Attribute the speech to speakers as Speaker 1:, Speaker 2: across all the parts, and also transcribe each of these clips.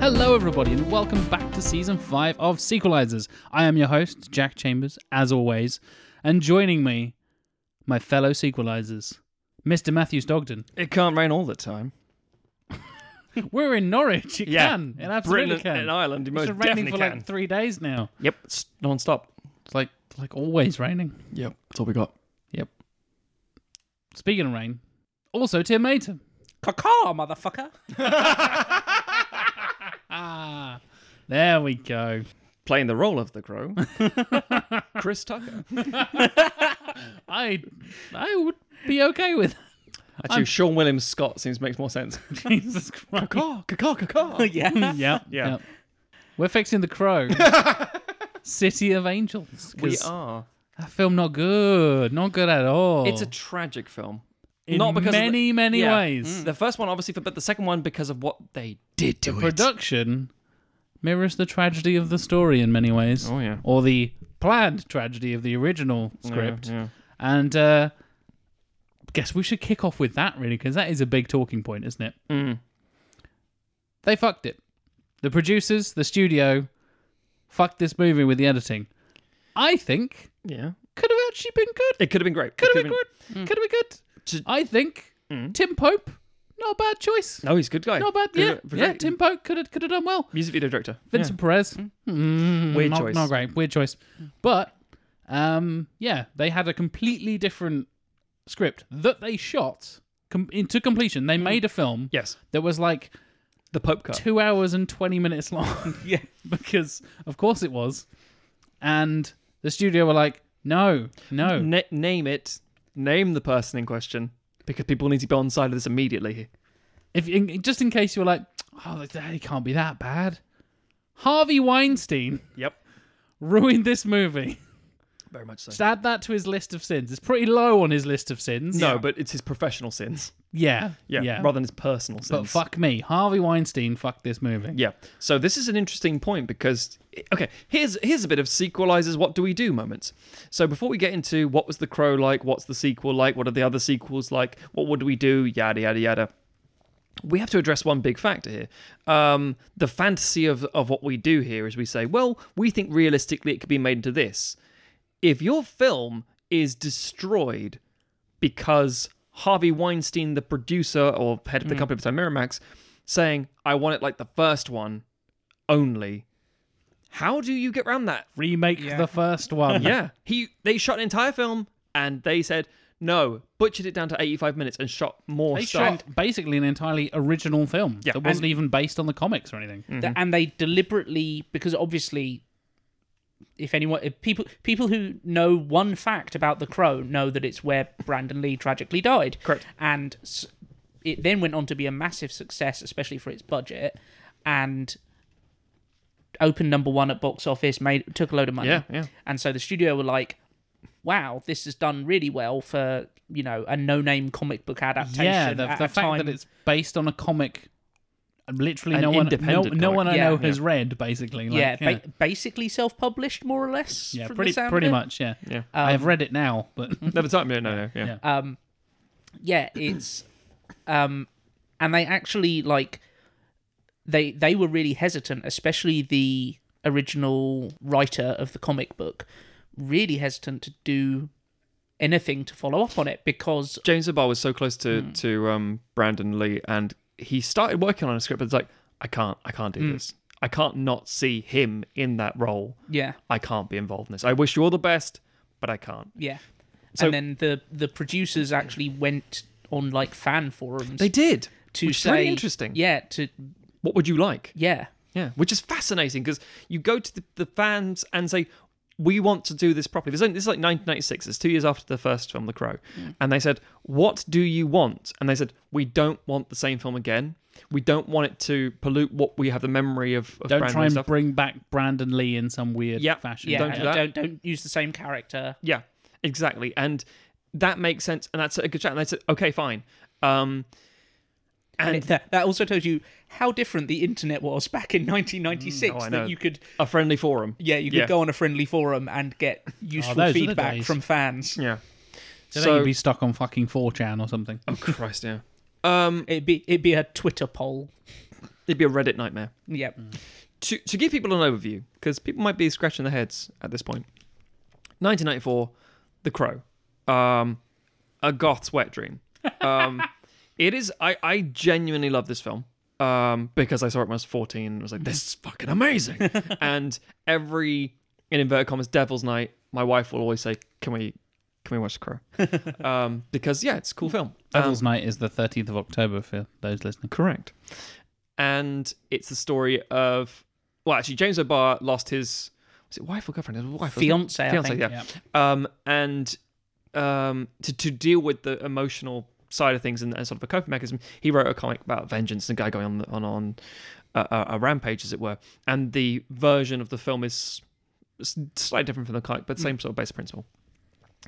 Speaker 1: Hello, everybody, and welcome back to season five of Sequelizers. I am your host, Jack Chambers, as always, and joining me, my fellow sequelizers, Mr. Matthews Dogden.
Speaker 2: It can't rain all the time.
Speaker 1: We're in Norwich. It
Speaker 2: Yeah.
Speaker 1: can. It absolutely
Speaker 2: Britain
Speaker 1: can.
Speaker 2: and Ireland, it
Speaker 1: it's
Speaker 2: most
Speaker 1: been raining
Speaker 2: definitely
Speaker 1: for
Speaker 2: can.
Speaker 1: like three days now.
Speaker 2: yep, it's non-stop.
Speaker 1: It's like like always raining.
Speaker 2: Yep, that's all we got.
Speaker 1: Yep. Speaking of rain, also Tim Matum.
Speaker 3: Caca, motherfucker.
Speaker 1: Ah, there we go.
Speaker 2: Playing the role of the crow, Chris Tucker.
Speaker 1: I I would be okay with
Speaker 2: Actually, Sean William Scott seems makes more sense.
Speaker 1: Jesus Christ.
Speaker 3: yeah.
Speaker 2: Hmm.
Speaker 1: yeah,
Speaker 2: Yeah.
Speaker 1: We're fixing the crow. City of Angels. 'cause
Speaker 2: we are.
Speaker 1: That film not good. Not good at all.
Speaker 2: It's a tragic film.
Speaker 1: In
Speaker 2: Not because of the-
Speaker 1: many, many
Speaker 2: Yeah. Mm.
Speaker 1: ways.
Speaker 2: The first one, obviously, but the second one because of what they did to it.
Speaker 1: Production mirrors the tragedy of the story in many ways.
Speaker 2: Oh, yeah.
Speaker 1: Or the planned tragedy of the original script.
Speaker 2: yeah.
Speaker 1: And uh guess we should kick off with that really, because that is a big talking point, isn't it?
Speaker 2: Mm.
Speaker 1: They fucked it. The producers, the studio, fucked this movie with the editing. I think
Speaker 2: Yeah,
Speaker 1: could have actually been good.
Speaker 2: it could have been great. It
Speaker 1: Could have
Speaker 2: could've
Speaker 1: been good. Could have been good.
Speaker 2: To-
Speaker 1: I think Tim Pope, not a bad choice.
Speaker 2: No, he's a good guy.
Speaker 1: Not bad.
Speaker 2: Good-
Speaker 1: Yeah,
Speaker 2: good-
Speaker 1: yeah. Tim Pope could have could have done well.
Speaker 2: Music video director.
Speaker 1: Vincent Perez, Mm,
Speaker 2: Weird
Speaker 1: not,
Speaker 2: choice.
Speaker 1: Not great. Weird choice. But um, yeah, they had a completely different script that they shot com- into completion. They made a film
Speaker 2: Yeah. Yes,
Speaker 1: that was like
Speaker 2: the Pope cut.
Speaker 1: two hours and 20 minutes long
Speaker 3: Yeah.
Speaker 1: because of course it was and the studio were like no no
Speaker 2: Na- name it. Name the person in question because people need to be on side of this immediately.
Speaker 1: if in, just in case you were like oh it can't be that bad harvey weinstein
Speaker 2: Yep,
Speaker 1: ruined this movie
Speaker 2: very much so.
Speaker 1: just add that to his list of sins it's pretty low on his list of sins
Speaker 2: No, but it's his professional sins.
Speaker 1: yeah
Speaker 2: Yeah,
Speaker 1: yeah,
Speaker 2: rather than his personal sins.
Speaker 1: but fuck me harvey weinstein fucked this movie
Speaker 2: Yeah. So this is an interesting point because okay, here's here's a bit of sequelizers what do we do moments. So before we get into what was the crow like, what's the sequel like, what are the other sequels like, what would we do, yada yada yada. We have to address one big factor here. Um, the fantasy of, of what we do here is we say, well, we think realistically it could be made into this. If your film is destroyed because Harvey Weinstein, the producer or head of the company at the time, Miramax, saying, I want it like the first one only. How do you get around that?
Speaker 1: remake the first one
Speaker 2: Yeah. He they shot an entire film and they said, no, butchered it down to 85 minutes and shot more
Speaker 1: They
Speaker 2: stuff.
Speaker 1: shot basically an entirely original film
Speaker 2: Yeah.
Speaker 1: that wasn't even based on the comics or anything.
Speaker 3: Th- And they deliberately, because obviously, if anyone, if people, people who know one fact about the Crow know that it's where Brandon Lee tragically died.
Speaker 2: Correct.
Speaker 3: And s- it then went on to be a massive success, especially for its budget, and opened number one at box office. Made took a load of money.
Speaker 2: Yeah, yeah.
Speaker 3: And so the studio were like, "Wow, this has done really well for you know a no-name comic book adaptation."
Speaker 1: Yeah, the,
Speaker 3: at
Speaker 1: the
Speaker 3: a
Speaker 1: fact
Speaker 3: time.
Speaker 1: that it's based on a comic, literally
Speaker 2: An
Speaker 1: no one, no,
Speaker 2: independent
Speaker 1: no
Speaker 2: comic.
Speaker 1: one I
Speaker 3: Yeah.
Speaker 1: know has read. Basically, like,
Speaker 3: yeah,
Speaker 1: yeah,
Speaker 3: ba- basically self-published, more or less.
Speaker 1: yeah,
Speaker 3: from the
Speaker 1: pretty
Speaker 3: sound
Speaker 1: pretty
Speaker 3: of it.
Speaker 1: much. Yeah,
Speaker 2: Yeah.
Speaker 1: I've read it now, but
Speaker 2: Never time. No, no, no. Yeah.
Speaker 1: Yeah.
Speaker 3: Um, yeah, it's, um, and they actually like, they they were really hesitant, especially the original writer of the comic book, really hesitant to do anything to follow up on it because
Speaker 2: James Abar was so close to to um, Brandon Lee, and he started working on a script. But it's like, I can't, I can't do this. I can't not see him in that role.
Speaker 3: yeah,
Speaker 2: I can't be involved in this. I wish you all the best, but I can't.
Speaker 3: yeah,
Speaker 2: So-
Speaker 3: and then the the producers actually went on like fan forums
Speaker 2: They did,
Speaker 3: to
Speaker 2: which
Speaker 3: say
Speaker 2: is really interesting.
Speaker 3: yeah to
Speaker 2: What would you like?
Speaker 3: yeah
Speaker 2: Yeah, which is fascinating because you go to the, the fans and say, "We want to do this properly." This is, only, this is like 1996. It's two years after the first film, The Crow, and they said, "What do you want?" And they said, "We don't want the same film again. We don't want it to pollute what we have the memory of." of
Speaker 1: don't
Speaker 2: Brandon
Speaker 1: try and
Speaker 2: stuff.
Speaker 1: bring back Brandon Lee in some weird
Speaker 2: Yeah.
Speaker 1: fashion.
Speaker 3: yeah
Speaker 2: Don't do that.
Speaker 3: don't don't use the same character
Speaker 2: Yeah, exactly. And that makes sense. And that's a good chat. And they said, okay, fine. Um,
Speaker 3: And that, that also tells you how different the internet was back in 1996.
Speaker 2: Oh, I know.
Speaker 3: that you could,
Speaker 2: a friendly forum.
Speaker 3: yeah, you could
Speaker 2: Yeah. Oh,
Speaker 3: go on a friendly forum and get useful
Speaker 1: those are the
Speaker 3: feedback
Speaker 1: days.
Speaker 3: from fans.
Speaker 2: Yeah.
Speaker 1: Today
Speaker 2: So-
Speaker 1: you'd be stuck on fucking 4chan or something.
Speaker 2: Oh Christ, yeah. Um,
Speaker 3: It'd be it'd be a Twitter poll.
Speaker 2: it'd be a Reddit nightmare.
Speaker 3: Yep.
Speaker 2: Mm. to, to give people an overview, because people might be scratching their heads at this point. 1994, The Crow, um, a goth's wet dream. Um, it is. I, I genuinely love this film um, because I saw it when I was 14 and was like, this is fucking amazing. and every in inverted commas Devil's Night, my wife will always say, "Can we, can we watch The Crow?" um, because yeah, it's a cool film. Um,
Speaker 1: Devil's Night is the 13th of October for those listening.
Speaker 2: Correct. And it's the story of well, actually, James O'Barr lost his was it wife or girlfriend? It was wife, wasn't it?
Speaker 3: Fiance, I
Speaker 2: fiance,
Speaker 3: think.
Speaker 2: yeah. Um, and um, to to deal with the emotional side of things and, and sort of a coping mechanism, he wrote a comic about vengeance and a guy going on on on a, a, a rampage, as it were. And the version of the film is s- slightly different from the comic, but
Speaker 3: Hmm.
Speaker 2: same sort of basic principle.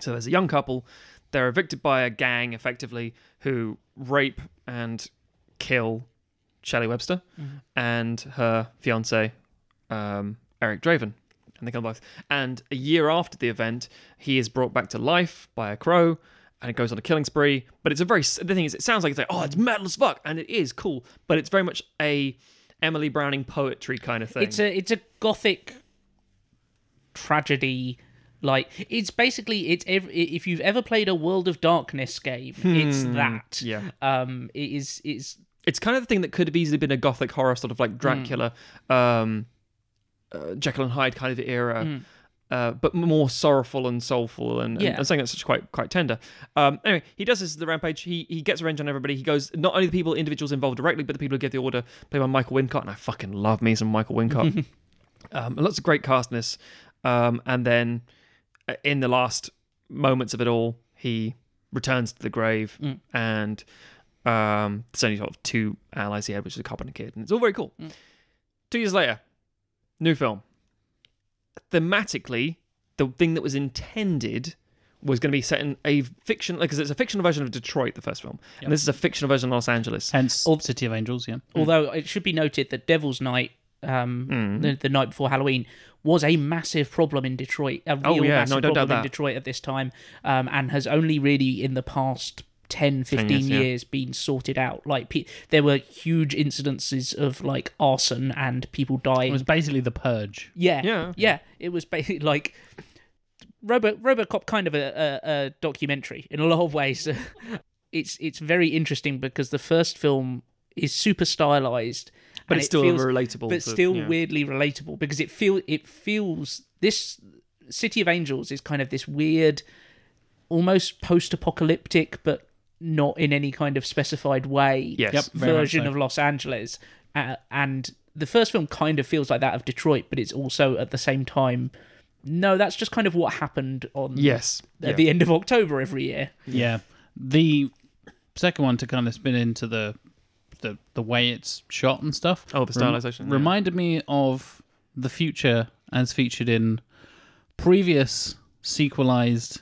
Speaker 2: So there's a young couple. They're evicted by a gang, effectively, who rape and kill Shelley Webster
Speaker 3: Mm-hmm.
Speaker 2: and her fiance, um, Eric Draven. And they come back. And a year after the event, he is brought back to life by a crow and it goes on a killing spree. But it's a very, the thing is, it sounds like it's like, oh, it's metal as fuck. And it is cool, but it's very much a Emily Browning poetry kind of thing.
Speaker 3: It's a it's a gothic tragedy. Like it's basically it's ev- if you've ever played a World of Darkness game, it's that.
Speaker 2: Hmm. yeah.
Speaker 3: Um. It is. It's
Speaker 2: it's kind of the thing that could have easily been a gothic horror sort of like Dracula, um, uh, Jekyll and Hyde kind of era, uh, but more sorrowful and soulful and, and-
Speaker 3: Yeah.
Speaker 2: and something that's quite quite tender. Um, anyway, he does this the rampage. He he gets revenge on everybody. He goes not only the people individuals involved directly, but the people who give the order, played by Michael Wincott, and I fucking love me some Michael Wincott. um, lots of great castness, um, and then uh, in the last moments of it all, he returns to the grave and um, there's only sort of two allies he had, which is a cop and a kid, and it's all very cool.
Speaker 3: Mm.
Speaker 2: Two years later, new film. Thematically, the thing that was intended was going to be set in a fiction, because it's a fictional version of Detroit, the first film, and this is a fictional version of Los Angeles.
Speaker 1: Hence City of Angels, yeah.
Speaker 2: Mm.
Speaker 3: although it should be noted that Devil's Night, um,
Speaker 2: Mm.
Speaker 3: the, the night before Halloween, was a massive problem in Detroit. A real
Speaker 2: Oh, yeah,
Speaker 3: massive
Speaker 2: no, don't doubt
Speaker 3: problem in
Speaker 2: that.
Speaker 3: Detroit at this time, um, and has only really in the past. 10 15
Speaker 2: years,
Speaker 3: years,
Speaker 2: yeah.
Speaker 3: been sorted out like pe- there were huge incidences of like arson and people
Speaker 1: It
Speaker 3: dying
Speaker 1: was basically The Purge.
Speaker 3: Yeah,
Speaker 2: Yeah.
Speaker 3: yeah. It was basically like Robo RoboCop, kind of a, a, a documentary in a lot of ways. it's it's very interesting because the first film is super stylized,
Speaker 2: But
Speaker 3: and
Speaker 2: it's
Speaker 3: it
Speaker 2: still
Speaker 3: feels-
Speaker 2: relatable
Speaker 3: but
Speaker 2: to-
Speaker 3: still
Speaker 2: yeah.
Speaker 3: weirdly relatable because it feel it feels this City of Angels is kind of this weird, almost post-apocalyptic, but not in any kind of specified way
Speaker 2: Yes. Yep,
Speaker 1: very much
Speaker 3: version
Speaker 1: so.
Speaker 3: of Los Angeles. Uh, and the first film kind of feels like that of Detroit, but it's also at the same time, no, that's just kind of what happened on
Speaker 2: Yes.
Speaker 3: at
Speaker 2: Yeah.
Speaker 3: the end of October every year.
Speaker 1: Yeah. The second one to kind of spin into the the, the way it's shot and stuff.
Speaker 2: Oh, the
Speaker 1: rem-
Speaker 2: stylization, yeah.
Speaker 1: reminded me of the future as featured in previous sequelized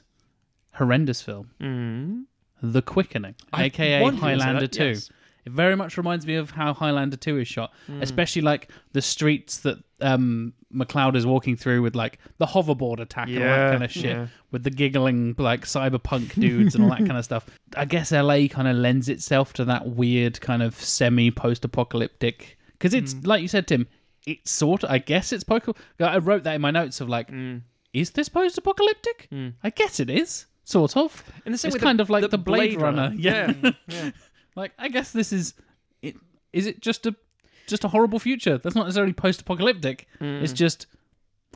Speaker 1: horrendous film,
Speaker 2: Mm.
Speaker 1: The Quickening,
Speaker 2: I
Speaker 1: aka
Speaker 2: wanted to say
Speaker 1: Highlander
Speaker 2: that,
Speaker 1: Two.
Speaker 2: yes. Hmm.
Speaker 1: It very much reminds me of how Highlander Two is shot, especially like the streets that um, McLeod is walking through with like the hoverboard attack and all that
Speaker 2: Yeah,
Speaker 1: kind of shit
Speaker 2: yeah.
Speaker 1: with the giggling like cyberpunk dudes and all that kind of stuff. I guess LA kind of lends itself to that weird kind of semi post apocalyptic because it's
Speaker 2: Hmm.
Speaker 1: like you said, Tim. It's sort of. I guess it's post. I wrote that in my notes of like,
Speaker 2: Hmm.
Speaker 1: is this post apocalyptic? I guess it is. Sort of.
Speaker 2: In the same
Speaker 1: it's
Speaker 2: way the-
Speaker 1: kind of like
Speaker 2: the
Speaker 1: the, Blade,
Speaker 2: Blade
Speaker 1: Runner.
Speaker 2: Runner.
Speaker 1: Yeah. like I guess this is. It is it just a just a horrible future. That's not necessarily post apocalyptic.
Speaker 2: Hmm.
Speaker 1: It's just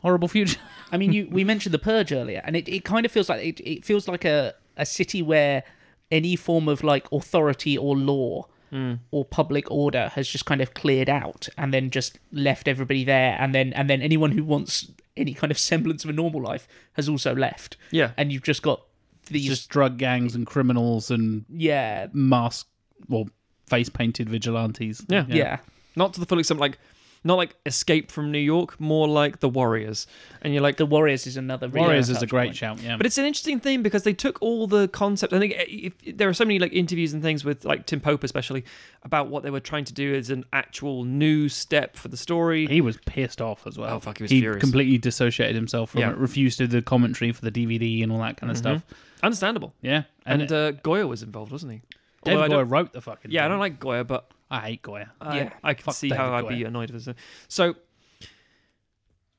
Speaker 1: horrible future.
Speaker 3: I mean, you we mentioned the purge earlier, and it, it kind of feels like it, it feels like a, a city where any form of like authority or law
Speaker 1: Hmm.
Speaker 3: or public order has just kind of cleared out, and then just left everybody there, and then and then anyone who wants any kind of semblance of a normal life has also left.
Speaker 2: Yeah.
Speaker 3: and you've just got these.
Speaker 1: just drug gangs and criminals and
Speaker 3: yeah,
Speaker 1: mask or face painted vigilantes.
Speaker 2: Yeah.
Speaker 3: yeah,
Speaker 2: Not to the full extent, like not like Escape from New York, more like The Warriors. And you're like,
Speaker 3: The Warriors is another. Really
Speaker 1: Warriors is a
Speaker 3: touch
Speaker 1: great
Speaker 3: point.
Speaker 1: shout. Yeah,
Speaker 2: but it's an interesting thing because they took all the concepts. I think if, if- there are so many like interviews and things with like Tim Pope especially about what they were trying to do as an actual new step for the story.
Speaker 1: he was pissed off as well.
Speaker 2: Oh, fuck, he was
Speaker 1: he
Speaker 2: furious.
Speaker 1: completely dissociated himself from
Speaker 2: Yeah.
Speaker 1: it. Refused to do the commentary for the DVD and all that kind of stuff.
Speaker 2: Understandable.
Speaker 1: Yeah,
Speaker 2: And,
Speaker 1: and, uh,
Speaker 2: uh, Goya was involved, wasn't he? Although I
Speaker 1: David Goyer
Speaker 2: don't-
Speaker 1: wrote the fucking.
Speaker 2: yeah, I
Speaker 1: thing.
Speaker 2: don't like Goya, but
Speaker 1: I hate Goyer.
Speaker 2: I,
Speaker 3: Yeah.
Speaker 2: I can
Speaker 1: Fuck
Speaker 2: see
Speaker 1: David
Speaker 2: how I'd be
Speaker 1: Goyer.
Speaker 2: annoyed with this. So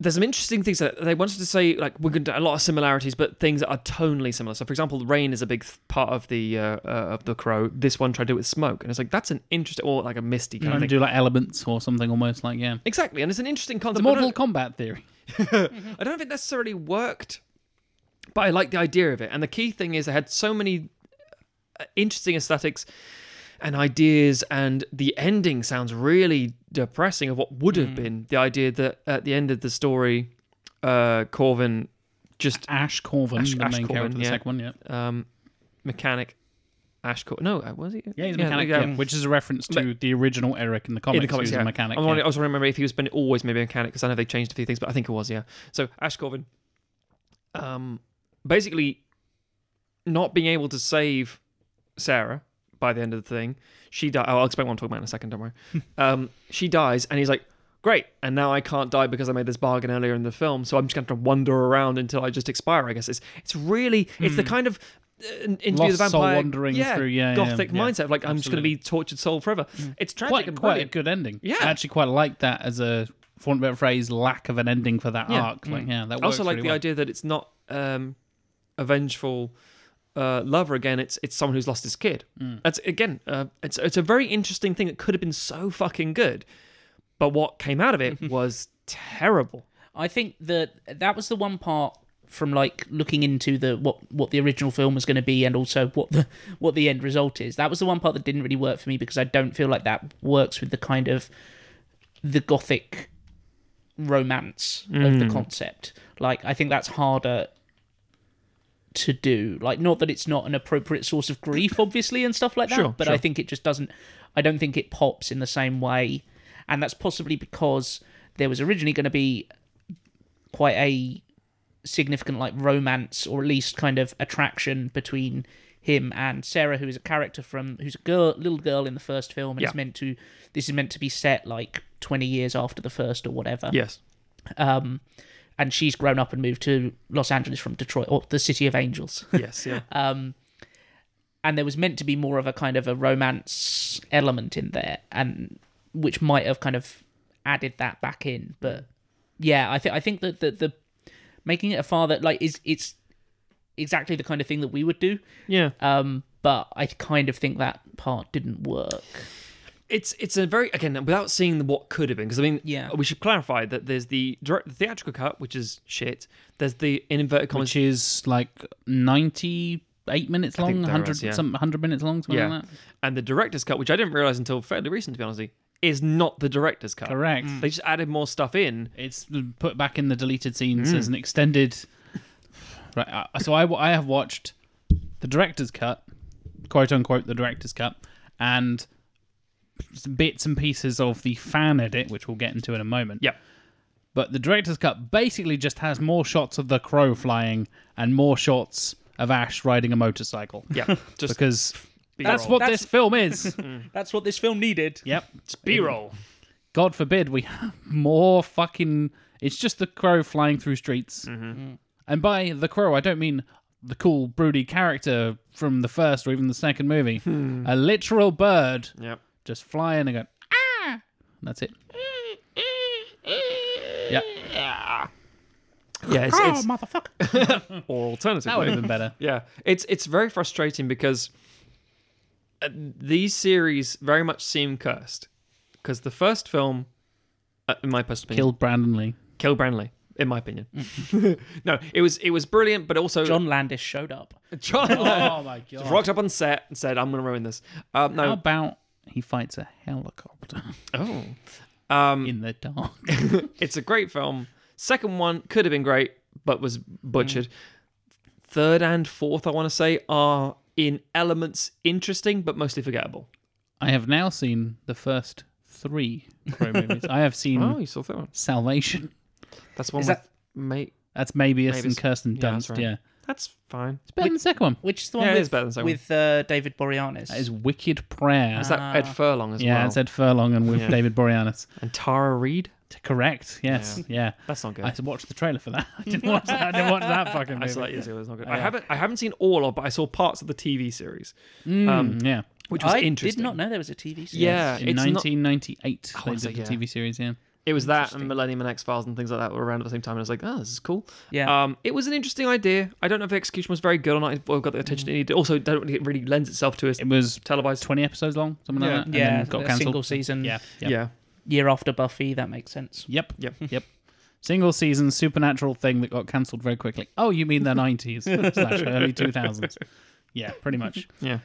Speaker 2: there's some interesting things that they wanted to say. Like we're going to a lot of similarities, but things that are tonally similar. So, for example, rain is a big th- part of the uh, uh, of the crow. This one tried to do it with smoke, and it's like that's an interesting or like a misty kind
Speaker 1: Trying
Speaker 2: of
Speaker 1: to
Speaker 2: thing.
Speaker 1: do like elements or something almost like yeah.
Speaker 2: Exactly, and it's an interesting
Speaker 1: The
Speaker 2: concept. I,
Speaker 1: Mortal
Speaker 2: don't,
Speaker 1: Kombat theory.
Speaker 2: I don't know if it necessarily worked, but I like the idea of it. And the key thing is, they had so many uh, interesting aesthetics and ideas, and the ending sounds really depressing of what would have been the idea that at the end of the story, uh, Corvin just
Speaker 1: Ash Corvin,
Speaker 2: Ash-
Speaker 1: the
Speaker 2: Ash
Speaker 1: main
Speaker 2: Corvin,
Speaker 1: character, the
Speaker 2: yeah.
Speaker 1: second one. Yeah,
Speaker 2: um, mechanic Ash. Cor- no, uh, was he?
Speaker 1: yeah, he's a mechanic, yeah,
Speaker 2: um,
Speaker 1: which is a reference to the original Eric in the comics.
Speaker 2: in the comics,
Speaker 1: who's
Speaker 2: yeah.
Speaker 1: a mechanic.
Speaker 2: I was
Speaker 1: yeah.
Speaker 2: wondering- I was trying to remember if he was been always maybe a mechanic because I know they changed a few things, but I think it was yeah. So Ash Corbin, um, basically, not being able to save Sarah by the end of the thing, she dies. I'll explain what I'm talking about in a second. Don't worry. um, she dies, and he's like, "Great, and now I can't die because I made this bargain earlier in the film, so I'm just going to wander around until I just expire." I guess it's it's really it's the kind of uh, interview
Speaker 1: Hmm. Lost
Speaker 2: with the
Speaker 1: soul
Speaker 2: vampire,
Speaker 1: wandering through, yeah, yeah,
Speaker 2: gothic
Speaker 1: yeah. Hmm.
Speaker 2: mindset of like I'm just going to be tortured soul forever. It's tragic
Speaker 1: quite
Speaker 2: and
Speaker 1: quite a
Speaker 2: brilliant.
Speaker 1: good ending.
Speaker 2: Yeah.
Speaker 1: I actually quite like that as a for want of a better phrase, lack of an ending for that
Speaker 2: Yeah. Mm.
Speaker 1: arc. Like yeah, that
Speaker 2: I also
Speaker 1: works
Speaker 2: like
Speaker 1: really
Speaker 2: the
Speaker 1: well.
Speaker 2: idea that it's not um, a vengeful uh, lover again. It's it's someone who's lost his kid.
Speaker 1: Hmm.
Speaker 2: That's again, uh, it's it's a very interesting thing that could have been so fucking good, but what came out of it was terrible.
Speaker 3: I think that that was the one part from like looking into the what what the original film was going to be and also what the what the end result is. That was the one part that didn't really work for me because I don't feel like that works with the kind of the gothic romance of
Speaker 2: Hmm.
Speaker 3: the concept. Like I think that's harder to do. Like not that it's not an appropriate source of grief obviously and stuff like that,
Speaker 2: Sure,
Speaker 3: but
Speaker 2: sure.
Speaker 3: I think it just doesn't I don't think it pops in the same way. And that's possibly because there was originally going to be quite a significant like romance or at least kind of attraction between him and Sarah, who is a character from who's a girl, little girl in the first film, and it's
Speaker 2: Yeah.
Speaker 3: meant to this is meant to be set like twenty years after the first or whatever.
Speaker 2: Yes,
Speaker 3: Um, and she's grown up and moved to Los Angeles from Detroit or the City of Angels.
Speaker 2: yes, yeah.
Speaker 1: Uh,
Speaker 3: um, and there was meant to be more of a kind of a romance element in there, and which might have kind of added that back in. But yeah, I think I think that the, the making it a father like is it's exactly the kind of thing that we would do.
Speaker 2: yeah.
Speaker 3: Um, but I kind of think that part didn't work.
Speaker 2: it's it's a very again without seeing the what could have been because I mean
Speaker 3: Yeah.
Speaker 2: we should clarify that there's the direct the theatrical cut which is shit. There's the in inverted commas
Speaker 1: which is like ninety eight minutes
Speaker 2: think
Speaker 1: long,
Speaker 2: there
Speaker 1: hundred
Speaker 2: was, yeah.
Speaker 1: some hundred minutes long, something
Speaker 2: yeah,
Speaker 1: like that.
Speaker 2: and the director's cut which I didn't realize until fairly recent to be honest with you, is not the director's cut.
Speaker 1: Correct.
Speaker 2: They just added more stuff in.
Speaker 1: It's put back in the deleted scenes
Speaker 2: Hmm.
Speaker 1: as an extended. Right. uh, So I, I have watched the director's cut, quote unquote, the director's cut, and bits and pieces of the fan edit, which we'll get into in a moment.
Speaker 2: Yep.
Speaker 1: But the director's cut basically just has more shots of the crow flying and more shots of Ash riding a motorcycle.
Speaker 2: Yeah, just
Speaker 1: Because that's
Speaker 2: B-roll.
Speaker 1: what this film is.
Speaker 3: That's what this film needed.
Speaker 1: yep.
Speaker 2: B-roll.
Speaker 1: God forbid we have more fucking. It's just the crow flying through streets.
Speaker 2: Mm-hmm.
Speaker 1: And by the crow, I don't mean the cool, broody character from the first or even the second movie.
Speaker 2: Hmm.
Speaker 1: A literal bird
Speaker 2: Yep.
Speaker 1: just flying and going, ah! And that's it. yeah.
Speaker 2: Yeah, it's, it's
Speaker 3: motherfucker.
Speaker 2: or alternative.
Speaker 1: That would have been better.
Speaker 2: yeah, it's it's very frustrating because uh, these series very much seem cursed because the first film, uh, in my personal opinion,
Speaker 1: Killed Brandon Lee.
Speaker 2: Kill Branley. In my opinion, no, it was it was brilliant, but also
Speaker 3: John Landis showed up.
Speaker 2: John
Speaker 1: Oh my God.
Speaker 2: rocked up on set and said, "I'm going to ruin this." Um,
Speaker 1: How
Speaker 2: no,
Speaker 1: about he fights a helicopter
Speaker 2: oh, um,
Speaker 1: in the dark?
Speaker 2: it's a great film. Second one could have been great, but was butchered. Third and fourth, I want to say, are in elements interesting, but mostly forgettable.
Speaker 1: I have now seen the first three Crow movies. I have seen
Speaker 2: Oh, you saw that one.
Speaker 1: Salvation.
Speaker 2: That's the one
Speaker 3: Is
Speaker 2: with mate.
Speaker 1: That's Mabius,
Speaker 2: Mabius.
Speaker 1: and Kirsten
Speaker 2: Yeah,
Speaker 1: Dunst.
Speaker 2: that's
Speaker 1: Yeah,
Speaker 2: right. That's fine.
Speaker 1: it's better than the second one.
Speaker 3: Which is the one
Speaker 2: Yeah, it
Speaker 3: with,
Speaker 2: is better than the second
Speaker 3: with uh, David Boreanaz.
Speaker 1: That is Wicked Prayer.
Speaker 2: Is that
Speaker 3: Ah.
Speaker 2: Ed Furlong as
Speaker 1: yeah,
Speaker 2: well?
Speaker 1: it's Ed Furlong and with
Speaker 2: Yeah.
Speaker 1: David Boreanaz.
Speaker 2: and Tara Reid.
Speaker 1: T- Correct. Yes. Yeah.
Speaker 2: That's not good.
Speaker 1: I watched the trailer for that. I didn't watch that. I didn't watch that fucking
Speaker 2: I
Speaker 1: movie.
Speaker 2: saw that years ago. It's not good. I haven't. I haven't seen all of, but I saw parts of the TV series,
Speaker 1: Mm, yeah.
Speaker 2: which was
Speaker 3: I did
Speaker 2: interesting.
Speaker 3: not know there was a TV series.
Speaker 2: um, Yeah,
Speaker 1: In
Speaker 2: it's not.
Speaker 1: 1998,
Speaker 2: Oh,
Speaker 1: they
Speaker 2: is
Speaker 1: did
Speaker 2: it?
Speaker 1: the
Speaker 2: Yeah.
Speaker 1: TV series. Yeah.
Speaker 2: It was that and
Speaker 3: Interesting.
Speaker 2: Millennium and X Files and things like that were around at the same time. And I was like, oh, this is cool.
Speaker 3: Yeah.
Speaker 2: Um, it was an interesting idea. I don't know if the execution was very good or not. It got the attention it needed. Also, don't really- it really lends itself to a
Speaker 1: It was
Speaker 2: televised.
Speaker 1: 20 episodes long, something
Speaker 2: Yeah.
Speaker 1: like that. and
Speaker 3: yeah,
Speaker 1: then got
Speaker 3: a
Speaker 1: cancelled.
Speaker 3: single season.
Speaker 1: Yeah. yeah.
Speaker 2: Yeah.
Speaker 3: year after Buffy. That makes sense.
Speaker 1: Yep.
Speaker 2: Yep.
Speaker 1: Yep. Single season supernatural thing that got cancelled very quickly. Oh, you mean the 90s slash early 2000s. Yeah, pretty much.
Speaker 2: Yeah.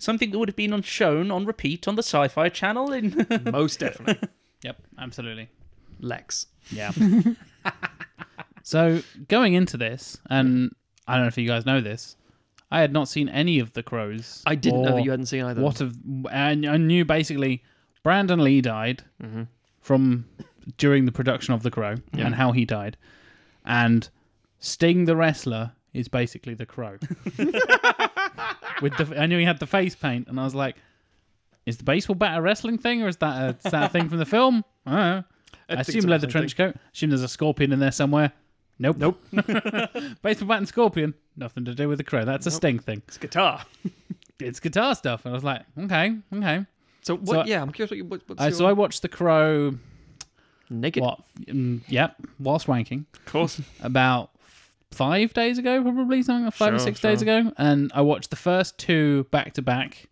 Speaker 3: Something that would have been on shown on repeat on the Sci-Fi Channel in
Speaker 2: Most definitely.
Speaker 1: Yep, absolutely.
Speaker 2: Lex.
Speaker 1: Yeah. so going into this, and I don't know if you guys know this, I had not seen any of the crows.
Speaker 2: I didn't know
Speaker 1: or
Speaker 2: that you hadn't seen either.
Speaker 1: What of? I, I knew basically Brandon Lee died
Speaker 2: Mm-hmm.
Speaker 1: from during the production of the crow and how he died, and Sting the wrestler is basically the crow. With the, I knew he had the face paint, and I was like. Is the baseball bat a wrestling thing, or is that a, is that a thing from the film? I don't know. I
Speaker 2: think
Speaker 1: assume
Speaker 2: it's
Speaker 1: leather
Speaker 2: the same
Speaker 1: trench coat. Assume there's a scorpion in there somewhere. Nope.
Speaker 2: Nope.
Speaker 1: Baseball bat and scorpion. Nothing to do with the crow. That's a sting thing.
Speaker 2: It's guitar.
Speaker 1: It's guitar stuff. And I was like, okay, okay.
Speaker 2: So what?
Speaker 1: So I-
Speaker 2: yeah, I'm curious what you. What, what's
Speaker 1: Uh,
Speaker 2: your
Speaker 1: so I watched the crow.
Speaker 2: naked?
Speaker 1: What? Mm, yep. Whilst wanking,
Speaker 2: Of course.
Speaker 1: about f- five days ago, probably something like five or
Speaker 2: Sure,
Speaker 1: six
Speaker 2: sure.
Speaker 1: days ago, and I watched the first two back to back,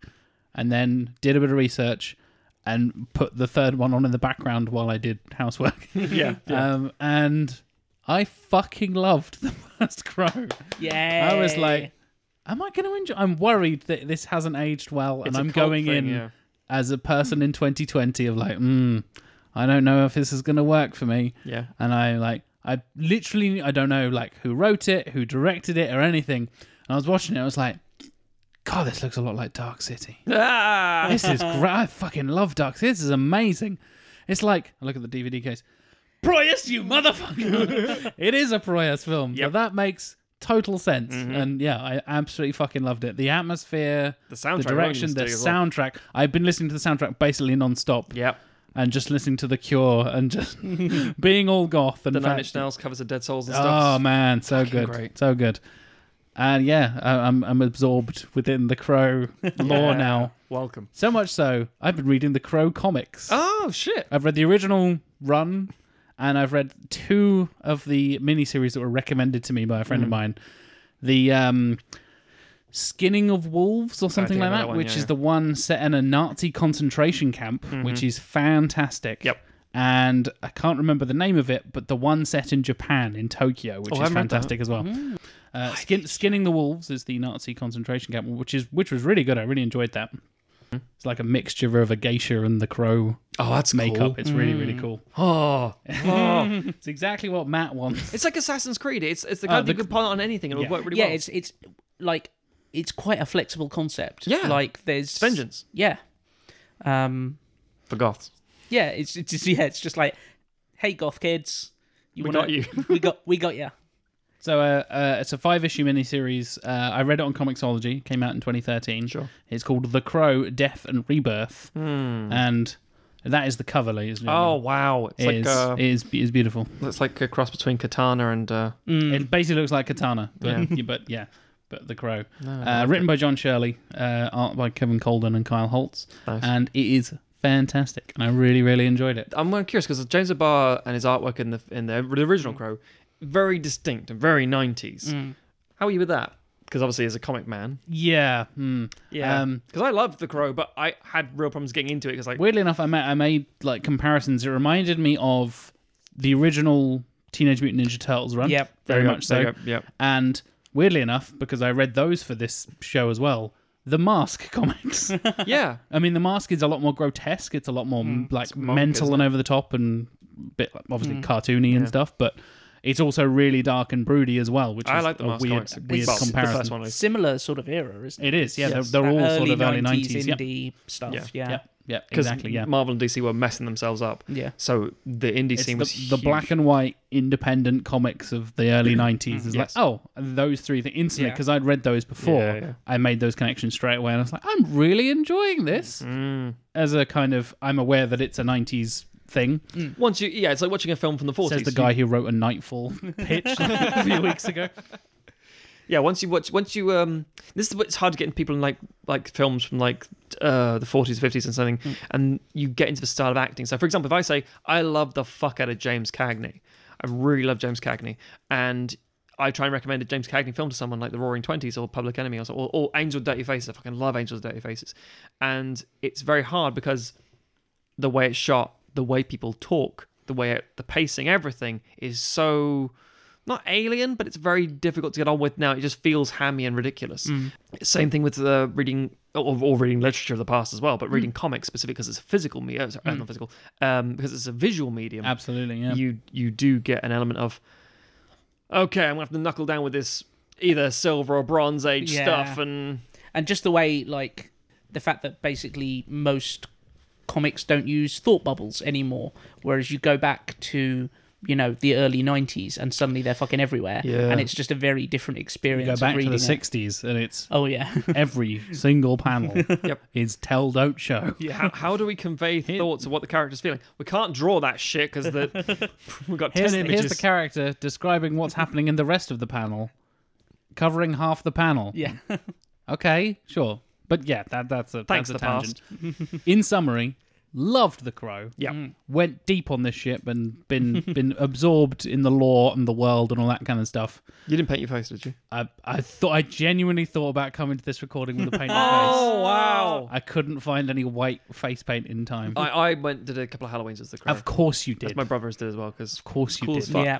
Speaker 1: and then did a bit of research. And put the third one on in the background while I did housework.
Speaker 2: yeah.
Speaker 1: Um, and I fucking loved the first crow.
Speaker 3: yeah.
Speaker 1: I was like, am I going to enjoy? I'm worried that this hasn't aged well, and
Speaker 2: It's a
Speaker 1: I'm
Speaker 2: cult
Speaker 1: going
Speaker 2: thing,
Speaker 1: in
Speaker 2: yeah.
Speaker 1: as a person in 2020 of like, mm, I don't know if this is going to work for me.
Speaker 2: Yeah.
Speaker 1: And I like, I literally, I don't know like who wrote it, who directed it, or anything. And I was watching it, I was like, God, this looks a lot like Dark City.
Speaker 2: Ah!
Speaker 1: This is great. I fucking love Dark City. This is amazing. It's like, I look at the DVD case. Proyas, you motherfucker! it is a Proyas film. So
Speaker 2: Yep.
Speaker 1: that makes total sense. And yeah, I absolutely fucking loved it. The atmosphere,
Speaker 2: The soundtrack,
Speaker 1: the direction,
Speaker 2: Rolling
Speaker 1: the
Speaker 2: Stones as well.
Speaker 1: soundtrack. I've been listening to the soundtrack basically non-stop
Speaker 2: Yep.
Speaker 1: and just listening to The Cure and just being all goth and
Speaker 2: The Nine
Speaker 1: fa-
Speaker 2: Inch Nails covers of Dead Souls and stuff.
Speaker 1: Oh man, so good,
Speaker 2: great.
Speaker 1: so good. And yeah, I, I'm I'm absorbed within the Crow lore
Speaker 2: Yeah.
Speaker 1: now.
Speaker 2: Welcome.
Speaker 1: So much so, I've been reading the Crow comics.
Speaker 2: Oh shit.
Speaker 1: I've read the original run, and I've read two of the miniseries that were recommended to me by a friend
Speaker 2: Hmm.
Speaker 1: of mine. The um, Skinning of Wolves, or something
Speaker 2: think I
Speaker 1: like
Speaker 2: know
Speaker 1: that,
Speaker 2: that one,
Speaker 1: which
Speaker 2: yeah,
Speaker 1: is
Speaker 2: yeah. Mm-hmm.
Speaker 1: the one set in a Nazi concentration camp, which is fantastic.
Speaker 2: Yep.
Speaker 1: And I can't remember the name of it, but the one set in Japan, in Tokyo, which
Speaker 2: Oh, I
Speaker 1: is
Speaker 2: haven't read that. Mm-hmm.
Speaker 1: fantastic as well. Uh, skin, skinning the wolves is the Nazi concentration camp, which is which was really good. I really enjoyed that.
Speaker 2: Mm-hmm.
Speaker 1: It's like a mixture of a geisha and the crow
Speaker 2: Oh, that's
Speaker 1: makeup.
Speaker 2: cool.
Speaker 1: It's really, really cool.
Speaker 2: Oh, oh.
Speaker 1: It's exactly what Matt wants.
Speaker 2: it's like Assassin's Creed. It's it's the kind
Speaker 1: Oh, the-
Speaker 2: that you could pile on anything and it'll
Speaker 1: Yeah.
Speaker 2: work really
Speaker 3: yeah,
Speaker 2: well.
Speaker 3: it's it's like it's quite a flexible concept.
Speaker 2: Yeah.
Speaker 3: like there's
Speaker 2: vengeance
Speaker 3: Yeah, um,
Speaker 2: for goths.
Speaker 3: yeah. It's it's just, yeah. It's just like, hey, goth kids, you
Speaker 2: We
Speaker 3: wanna-
Speaker 2: got you.
Speaker 3: we got we got you.
Speaker 1: So uh, uh, it's a five issue miniseries. Uh, I read it on Comixology. Came out in 2013.
Speaker 2: Sure.
Speaker 1: It's called The Crow: Death and Rebirth, and that is the cover, ladies and
Speaker 2: Hmm. Oh
Speaker 1: gentlemen.
Speaker 2: wow, it's
Speaker 1: It
Speaker 2: like
Speaker 1: is,
Speaker 2: uh,
Speaker 1: it is it is beautiful.
Speaker 2: it's like a cross between Katana and uh,
Speaker 1: It basically looks like Katana, but yeah, but, yeah, but the Crow. uh, written by John Shirley, uh, art by Kevin Colden and Kyle Holtz,
Speaker 2: Nice.
Speaker 1: and it is fantastic. And I really, really enjoyed it.
Speaker 2: I'm curious because James Abar and his artwork in the in the original
Speaker 1: Mm.
Speaker 2: Crow, very distinct and very 90s. How are you with that? Because obviously, as a comic man,
Speaker 1: Yeah. Hmm. Um,
Speaker 2: Because I loved the Crow, but I had real problems getting into it. Because like,
Speaker 1: Weirdly enough, I made, I made like comparisons. It reminded me of the original Teenage Mutant Ninja Turtles run.
Speaker 3: Yep.
Speaker 1: very
Speaker 2: There you go,
Speaker 1: much
Speaker 2: there
Speaker 1: so.
Speaker 2: you go, yep.
Speaker 1: And weirdly enough, because I read those for this show as well, the Mask comics.
Speaker 2: yeah,
Speaker 1: I mean, the mask is a lot more grotesque. It's a lot more like
Speaker 2: monk,
Speaker 1: mental
Speaker 2: Mm, isn't Mm.
Speaker 1: and over the top, and bit like, obviously cartoony and stuff. But it's also really dark and broody as well, which
Speaker 2: I
Speaker 1: is
Speaker 2: like the
Speaker 1: a
Speaker 2: mask
Speaker 1: weird,
Speaker 2: comics.
Speaker 1: weird
Speaker 2: Well,
Speaker 1: comparison.
Speaker 2: The first one, I-
Speaker 3: Similar sort of era, isn't
Speaker 1: It
Speaker 3: it?
Speaker 1: is, yeah.
Speaker 2: Yes.
Speaker 1: They're, they're all
Speaker 3: That
Speaker 1: sort of early nineties. Yep.
Speaker 3: indie stuff.
Speaker 2: Yeah.
Speaker 3: Yeah.
Speaker 1: Yep. Yeah,
Speaker 2: because
Speaker 1: exactly. Yeah.
Speaker 2: Marvel and DC were messing themselves up.
Speaker 3: Yeah.
Speaker 2: So the indie
Speaker 1: It's
Speaker 2: scene
Speaker 1: the,
Speaker 2: was
Speaker 1: the
Speaker 2: huge.
Speaker 1: black and white independent comics of the early 90s is
Speaker 2: yes.
Speaker 1: like, oh, those three things instantly.
Speaker 3: Yeah.
Speaker 1: Because I'd read those before,
Speaker 2: Yeah, yeah.
Speaker 1: I made those connections straight away. And I was like, I'm really enjoying this as a kind of, I'm aware that it's a 90s thing.
Speaker 2: Once you, yeah, it's like watching a film from the forties.
Speaker 1: Says the guy who wrote a Nightfall pitch a few weeks ago.
Speaker 2: yeah, once you watch, once you um, this is what's hard to get into people in like like films from like uh the forties, fifties, and something, and you get into the style of acting. So, for example, if I say I love the fuck out of James Cagney, I really love James Cagney, and I try and recommend a James Cagney film to someone like The Roaring Twenties or Public Enemy or, so- or, or Angel Dirty Faces. I fucking love Angel's Dirty Faces, and it's very hard because the way it's shot, the way people talk, the way it, the pacing, everything is so not alien, but it's very difficult to get on with now. It just feels hammy and ridiculous. Same thing with the reading or, or reading literature of the past as well, but reading comics specifically because it's a physical medium, sorry, uh, not physical, um, because it's a visual medium.
Speaker 1: Absolutely, yeah.
Speaker 2: You you do get an element of okay, I'm gonna have to knuckle down with this either silver or bronze age
Speaker 3: Yeah.
Speaker 2: stuff, and
Speaker 3: and just the way like the fact that basically most comics don't use thought bubbles anymore whereas you go back to you know the early 90s and suddenly they're fucking everywhere
Speaker 2: Yeah.
Speaker 3: and it's just a very different
Speaker 1: You
Speaker 3: experience
Speaker 1: go back
Speaker 3: of
Speaker 1: to
Speaker 3: reading
Speaker 1: the
Speaker 3: it.
Speaker 1: 60s and it's
Speaker 3: oh yeah
Speaker 1: every single panel
Speaker 2: Yep.
Speaker 1: is tell, don't show.
Speaker 2: how, how do we convey thoughts of what the character's feeling? We can't draw that shit because the we've got
Speaker 1: Here's,
Speaker 2: ten
Speaker 1: here's
Speaker 2: images.
Speaker 1: the character describing what's happening in the rest of the panel, covering half the panel.
Speaker 3: yeah
Speaker 1: Okay, sure. But yeah, that, that's a,
Speaker 2: Thanks,
Speaker 1: that's a
Speaker 2: the
Speaker 1: tangent. in summary, loved The Crow. Mm.
Speaker 2: yeah.
Speaker 1: Went deep on this ship and been been absorbed in the lore and the world and all that kind of stuff.
Speaker 2: You didn't paint your face, did you?
Speaker 1: I I thought I genuinely thought about coming to this recording with a painted face.
Speaker 2: Oh wow!
Speaker 1: I couldn't find any white face paint in time.
Speaker 2: I, I went did a couple of Halloweens as the crow.
Speaker 1: of course you did.
Speaker 2: As my brothers did as well because
Speaker 1: of course you
Speaker 2: cool as
Speaker 1: did.
Speaker 2: fuck.
Speaker 3: yeah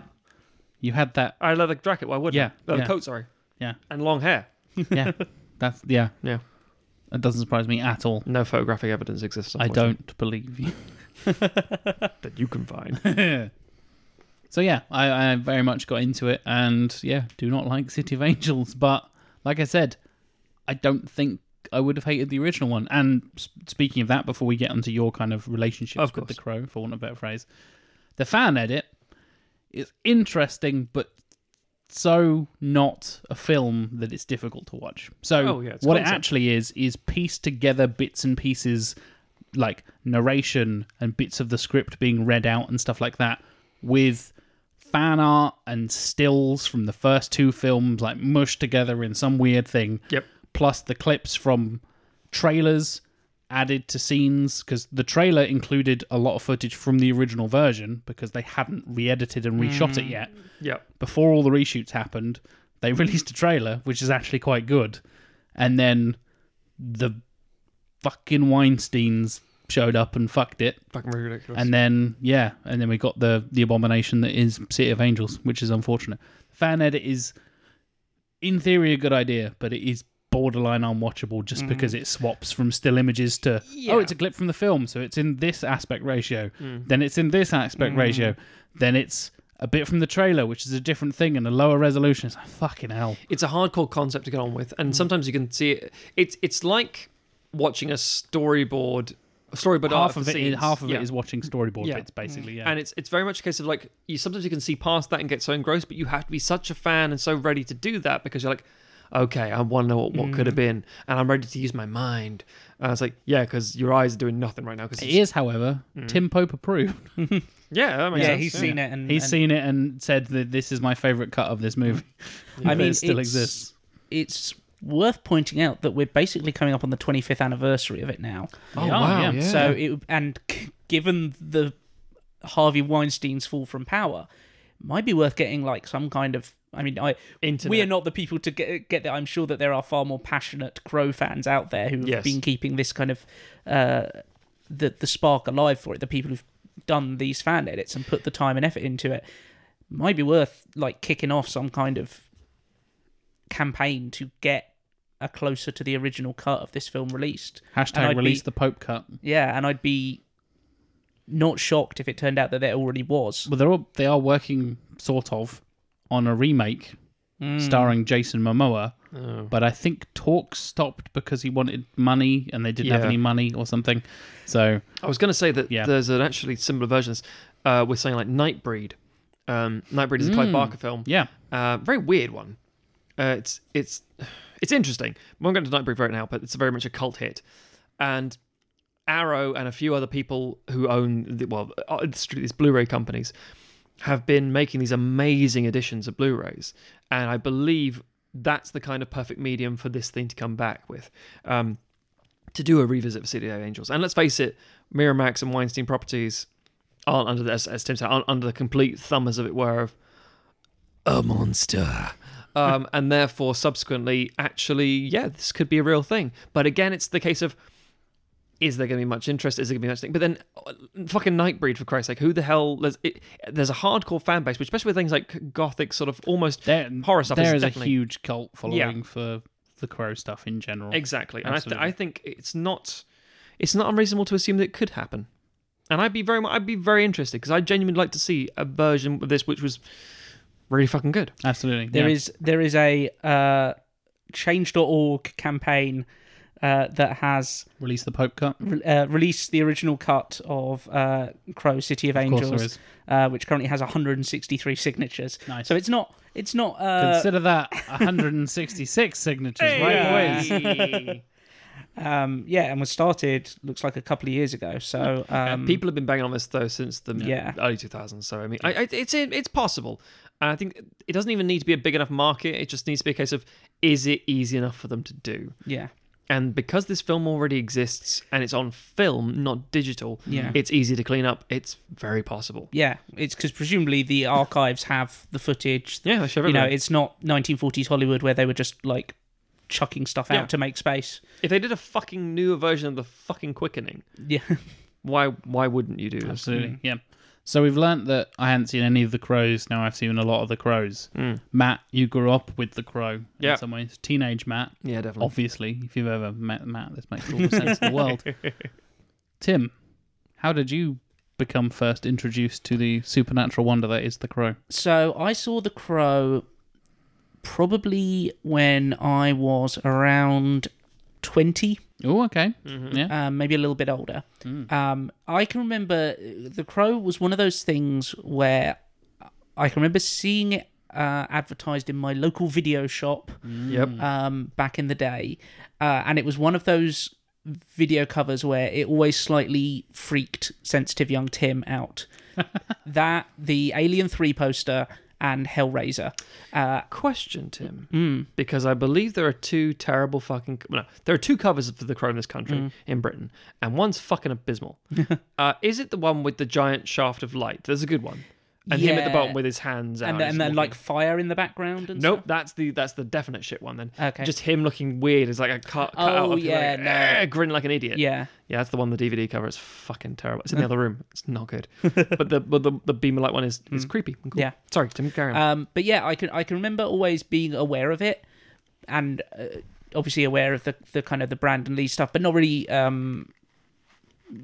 Speaker 1: You had that.
Speaker 2: I leather jacket. Why wouldn't?
Speaker 1: Yeah,
Speaker 2: I? leather
Speaker 1: yeah.
Speaker 2: coat. Sorry,
Speaker 1: Yeah,
Speaker 2: and long hair.
Speaker 1: yeah. That's yeah.
Speaker 2: Yeah,
Speaker 1: That doesn't surprise me at all.
Speaker 2: no photographic evidence exists.
Speaker 1: I don't believe you.
Speaker 2: unfortunately, that you can find.
Speaker 1: So yeah, I, I very much got into it, and yeah, do not like City of Angels, but like I said, I don't think I would have hated the original one. And s- speaking of that, before we get onto your kind of relationship
Speaker 2: Of
Speaker 1: with the
Speaker 2: course.
Speaker 1: Crow, for want of a better phrase, the fan edit is interesting, but so not a film that it's difficult to watch. So
Speaker 2: Oh, yeah, it's
Speaker 1: what it
Speaker 2: concept.
Speaker 1: actually is is pieced together bits and pieces like narration and bits of the script being read out and stuff like that with fan art and stills from the first two films like mushed together in some weird thing
Speaker 2: Yep.
Speaker 1: plus the clips from trailers added to scenes because the trailer included a lot of footage from the original version because they hadn't re-edited and reshot it yet
Speaker 2: Yeah,
Speaker 1: before all the reshoots happened, they released a trailer which is actually quite good, and then the fucking Weinstein's showed up and fucked it,
Speaker 2: fucking ridiculous.
Speaker 1: and then yeah, and then we got the the abomination that is City of Angels, which is unfortunate. Fan edit is, in theory, a good idea, but it is borderline unwatchable just because it swaps from still images to oh
Speaker 2: Mm-hmm. Yeah. Mm.
Speaker 1: it's a clip from the film so it's in this aspect ratio then it's in this aspect
Speaker 2: Mm-hmm.
Speaker 1: ratio then it's a bit from the trailer which is a different thing and a lower resolution it's like fucking hell
Speaker 2: it's a hardcore concept to get on with,
Speaker 1: Mm.
Speaker 2: and sometimes you can see it. It's it's like watching a storyboard. Storyboard art
Speaker 1: half of it is,
Speaker 2: scenes.
Speaker 1: half of
Speaker 2: Yeah.
Speaker 1: it is watching storyboard
Speaker 2: Yeah. Mm.
Speaker 1: bits basically yeah
Speaker 2: And it's it's very much a case of like you sometimes you can see past that and get so engrossed, but you have to be such a fan and so ready to do that because you're like, okay, I want to know what, what could have
Speaker 1: Mm.
Speaker 2: been, and I'm ready to use my mind. And it's like, yeah, because your eyes are doing nothing right now. Because
Speaker 1: it is however
Speaker 2: Mm.
Speaker 1: tim pope approved
Speaker 2: yeah, that makes
Speaker 3: yeah
Speaker 2: sense.
Speaker 3: he's seen it and
Speaker 1: He's
Speaker 3: and
Speaker 1: seen it and said that this is my favorite cut of this movie.
Speaker 3: I mean,
Speaker 1: it still
Speaker 3: it's-
Speaker 1: exists.
Speaker 3: it's worth pointing out that we're basically coming up on the 25th anniversary of it now
Speaker 2: Oh
Speaker 1: Yeah,
Speaker 2: wow!
Speaker 1: yeah.
Speaker 2: Yeah.
Speaker 3: So it and g- given the Harvey Weinstein's fall from power, might be worth getting like some kind of. I mean, I
Speaker 2: Internet.
Speaker 3: we are not the people to get get there. I'm sure that there are far more passionate Crow fans out there who've
Speaker 2: Yes.
Speaker 3: been keeping this kind of uh, the the spark alive for it. The people who've done these fan edits and put the time and effort into it might be worth like kicking off some kind of campaign to get a closer to the original cut of this film released. And I'd
Speaker 1: Hashtag
Speaker 3: be-
Speaker 1: release the Pope cut.
Speaker 3: yeah, and I'd be not shocked if it turned out that there already was.
Speaker 1: Well, they're all,
Speaker 3: Hmm.
Speaker 1: Mm. they are working sort of on a remake starring Jason Momoa
Speaker 4: Oh.
Speaker 1: but I think talk stopped because he wanted money and they didn't have
Speaker 2: Yeah.
Speaker 1: any money or something. So
Speaker 2: I was going to say that
Speaker 1: Yeah.
Speaker 2: there's an actually similar version of this. Uh, we're saying like Nightbreed. Um, Nightbreed is a Clive
Speaker 1: Mm.
Speaker 2: Barker film.
Speaker 1: yeah,
Speaker 2: Uh, very weird one. Uh, it's it's it's interesting. I won't go into Nightbreed right now, but it's very much a cult hit. And Arrow and a few other people who own the, well uh, it's- these Blu-ray companies have been making these amazing editions of Blu-rays, and I believe that's the kind of perfect medium for this thing to come back with. Um, to do a revisit of City of Angels, and let's face it, Miramax and Weinstein Properties aren't under the, as, as Tim said, aren't under the complete thumb, as it were, of a monster. Um, and therefore, subsequently, actually, yeah, this could be a real thing. But again, it's the case of is there going to be much interest? Is there going to be much thing? But then, uh, fucking Nightbreed, for Christ's sake, who the hell? There's, it, there's a hardcore fan base, which especially with things like gothic, sort of almost
Speaker 1: there,
Speaker 2: horror stuff.
Speaker 1: there
Speaker 2: is
Speaker 1: is a
Speaker 2: definitely-
Speaker 1: huge cult following for the Crow stuff in general.
Speaker 2: Exactly, and I, th-
Speaker 1: Absolutely.
Speaker 2: I think it's not it's not unreasonable to assume that it could happen. And I'd be very mu- I'd be very interested because I genuinely like to see a version of this which was really fucking good.
Speaker 1: Absolutely,
Speaker 3: There
Speaker 1: yeah.
Speaker 3: is there is a uh, change.org campaign uh, that has
Speaker 1: release the Pope cut.
Speaker 3: re- uh, released the original cut of uh, Crow City of,
Speaker 1: Of course, there
Speaker 3: Angels,
Speaker 1: is.
Speaker 3: uh, which currently has 163 signatures.
Speaker 1: Nice.
Speaker 3: So it's not it's not uh,
Speaker 1: Consider that 166 signatures, right, boys?
Speaker 2: Hey!
Speaker 3: um, yeah, and was started looks like a couple of years ago. So um,
Speaker 2: And people have been banging on this though since the
Speaker 3: Yeah.
Speaker 2: early 2000s. So I mean, I, I, it's it's possible. And I think it doesn't even need to be a big enough market. It just needs to be a case of is it easy enough for them to do?
Speaker 3: yeah,
Speaker 2: And because this film already exists and it's on film, not digital,
Speaker 1: Hmm.
Speaker 3: Yeah.
Speaker 2: it's easy to clean up. It's very possible.
Speaker 3: yeah, it's because presumably the archives have the footage.
Speaker 2: Yeah, I should
Speaker 3: you know, it's not 1940s Hollywood where they were just like chucking stuff out
Speaker 2: Yeah.
Speaker 3: to make space.
Speaker 2: if they did a fucking newer version of the fucking quickening,
Speaker 3: Yeah,
Speaker 2: why why wouldn't you do this?
Speaker 1: Absolutely,
Speaker 3: Mm.
Speaker 1: yeah. So we've learnt that I hadn't seen any of the crows. Now I've seen a lot of the crows.
Speaker 2: Mm.
Speaker 1: Matt, you grew up with the crow
Speaker 2: Yeah.
Speaker 1: in some ways. Teenage Matt,
Speaker 2: Yeah, definitely.
Speaker 1: obviously. If you've ever met Matt, this makes all the sense in the world. Tim, how did you become first introduced to the supernatural wonder that is the crow?
Speaker 3: So I saw The Crow probably when I was around 20,
Speaker 1: Oh, okay.
Speaker 3: um, maybe a little bit older.
Speaker 1: Mm.
Speaker 3: Um, I can remember uh, The Crow was one of those things where I can remember seeing it uh, advertised in my local video shop
Speaker 2: Yep.
Speaker 3: um, back in the day. Uh, and it was one of those video covers where it always slightly freaked sensitive young Tim out. that, the Alien 3 poster, and Hellraiser. Uh,
Speaker 2: Question, Tim,
Speaker 3: mm,
Speaker 2: because I believe there are two terrible fucking no, there are two covers for the crow in this country
Speaker 3: Mm.
Speaker 2: in Britain, and one's fucking abysmal. uh, is it the one with the giant shaft of light? There's a good one, and him at the
Speaker 3: Yeah.
Speaker 2: bottom with his hands out,
Speaker 3: and,
Speaker 2: just
Speaker 3: and then,
Speaker 2: walking.
Speaker 3: like, fire in the background and
Speaker 2: Nope,
Speaker 3: stuff.
Speaker 2: that's the that's the definite shit one. Then
Speaker 3: Okay.
Speaker 2: just him looking weird is like a cut, cut out
Speaker 3: Oh,
Speaker 2: of him,
Speaker 3: yeah,
Speaker 2: like,
Speaker 3: no.
Speaker 2: "Eh," grinning like an idiot.
Speaker 3: Yeah.
Speaker 2: Yeah, that's the one. The DVD cover It's fucking terrible. It's in the other room. It's not good. But the but the, the beam of light one is is
Speaker 1: Mm.
Speaker 2: creepy. and cool.
Speaker 3: Yeah.
Speaker 2: Sorry, Tim Karen.
Speaker 1: Uh,
Speaker 3: Um, but yeah, I can I can remember always being aware of it, and uh, obviously aware of the the kind of the Brandon Lee stuff, but not really, um,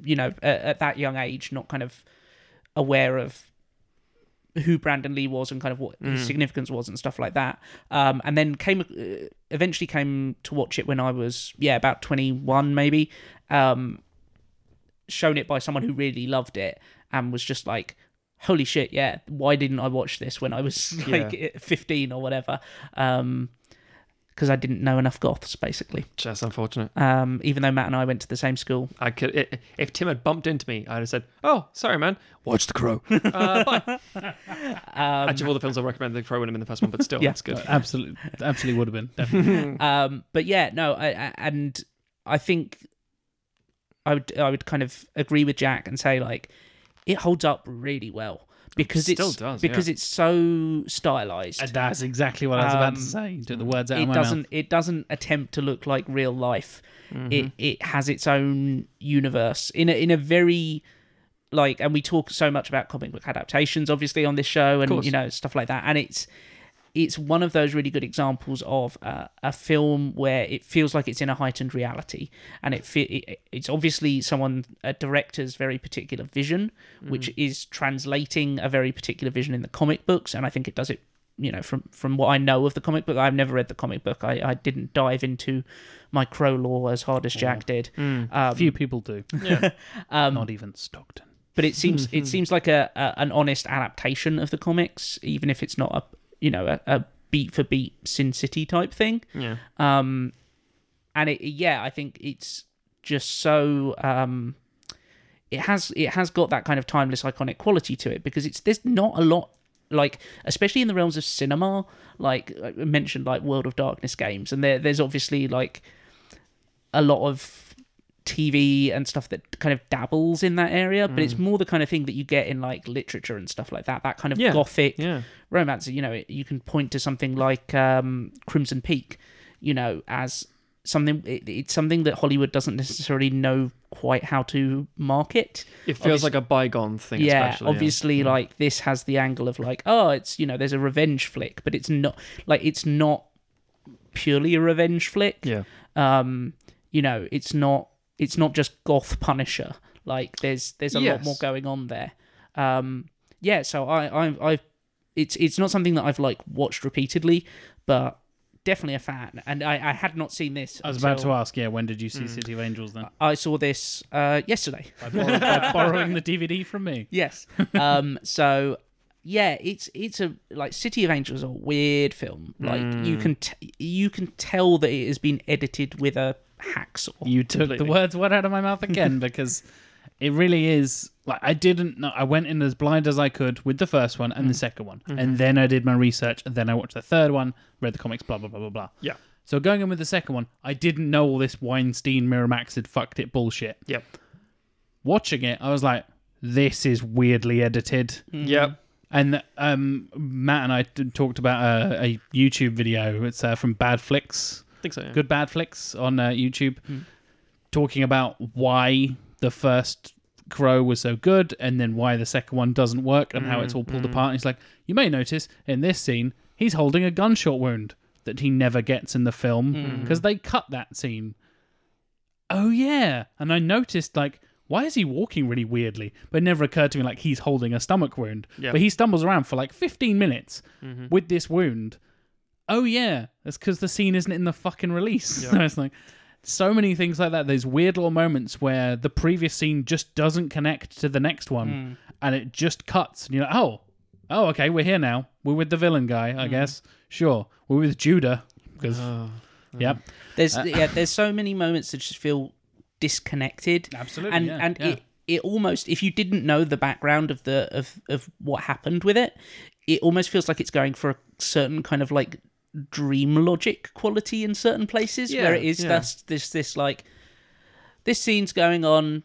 Speaker 3: you know, at, at that young age, not kind of aware of who Brandon Lee was and kind of what his significance was and stuff like that. Um, and then came uh, eventually came to watch it when I was yeah about twenty one maybe. Um, shown it by someone who really loved it and was just like holy shit yeah why didn't i watch this when i was like 15 or whatever um because i didn't know enough goths basically
Speaker 2: That's unfortunate.
Speaker 3: um even though matt and i went to the same school
Speaker 2: I could i- if Tim had bumped into me, I'd have said, "Oh, sorry, man. Watch The Crow." uh, bye.
Speaker 3: Um,
Speaker 2: Actually, of all the films I recommend, The Crow would have been the first one, but still,
Speaker 3: Yeah.
Speaker 2: that's good.
Speaker 1: Uh, Absolutely, absolutely would have been. Definitely.
Speaker 3: um but yeah no I, I and i think i would i would kind of agree with jack and say like it holds up really well because
Speaker 2: It still
Speaker 3: it's
Speaker 2: does, yeah.
Speaker 3: because it's so stylized
Speaker 1: And That's exactly what I was about to
Speaker 3: Um,
Speaker 1: say. Took the words out of
Speaker 3: it
Speaker 1: my
Speaker 3: doesn't
Speaker 1: mouth.
Speaker 3: it doesn't attempt to look like real life
Speaker 1: Mm-hmm.
Speaker 3: it it has its own universe in a, in a very like and we talk so much about comic book adaptations obviously on this show and
Speaker 2: course.
Speaker 3: you know stuff like that and it's it's one of those really good examples of uh, a film where it feels like it's in a heightened reality and it, fe- it it's obviously someone a director's very particular vision which is translating a very particular vision in the comic books and i think it does it you know from from what I know of the comic book. I've never read the comic book. I, I didn't dive into my crow lore as hard as Jack did. Um,
Speaker 1: Few people do.
Speaker 2: Yeah.
Speaker 1: Not even Stockton.
Speaker 3: but it seems it seems like a, a an honest adaptation of the comics, even if it's not a you know a, a beat for beat Sin City type thing.
Speaker 2: yeah.
Speaker 3: Um, and it yeah, I think it's just so um, it has it has got that kind of timeless iconic quality to it because it's there's not a lot like especially in the realms of cinema like I mentioned like World of Darkness games and there there's obviously like a lot of TV and stuff that kind of dabbles in that area but it's more the kind of thing that you get in like literature and stuff like that that kind of
Speaker 2: Yeah.
Speaker 3: gothic
Speaker 2: Yeah.
Speaker 3: romance you know it, you can point to something like um, crimson peak you know as something it, it's something that hollywood doesn't necessarily know quite how to market
Speaker 2: It feels
Speaker 3: Obvious-
Speaker 2: like a bygone thing,
Speaker 3: yeah
Speaker 2: especially.
Speaker 3: obviously like this has the angle of like oh it's you know there's a revenge flick but it's not like it's not purely a revenge flick
Speaker 2: Yeah.
Speaker 3: um you know it's not it's not just goth punisher like there's there's a lot
Speaker 2: Yes.
Speaker 3: more going on there um yeah so i i i've it's it's not something that i've like watched repeatedly but definitely a fan and i i had not seen this
Speaker 1: I was about
Speaker 3: until
Speaker 1: to ask, yeah, when did you see City of Angels then?
Speaker 3: i saw this uh yesterday
Speaker 1: By borrowing, by borrowing the DVD from me.
Speaker 3: yes um so yeah it's it's a like city of angels is a weird film like
Speaker 1: Mm.
Speaker 3: you can t- you can tell that it has been edited with a hacksaw
Speaker 1: You took the
Speaker 2: Completely.
Speaker 1: words right out of my mouth again because it really is like I didn't know. I went in as blind as I could with the first one and the second one, and then I did my research, and then I watched the third one, read the comics, blah blah blah blah blah.
Speaker 2: Yeah.
Speaker 1: So going in with the second one, I didn't know all this Weinstein Miramax had fucked it bullshit.
Speaker 2: Yep.
Speaker 1: Watching it, I was like, this is weirdly edited.
Speaker 2: Yep.
Speaker 1: And um, Matt and I t- talked about a, a YouTube video. It's uh, from Bad Flicks
Speaker 2: I think so. Yeah.
Speaker 1: good bad flicks on uh, YouTube, talking about why the first Crow was so good, and then why the second one doesn't work, and how it's all pulled apart. And he's like, you may notice in this scene he's holding a gunshot wound that he never gets in the film because they cut that scene. Oh yeah, and I noticed like. Why is he walking really weirdly? But it never occurred to me like he's holding a stomach wound.
Speaker 2: Yeah.
Speaker 1: But he stumbles around for like 15 minutes with this wound oh yeah, that's because the scene isn't in the fucking release. So it's like so many things like that. There's weird little moments where the previous scene just doesn't connect to the next one, and it just cuts, and you're like, oh, oh, okay, we're here now. We're with the villain guy, I guess. Sure, we're with Judah because, yep,
Speaker 3: There's
Speaker 1: Uh,
Speaker 3: yeah, there's so many moments that just feel disconnected.
Speaker 1: Absolutely,
Speaker 3: and
Speaker 1: yeah,
Speaker 3: and
Speaker 1: yeah.
Speaker 3: it it almost if you didn't know the background of the of of what happened with it, it almost feels like it's going for a certain kind of like dream logic quality in certain places where
Speaker 2: Yeah,
Speaker 3: it is
Speaker 2: yeah.
Speaker 3: just this this like this scene's going on.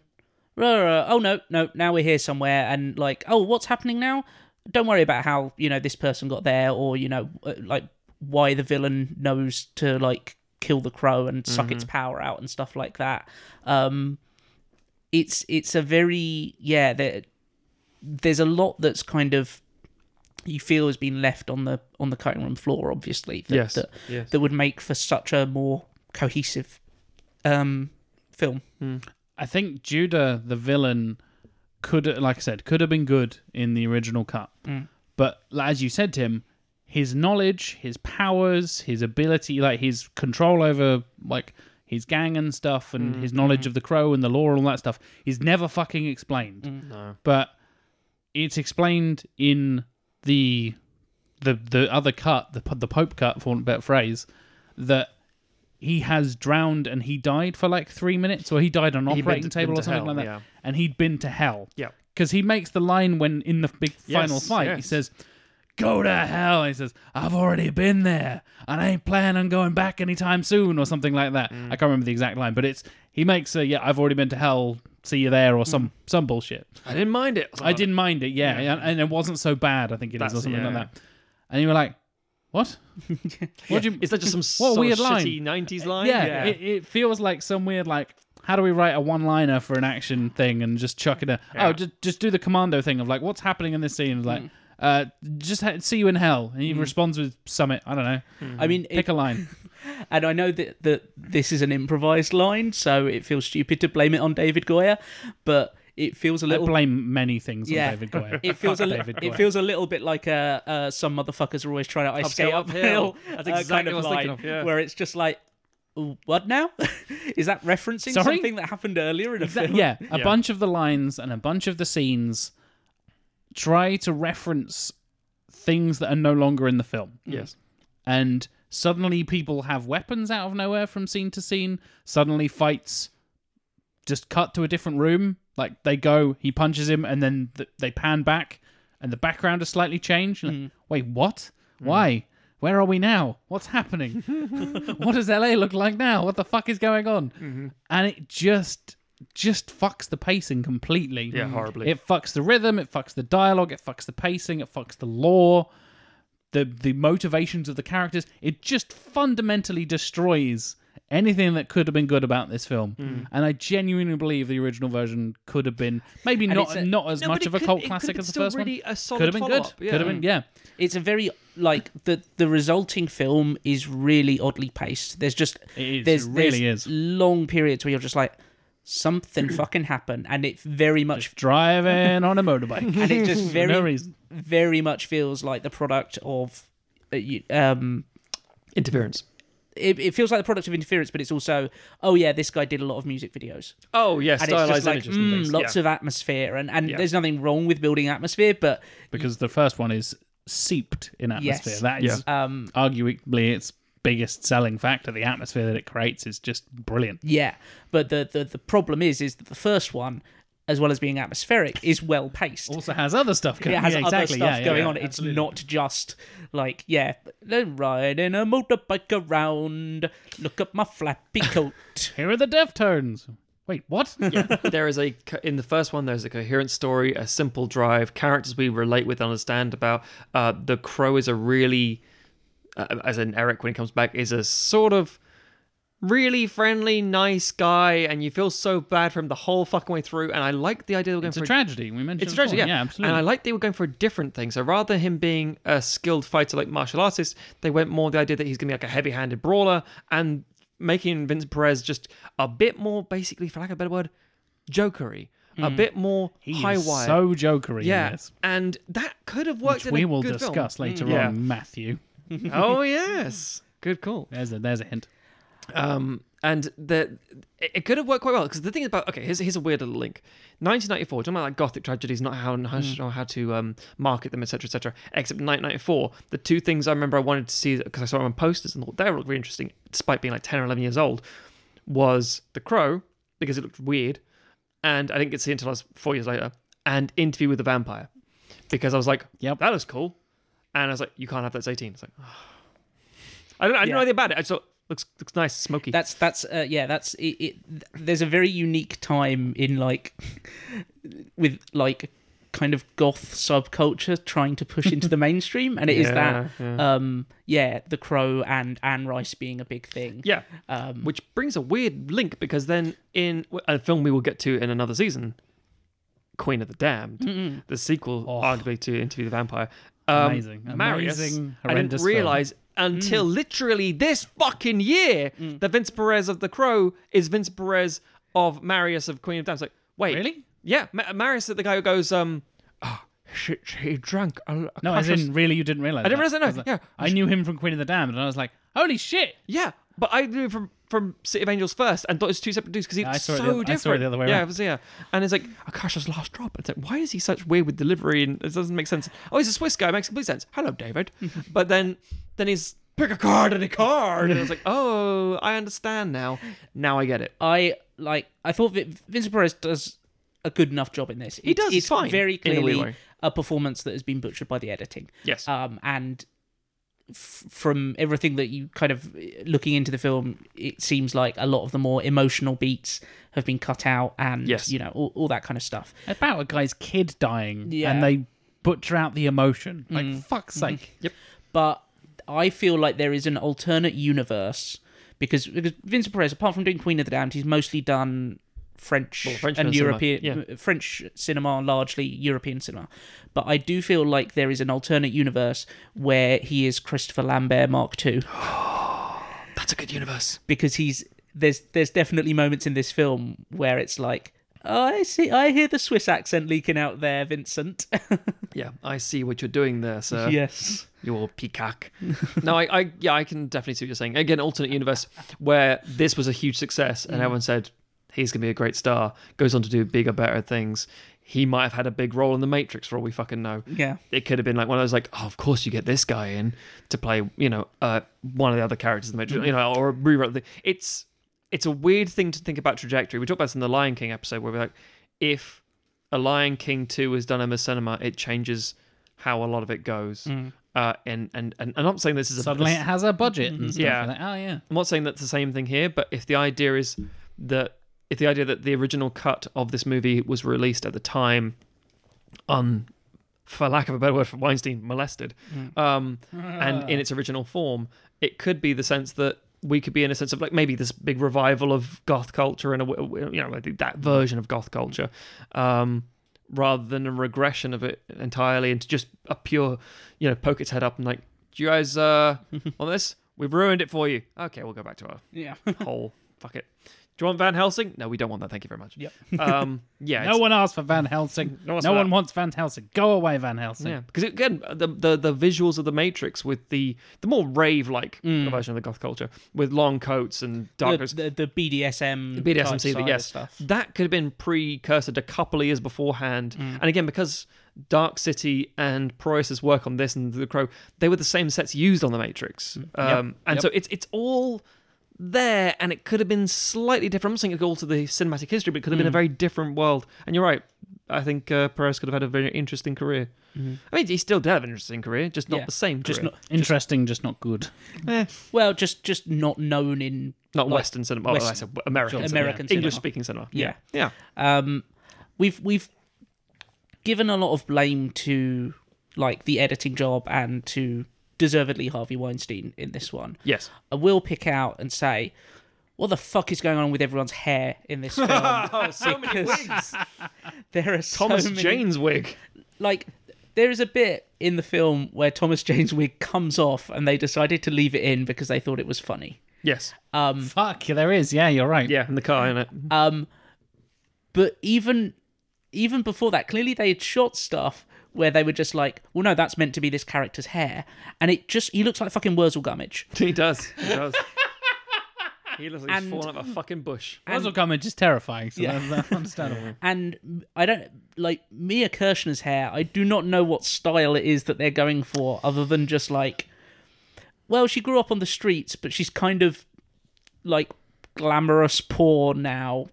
Speaker 3: rah, rah, Oh no, no! Now we're here somewhere, and like, oh, what's happening now? Don't worry about how you know this person got there, or you know, uh, like why the villain knows to like kill the crow and suck
Speaker 2: Mm-hmm.
Speaker 3: its power out and stuff like that. Um, it's it's a very yeah. There, there's a lot that's kind of you feel has been left on the on the cutting room floor, obviously. That,
Speaker 2: Yes.
Speaker 3: That,
Speaker 2: Yes.
Speaker 3: that would make for such a more cohesive um film.
Speaker 1: I think Judah, the villain, could like I said, could have been good in the original cut. But like, as you said, Tim, his knowledge, his powers, his ability, like his control over like his gang and stuff, and his knowledge of the crow and the law and all that stuff, is never fucking explained.
Speaker 2: No.
Speaker 1: But it's explained in the the the other cut, the the Pope cut, for want of a better phrase, that he has drowned and he died for like three minutes, or he died on an
Speaker 2: He'd been
Speaker 1: operating
Speaker 2: to-
Speaker 1: table
Speaker 2: been
Speaker 1: or
Speaker 2: to
Speaker 1: something
Speaker 2: hell,
Speaker 1: like that,
Speaker 2: yeah.
Speaker 1: and he'd been to hell.
Speaker 2: Yeah.
Speaker 1: because he makes the line when in the big final
Speaker 2: Yes,
Speaker 1: fight, he
Speaker 2: yes.
Speaker 1: says. Go to hell. He says, I've already been there and I ain't planning on going back anytime soon or something like that.
Speaker 2: Mm.
Speaker 1: I can't remember the exact line, but it's, he makes a, yeah, I've already been to hell. See you there or
Speaker 2: Mm.
Speaker 1: some, some bullshit.
Speaker 2: I didn't mind it.
Speaker 1: I didn't mind it, yeah, And, and it wasn't so bad. I think it is, or
Speaker 2: That's-
Speaker 1: something
Speaker 2: yeah.
Speaker 1: like that. And you were like, "What? what do you,
Speaker 2: Is that just some
Speaker 1: What a
Speaker 2: sort of
Speaker 1: weird line.
Speaker 2: shitty '90s line?
Speaker 1: yeah, It, it feels like some weird like." How do we write a one-liner for an action thing and just chuck it? A, Oh, just just do the commando thing of like, what's happening in this scene?
Speaker 3: Hmm.
Speaker 1: Like, uh, just ha- see you in hell, and he responds with summit. I don't know.
Speaker 3: I mean, Hmm. it-
Speaker 1: Pick a line.
Speaker 3: and I know that that this is an improvised line, so it feels stupid to blame it on David Goyer, but it feels a
Speaker 1: I
Speaker 3: little
Speaker 1: blame many things
Speaker 3: Yeah.
Speaker 1: on David Goyer.
Speaker 3: it feels a
Speaker 1: Fuck
Speaker 3: li-
Speaker 1: David
Speaker 3: it
Speaker 1: Goyer.
Speaker 3: feels a little bit like uh, uh, some motherfuckers are always trying to ice skate uphill.
Speaker 2: uphill.
Speaker 3: uh,
Speaker 2: That's exactly
Speaker 3: kind of
Speaker 2: what I was
Speaker 3: line,
Speaker 2: thinking of, yeah.
Speaker 3: where it's just like, what now? Is that referencing
Speaker 1: Sorry?
Speaker 3: something that happened earlier in a
Speaker 1: Th-
Speaker 3: film?
Speaker 1: yeah, a
Speaker 2: Yeah.
Speaker 1: bunch of the lines and a bunch of the scenes try to reference things that are no longer in the film.
Speaker 3: Hmm.
Speaker 2: Yes.
Speaker 1: And suddenly people have weapons out of nowhere from scene to scene. Suddenly fights just cut to a different room. Like they go, he punches him, and then th- they pan back, and the background is slightly changed. You're like, Wait, what? Why? Where are we now? What's happening? what does LA look like now? What the fuck is going on? And it just just fucks the pacing completely.
Speaker 2: Yeah, horribly.
Speaker 1: It fucks the rhythm, it fucks the dialogue, it fucks the pacing, it fucks the lore, the the motivations of the characters. It just fundamentally destroys anything that could have been good about this film.
Speaker 2: Hmm.
Speaker 1: And I genuinely believe the original version could have been maybe not
Speaker 3: it's a-
Speaker 1: not as
Speaker 2: No, but
Speaker 1: much
Speaker 2: it
Speaker 1: of a
Speaker 2: could-
Speaker 1: cult
Speaker 2: it could have
Speaker 1: classic
Speaker 2: been
Speaker 1: as the
Speaker 2: still
Speaker 1: first
Speaker 2: really
Speaker 1: one.
Speaker 2: a solid
Speaker 1: could have been good.
Speaker 2: follow-up, yeah.
Speaker 1: Could have been yeah.
Speaker 3: It's a very like the the resulting film is really oddly paced. There's just
Speaker 1: It is,
Speaker 3: there's
Speaker 1: it really
Speaker 3: there's
Speaker 1: is.
Speaker 3: long periods where you're just like something fucking happened, and it very much
Speaker 1: Driving on a motorbike.
Speaker 3: and it just
Speaker 1: For
Speaker 3: very
Speaker 1: no reason.
Speaker 3: very much feels like the product of uh, you- um
Speaker 2: Interference.
Speaker 3: it, it feels like the product of interference, but it's also, oh yeah, this guy did a lot of music videos,
Speaker 2: Oh yeah,
Speaker 3: and it's
Speaker 2: stylized
Speaker 3: just like
Speaker 2: images and
Speaker 3: mm,
Speaker 2: things.
Speaker 3: lots
Speaker 2: yeah.
Speaker 3: of atmosphere, and and
Speaker 2: Yeah.
Speaker 3: there's nothing wrong with building atmosphere, but
Speaker 1: because the first one is seeped in atmosphere.
Speaker 3: Yes.
Speaker 1: That is
Speaker 3: um,
Speaker 1: arguably its biggest selling factor. The atmosphere that it creates is just brilliant.
Speaker 3: yeah, but the the, the problem is is that the first one, as well as being atmospheric, is well paced.
Speaker 1: Also has other stuff going.
Speaker 3: It has
Speaker 1: yeah,
Speaker 3: other
Speaker 1: exactly.
Speaker 3: stuff
Speaker 1: yeah, yeah,
Speaker 3: going
Speaker 1: yeah,
Speaker 3: on. It's
Speaker 1: absolutely.
Speaker 3: not just like, yeah, then riding a motorbike around. Look at my flappy coat.
Speaker 1: Here are the Deftones. Wait, what?
Speaker 2: there is a co- in the first one there's a coherent story a simple drive characters we relate with and understand about uh the crow is a really uh, as in eric when he comes back is a sort of really friendly nice guy and you feel so bad for him the whole fucking way through and i like the idea they were going
Speaker 1: It's
Speaker 2: for
Speaker 1: a
Speaker 2: a-
Speaker 1: tragedy. We mentioned
Speaker 2: it's a tragedy,
Speaker 1: before.
Speaker 2: yeah.
Speaker 1: absolutely.
Speaker 2: And I like they were going for a different thing. So rather than him being a skilled fighter like martial artist, they went more the idea that he's going to be like a heavy-handed brawler and making Vincent Perez just a bit more, basically, for lack of a better word, jokery, a bit more
Speaker 1: Mm. He
Speaker 2: high
Speaker 1: is
Speaker 2: wire.
Speaker 1: so jokery.
Speaker 2: yeah,
Speaker 1: in this,
Speaker 2: and that could have worked.
Speaker 1: which
Speaker 2: in
Speaker 1: we
Speaker 2: a
Speaker 1: will
Speaker 2: good
Speaker 1: discuss later
Speaker 2: Mm. Yeah.
Speaker 1: on. Matthew,
Speaker 2: Film. oh yes, good call.
Speaker 1: there's a there's a hint.
Speaker 2: Um, and the it it could have worked quite well because the thing about okay, here's here's a weird little link. 1994, talking about like gothic tragedies, not how how, how to um, market them, etc., etc. Except 1994, the two things I remember I wanted to see because I saw them on posters and thought they looked really interesting, despite being like 10 or 11 years old, was The Crow because it looked weird, and I didn't get to see it until I was four years later, and Interview with the Vampire because I was like,
Speaker 1: Yep.
Speaker 2: that looks cool, and I was like, you can't have that's 18. It's like, I don't, I don't
Speaker 3: Yeah.
Speaker 2: know anything about it. I just thought looks looks nice, smoky.
Speaker 3: that's that's uh, yeah that's it, it there's a very unique time in like with like kind of goth subculture trying to push into the mainstream and it is that um yeah the crow and anne rice being a big thing
Speaker 2: Yeah,
Speaker 3: um
Speaker 2: which brings a weird link because then in a film we will get to in another season, Queen of the Damned,
Speaker 3: Hmm.
Speaker 2: the sequel
Speaker 1: Oh.
Speaker 2: arguably to Interview the Vampire, um,
Speaker 1: Amazing.
Speaker 2: Marius,
Speaker 1: Amazing,
Speaker 2: I
Speaker 1: horrendous
Speaker 2: didn't
Speaker 1: film.
Speaker 2: realize until
Speaker 3: Hmm.
Speaker 2: literally this fucking year that Vince Perez of The Crow is Vince Perez of Marius of Queen of the Damned. It's like, wait,
Speaker 1: Really?
Speaker 2: Yeah, Ma- Marius, the guy who goes, um, oh, she, she drank a, a
Speaker 1: No, as
Speaker 2: conscious-
Speaker 1: in really, you didn't realize.
Speaker 2: I didn't
Speaker 1: that.
Speaker 2: realize that, no,
Speaker 1: I was like-
Speaker 2: yeah.
Speaker 1: I knew him from Queen of the Damned, and I was like, "Holy shit!"
Speaker 2: Yeah, but I knew from from City of Angels first and thought it was two separate dudes because he's
Speaker 1: I saw it
Speaker 2: so
Speaker 1: the oth- I saw it
Speaker 2: different.
Speaker 1: the other way
Speaker 2: yeah,
Speaker 1: around.
Speaker 2: it was yeah, and it's like oh Akasha's last drop. It's like why is he such weird with delivery and it doesn't make sense. Oh, he's a Swiss guy. It makes complete sense. Hello, David. but then then he's pick a card and a card, and it's like oh, I understand now. Now I get it.
Speaker 3: I like. I thought that Vincent Perez does a good enough job in this. He
Speaker 2: does,
Speaker 3: It's
Speaker 2: he's fine,
Speaker 3: very
Speaker 2: in a weird
Speaker 3: clearly
Speaker 2: way.
Speaker 3: a, performance that has been butchered by the editing.
Speaker 2: Yes.
Speaker 3: Um, and f- from everything that you kind of looking into the film, it seems like a lot of the more emotional beats have been cut out, and
Speaker 2: Yes.
Speaker 3: you know all, all that kind of stuff.
Speaker 1: about a guy's kid dying
Speaker 3: Yeah.
Speaker 1: and they butcher out the emotion. Like
Speaker 2: Mm.
Speaker 1: fuck's
Speaker 2: Mm-hmm.
Speaker 1: sake.
Speaker 3: but I feel like there is an alternate universe because because Vincent Perez, apart from doing Queen of the Damned, he's mostly done French,
Speaker 2: Well, French
Speaker 3: and
Speaker 2: cinema,
Speaker 3: European
Speaker 2: yeah.
Speaker 3: French cinema, largely European cinema. But I do feel like there is an alternate universe where he is Christopher Lambert Mark II
Speaker 2: That's a good universe.
Speaker 3: because he's there's there's definitely moments in this film where it's like "Oh, I see. I hear the Swiss accent leaking out there, Vincent.
Speaker 2: Uh-huh. Yeah, I see what you're doing there, sir.
Speaker 3: yes.
Speaker 2: You old peacock. no, I, I, yeah, I can definitely see what you're saying. Again, alternate universe where this was a huge success and everyone said he's gonna be a great star. Goes on to do bigger, better things. He might have had a big role in the Matrix for all we fucking know.
Speaker 3: Yeah.
Speaker 2: It could have been like one of those like, oh, of course you get this guy in to play, you know, uh, one of the other characters in the Matrix, you know, or rewrite the. It's it's a weird thing to think about trajectory. We talked about this in the Lion King episode where we're like, if a Lion King two is done in the cinema, it changes how a lot of it goes. Uh, and, and and I'm not saying this is a
Speaker 1: Suddenly it has a budget and stuff.
Speaker 2: Yeah.
Speaker 1: You're Like, oh yeah.
Speaker 2: I'm not saying that's the same thing here, but if the idea is that if the idea that the original cut of this movie was released at the time, um, for lack of a better word for Weinstein, molested,
Speaker 3: Mm.
Speaker 2: um, and in its original form, it could be the sense that we could be in a sense of like maybe this big revival of goth culture and a w- w- you know like that version of goth culture, um, rather than a regression of it entirely into just a pure you know poke its head up and like do you guys uh on this we've ruined it for you okay we'll go back to our
Speaker 3: Yeah.
Speaker 2: whole fuck it. Do you want Van Helsing? No, we don't want that. Thank you very much.
Speaker 3: Yep.
Speaker 2: Um, yeah.
Speaker 1: No
Speaker 2: it's-
Speaker 1: one asked for Van Helsing.
Speaker 2: No
Speaker 1: No,
Speaker 2: one's for
Speaker 1: one
Speaker 2: that.
Speaker 1: wants Van Helsing. Go away, Van Helsing.
Speaker 2: Yeah, because again, the, the the visuals of the Matrix with the the more rave like version of the goth culture with long coats and
Speaker 3: The,
Speaker 2: darkers.
Speaker 3: the, the BDSM.
Speaker 2: The BDSM
Speaker 3: type
Speaker 2: scene,
Speaker 3: side
Speaker 2: but
Speaker 3: of
Speaker 2: yes,
Speaker 3: Stuff.
Speaker 2: that could have been precursor to a couple of years beforehand.
Speaker 3: Mm.
Speaker 2: And again, because Dark City and Proyas' work on this and The Crow, they were the same sets used on The Matrix.
Speaker 3: Mm.
Speaker 2: Um, and so it's it's all there, and it could have been slightly different. I'm not saying it go all to the cinematic history, but it could have
Speaker 3: Mm.
Speaker 2: been a very different world. And you're right. I think uh, Perez could have had a very interesting career. I mean, he still did have an interesting career, just not
Speaker 3: Mm-hmm. Yeah.
Speaker 2: the same.
Speaker 3: Just
Speaker 2: career.
Speaker 3: not
Speaker 1: Interesting, just not good.
Speaker 2: Eh,
Speaker 3: well, just just not known in
Speaker 2: not
Speaker 3: like,
Speaker 2: Western cinema. oh, I
Speaker 3: Western-
Speaker 2: said American,
Speaker 3: Sure.
Speaker 2: cinema.
Speaker 3: American cinema.
Speaker 2: English speaking cinema.
Speaker 3: Yeah.
Speaker 2: yeah.
Speaker 3: um, we've we've given a lot of blame to like the editing job and to deservedly Harvey Weinstein in this one.
Speaker 2: Yes.
Speaker 3: I will pick out and say, what the fuck is going on with everyone's hair in this film?
Speaker 2: Oh, so many wigs.
Speaker 3: there are so
Speaker 2: Thomas
Speaker 3: many-
Speaker 2: Jane's wig.
Speaker 3: Like, there is a bit in the film where Thomas Jane's wig comes off, and they decided to leave it in because they thought it was funny.
Speaker 2: Yes.
Speaker 1: Fuck, there is. Yeah, you're right.
Speaker 2: Mm. yeah, in the car, innit?
Speaker 3: but even even before that clearly they had shot stuff where they were just like well no that's meant to be this character's hair and it just he looks like fucking wurzel gummidge
Speaker 2: he does. He does. he looks like he's
Speaker 3: And-
Speaker 2: fallen out of a fucking bush.
Speaker 1: Puzzle comment is terrifying. So
Speaker 3: Yeah.
Speaker 1: yeah. that's understandable.
Speaker 3: and i don't like mia kirshner's hair i do not know what style it is that they're going for other than just like well she grew up on the streets but she's kind of like glamorous poor now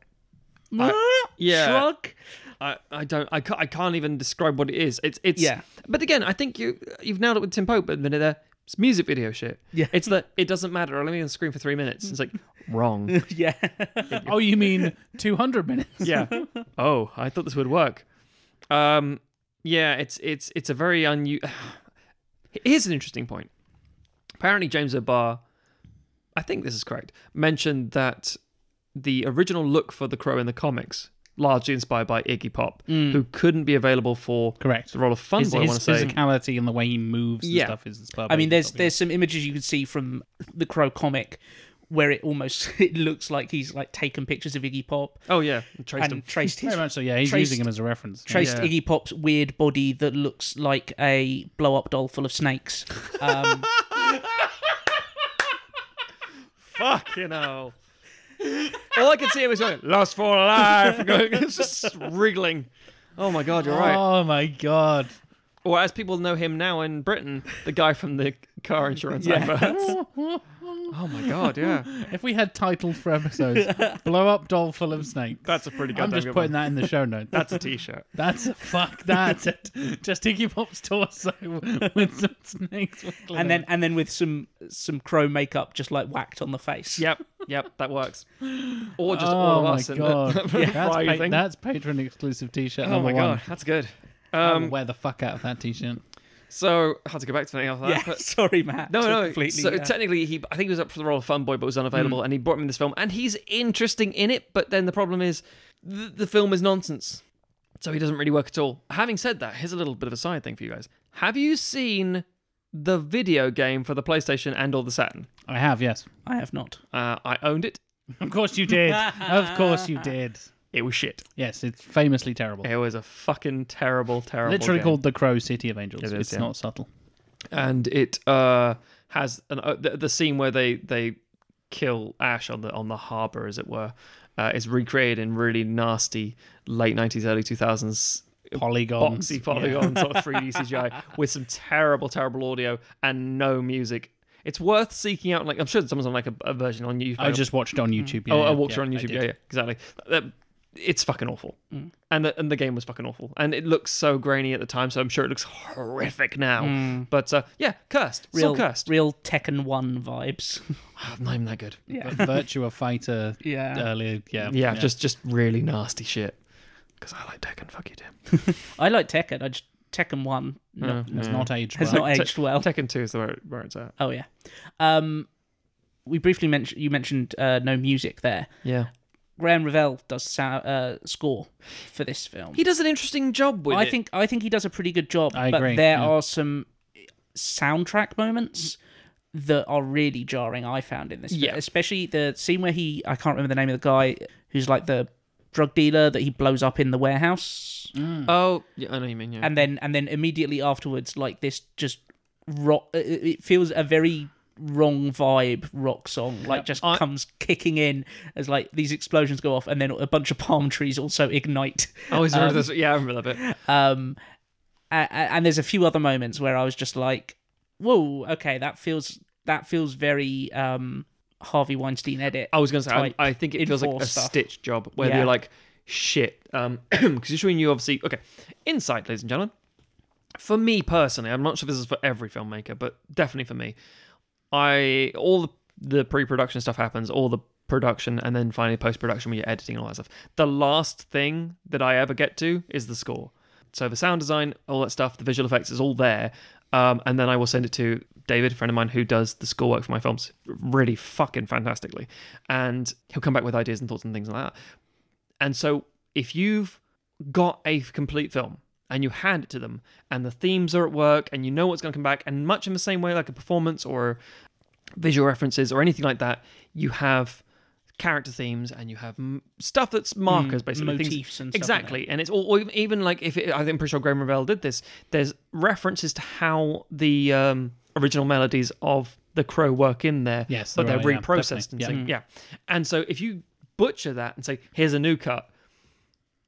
Speaker 2: yeah.
Speaker 3: shrug
Speaker 2: I, I don't I can't, I can't even describe what it is. It's it's
Speaker 3: Yeah.
Speaker 2: But again, I think you you've nailed it with Tim Pope at the minute there. It's music video shit.
Speaker 3: Yeah.
Speaker 2: It's that it doesn't matter. I'll be on the screen for three minutes. It's like wrong.
Speaker 3: yeah
Speaker 1: Oh, you mean 200 minutes?
Speaker 2: yeah. Oh, I thought this would work. Um, yeah, it's it's it's a very unusual. Here's an interesting point. Apparently, James O'Barr, I think this is correct, mentioned that the original look for the Crow in the comics, largely inspired by Iggy Pop, who couldn't be available for
Speaker 1: Mm. Correct.
Speaker 2: the role of Fun
Speaker 1: His,
Speaker 2: Boy. I want
Speaker 1: his
Speaker 2: to say
Speaker 1: physicality and the way he moves
Speaker 2: Yeah.
Speaker 1: and stuff is inspired
Speaker 3: I
Speaker 1: by
Speaker 3: mean,
Speaker 1: Iggy
Speaker 3: there's
Speaker 1: Pop, yeah.
Speaker 3: there's some images you can see from the Crow comic where it almost it looks like he's like taken pictures of Iggy Pop
Speaker 2: Oh yeah, traced him.
Speaker 3: and traced his
Speaker 1: Very much so, yeah. He's
Speaker 3: traced-
Speaker 1: using him as a reference. Yeah.
Speaker 3: traced
Speaker 2: Yeah.
Speaker 3: Iggy Pop's weird body that looks like a blow up doll full of snakes. Um,
Speaker 2: Fuck you know. All I could see was going, "Lost for life," going just wriggling. Oh my god, you're right.
Speaker 1: Oh my god.
Speaker 2: Or as people know him now in Britain, the guy from the car insurance adverts. oh my god, yeah.
Speaker 1: If we had titles for episodes, blow up doll full of snakes.
Speaker 2: That's a pretty
Speaker 1: I'm just putting that in the show notes.
Speaker 2: That's a t-shirt.
Speaker 1: That's a fuck. That's it. Just Iggy Pop's torso with some snakes. wriggling
Speaker 3: and then
Speaker 1: on
Speaker 3: and then with some some Crow makeup just like whacked on the face.
Speaker 2: Yep, yep, that works. Or
Speaker 1: it.
Speaker 2: just
Speaker 1: oh
Speaker 2: all of
Speaker 1: my
Speaker 2: us in
Speaker 1: god,
Speaker 2: the
Speaker 1: that's,
Speaker 2: Friday
Speaker 1: pa-
Speaker 2: thing.
Speaker 1: that's patron exclusive T-shirt.
Speaker 2: Oh
Speaker 1: number
Speaker 2: my
Speaker 1: one.
Speaker 2: god, that's good.
Speaker 1: I will
Speaker 2: Um,
Speaker 1: wear the fuck out of that T-shirt.
Speaker 2: so I had to go back to something else. like
Speaker 3: Yeah,
Speaker 2: that, but
Speaker 3: sorry, Matt.
Speaker 2: No, no.
Speaker 3: completely.
Speaker 2: so
Speaker 3: yeah. Hmm.
Speaker 2: technically, he I think he was up for the role of Fun Boy, but was unavailable, and he brought him in this film, and he's interesting in it. But then the problem is, th- the film is nonsense, so he doesn't really work at all. Having said that, here's a little bit of a side thing for you guys. Have you seen the video game for the PlayStation and or the Saturn?
Speaker 1: I have, yes.
Speaker 3: I have not.
Speaker 2: Uh, I owned it.
Speaker 1: Of course you did. of course you did.
Speaker 2: It was shit.
Speaker 1: Yes, it's famously terrible.
Speaker 2: It was a fucking terrible, terrible.
Speaker 1: Literally
Speaker 2: game.
Speaker 1: called The Crow City of Angels.
Speaker 2: It is,
Speaker 1: it's
Speaker 2: yeah.
Speaker 1: not subtle.
Speaker 2: and it uh has an uh, the, the scene where they they kill Ash on the on the harbor, as it were, uh, is recreated in really nasty late nineties, early two thousands
Speaker 1: Polygons.
Speaker 2: boxy polygon sort of 3D CGI with some terrible, terrible audio and no music. It's worth seeking out. Like I'm sure someone's on like a, a version on YouTube.
Speaker 1: I just watched it on YouTube.
Speaker 2: oh,
Speaker 1: yeah,
Speaker 2: I
Speaker 1: yeah,
Speaker 2: walked
Speaker 1: yeah,
Speaker 2: around
Speaker 1: I
Speaker 2: YouTube.
Speaker 1: did.
Speaker 2: Yeah, yeah, exactly. Uh, It's fucking awful, and the, and the game was fucking awful, and it looks so grainy at the time. So I'm sure it looks horrific now. But uh, yeah, cursed,
Speaker 3: Real,
Speaker 2: still cursed.
Speaker 3: real Tekken One vibes.
Speaker 2: Ah, not even that good. Yeah,
Speaker 3: yeah.
Speaker 1: But Virtua Fighter
Speaker 3: Yeah.
Speaker 1: earlier. Yeah.
Speaker 2: just just really nasty shit. Because I like Tekken. Fuck you, Tim.
Speaker 3: I like Tekken. I just Tekken One no,
Speaker 1: It's not aged
Speaker 3: has
Speaker 1: well.
Speaker 3: not aged well.
Speaker 2: Tekken Two is the where, where it's at.
Speaker 3: oh yeah. Um, we briefly mentioned you mentioned uh, no music there.
Speaker 2: Yeah,
Speaker 3: Graham Revell does sound, uh, score for this film.
Speaker 2: he does an interesting job with
Speaker 3: I
Speaker 2: it.
Speaker 3: think I think he does a pretty good job.
Speaker 1: I
Speaker 3: but
Speaker 1: agree,
Speaker 3: there
Speaker 1: yeah.
Speaker 3: are some soundtrack moments that are really jarring. I found in this, film.
Speaker 2: Yeah.
Speaker 3: especially the scene where he I can't remember the name of the guy who's like the drug dealer that he blows up in the warehouse,
Speaker 2: Oh, yeah, I know what you mean. Yeah.
Speaker 3: and then and then immediately afterwards, like this just rock. It it feels a very wrong vibe rock song like just
Speaker 2: I-
Speaker 3: comes kicking in as like these explosions go off and then a bunch of palm trees also ignite
Speaker 2: I always remember this. Yeah, I remember that bit.
Speaker 3: um a- a- and there's a few other moments where i was just like whoa okay that feels that feels very um harvey weinstein edit
Speaker 2: I was gonna say, I,
Speaker 3: type
Speaker 2: I think it feels like
Speaker 3: in-four
Speaker 2: a
Speaker 3: stuff.
Speaker 2: stitch job where
Speaker 3: Yeah.
Speaker 2: you're like, shit, um, because you're showing you obviously. Okay, insight, ladies and gentlemen. For me personally, I'm not sure this is for every filmmaker, but definitely for me, I all the, the pre-production stuff happens, all the production, and then finally post-production when you're editing and all that stuff. The last thing that I ever get to is the score. So the sound design, all that stuff, the visual effects is all there, um, and then I will send it to David, a friend of mine who does the score work for my films, really fucking fantastically, and he'll come back with ideas and thoughts and things like that. And so if you've got a complete film and you hand it to them and the themes are at work and you know what's going to come back and much in the same way like a performance or visual references or anything like that, you have character themes and you have m- stuff that's markers basically things-
Speaker 3: Hmm, motifs and stuff like
Speaker 2: exactly and it's all or even like if it, I think I'm pretty sure Graham Revell did this there's references to how the um, original melodies of the crow work in there
Speaker 1: Yes,
Speaker 2: but
Speaker 1: there
Speaker 2: they're
Speaker 1: are, yeah, Mm-hmm.
Speaker 2: reprocessed and
Speaker 1: definitely,
Speaker 2: thing- yeah and so if you butcher that and say here's a new cut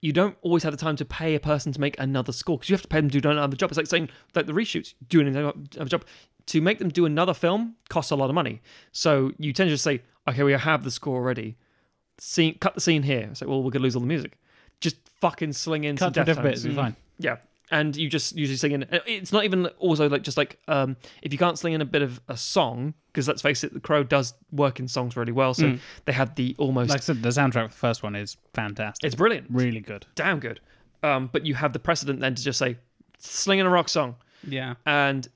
Speaker 2: you don't always have the time to pay a person to make another score because you have to pay them to do another job. It's like saying that the reshoots do another another job. To make them do another film costs a lot of money. So you tend to just say, okay, we have the score already. Scene, cut the scene here. It's like, well, we're gonna lose all the music. Just fucking sling in
Speaker 1: Cut to
Speaker 2: some
Speaker 1: a different
Speaker 2: Deftones. Mm-hmm.
Speaker 1: bits. It'll be fine.
Speaker 2: Yeah. And you just usually sing in. uh, It's not even also like just like um, if you can't sling in a bit of a song because let's face it, the Crow does work in songs really well. So
Speaker 1: Mm.
Speaker 2: they had the almost
Speaker 1: Like I said, the soundtrack for the first one is fantastic.
Speaker 2: it's brilliant
Speaker 1: really good.
Speaker 2: damn good. Um, but you have the precedent then to just say, sling in a rock song
Speaker 3: yeah
Speaker 2: and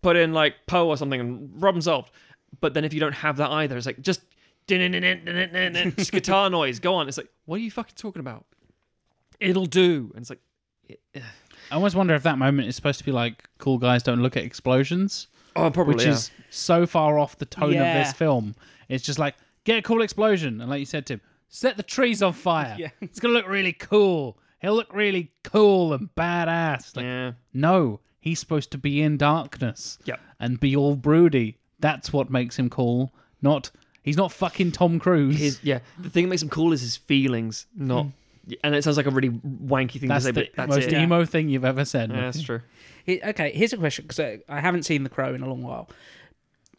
Speaker 2: put in like Poe or something and problem solved. But then if you don't have that either, it's like just, just guitar noise, go on. It's like, what are you fucking talking about? It'll do. And it's like,
Speaker 1: I always wonder if that moment is supposed to be like cool guys don't look at explosions,
Speaker 2: oh, probably.
Speaker 1: which is so far off the tone of
Speaker 3: Yeah.
Speaker 1: this film. It's just like get a cool explosion, and like you said, Tim, set the trees on fire.
Speaker 3: Yeah.
Speaker 1: It's gonna look really cool. He'll look really cool and badass. Like,
Speaker 2: yeah.
Speaker 1: No, he's supposed to be in darkness.
Speaker 2: Yep.
Speaker 1: And be all broody. That's what makes him cool. Not he's not fucking Tom Cruise.
Speaker 2: His, yeah. The thing that makes him cool is his feelings, not. And it sounds like a really wanky
Speaker 1: Hmm.
Speaker 2: thing
Speaker 1: that's
Speaker 2: to say,
Speaker 1: the
Speaker 2: but that's
Speaker 1: most
Speaker 2: it.
Speaker 1: emo thing you've ever said.
Speaker 2: Yeah, that's true.
Speaker 3: He- okay here's a question because I, I haven't seen the crow in a long while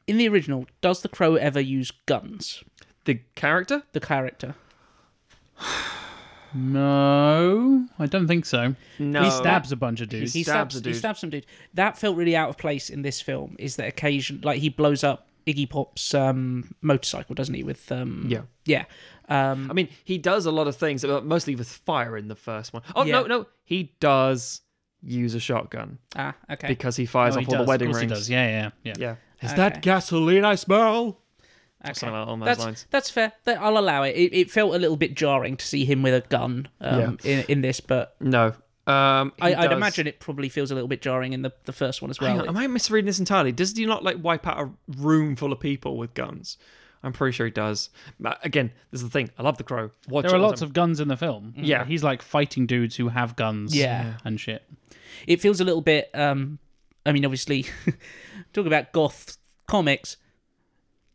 Speaker 3: in the original does the crow ever use guns
Speaker 2: The character?
Speaker 3: the character
Speaker 1: No, I don't think so.
Speaker 2: No.
Speaker 1: He stabs a bunch of dudes.
Speaker 2: He
Speaker 3: he
Speaker 2: stabs
Speaker 3: stabs,
Speaker 2: a dude.
Speaker 3: he stabs some dude that felt really out of place in this film is that occasion like he blows up iggy pop's um motorcycle doesn't he with um
Speaker 2: Yeah.
Speaker 3: yeah um
Speaker 2: I mean, he does a lot of things, but mostly with fire in the first one. Oh
Speaker 3: Yeah.
Speaker 2: no, no, he does use a shotgun
Speaker 3: ah okay
Speaker 2: because he fires
Speaker 1: Oh,
Speaker 2: off
Speaker 1: he
Speaker 2: all
Speaker 1: does.
Speaker 2: the wedding
Speaker 1: of course
Speaker 2: rings.
Speaker 1: He does. Yeah, yeah, yeah.
Speaker 2: Yeah, is
Speaker 3: Okay.
Speaker 2: that gasoline I smell?
Speaker 3: Okay.
Speaker 2: Something along those
Speaker 3: that's,
Speaker 2: lines.
Speaker 3: That's fair. That- I'll allow it. it. It felt a little bit jarring to see him with a gun um, in, in this, but
Speaker 2: No, um, he
Speaker 3: I, I'd
Speaker 2: does-
Speaker 3: imagine it probably feels a little bit jarring in the, the first one as
Speaker 2: Hang
Speaker 3: well.
Speaker 2: on, am I misreading this entirely? Does he not like wipe out a room full of people with guns? I'm pretty sure he does. Ma- Again, this is the thing. I love The Crow. Watch
Speaker 1: There are
Speaker 2: it Mm. all the
Speaker 1: lots
Speaker 2: time.
Speaker 1: of guns in the film.
Speaker 2: Yeah.
Speaker 1: He's like fighting dudes who have guns
Speaker 3: Yeah.
Speaker 1: and shit.
Speaker 3: it feels a little bit um i mean obviously talk about goth comics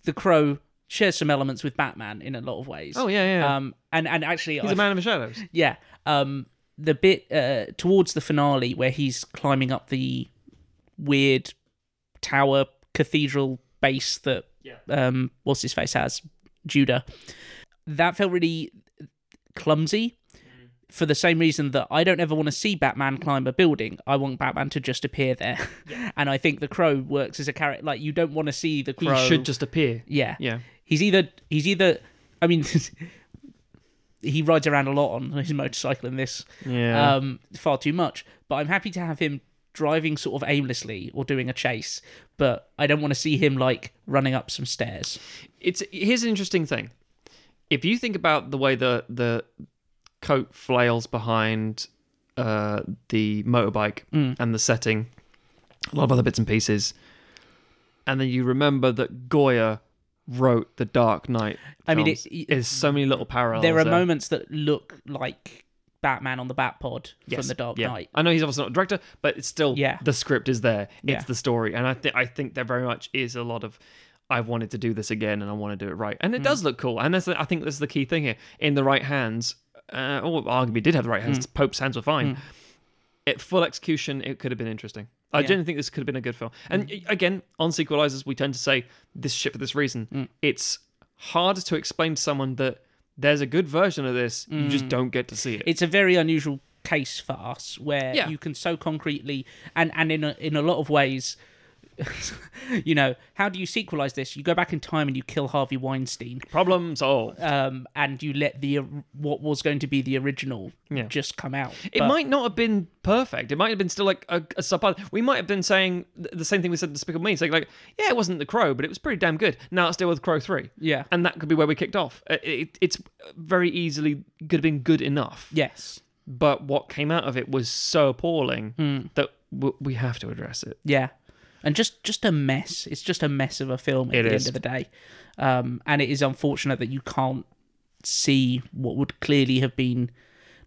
Speaker 3: the crow shares some elements with batman in a lot of ways
Speaker 2: Oh yeah, yeah. yeah.
Speaker 3: um and and actually
Speaker 2: He's
Speaker 3: I-
Speaker 2: a man in the shadows.
Speaker 3: yeah um the bit uh towards the finale where he's climbing up the weird tower cathedral base that um what's his face has judah that felt really clumsy for the same reason that I don't ever want to see Batman climb a building. I want Batman to just appear there. and I think the Crow works as a character. Like you don't want to see the
Speaker 2: He
Speaker 3: Crow.
Speaker 2: should just appear.
Speaker 3: Yeah.
Speaker 2: Yeah.
Speaker 3: He's either he's either. I mean, he rides around a lot on his motorcycle in this
Speaker 2: Yeah.
Speaker 3: um, far too much. But I'm happy to have him driving sort of aimlessly or doing a chase. But I don't want to see him like running up some stairs.
Speaker 2: it's here's an interesting thing. If you think about the way the the coat flails behind uh, the motorbike
Speaker 3: Mm.
Speaker 2: and the setting, a lot of other bits and pieces, and then you remember that Goya wrote the Dark Knight.
Speaker 3: I mean,
Speaker 2: films,
Speaker 3: it-
Speaker 2: there's Oh, so many little parallels.
Speaker 3: there are moments that look like Batman on the Batpod
Speaker 2: Yes,
Speaker 3: from the Dark
Speaker 2: yeah.
Speaker 3: Knight.
Speaker 2: I know he's obviously not a director, but it's still
Speaker 3: Yeah.
Speaker 2: the script is there.
Speaker 3: Yeah.
Speaker 2: It's the story, and I think I think there very much is a lot of I've wanted to do this again, and I want to do it right,
Speaker 3: Mm.
Speaker 2: and it does look cool. And that's the, I think that's the key thing here in the right hands. Uh, or arguably did have the right hands.
Speaker 3: Mm.
Speaker 2: Pope's hands were fine. At full execution, it could have been interesting. I
Speaker 3: Yeah. Mm.
Speaker 2: genuinely think this could have been a good film. And y- again, on sequelizers, we tend to say this shit for this reason.
Speaker 3: Mm.
Speaker 2: It's hard to explain to someone that there's a good version of this. You
Speaker 3: Mm.
Speaker 2: just don't get to see it.
Speaker 3: It's a very unusual case for us where
Speaker 2: Yeah.
Speaker 3: you can so concretely and and in a, in a lot of ways. you know, how do you sequelize this? You go back in time and you kill Harvey Weinstein,
Speaker 2: Problem solved.
Speaker 3: um, and you let the or- what was going to be the original
Speaker 2: Yeah.
Speaker 3: just come out.
Speaker 2: It
Speaker 3: But-
Speaker 2: might not have been perfect. It might have been still like a, a subpar. We might have been saying th- the same thing we said to Despicable Me. Saying like, yeah, it wasn't The Crow, but it was pretty damn good. Now let's deal with Crow Three.
Speaker 3: Yeah.
Speaker 2: and that could be where we kicked off. It, it, it's very easily could have been good enough.
Speaker 3: Yes.
Speaker 2: but what came out of it was so appalling that w- we have to address it.
Speaker 3: Yeah. And just just a mess. It's just a mess of a film at
Speaker 2: It
Speaker 3: the
Speaker 2: is.
Speaker 3: end of the day. Um, and it is unfortunate that you can't see what would clearly have been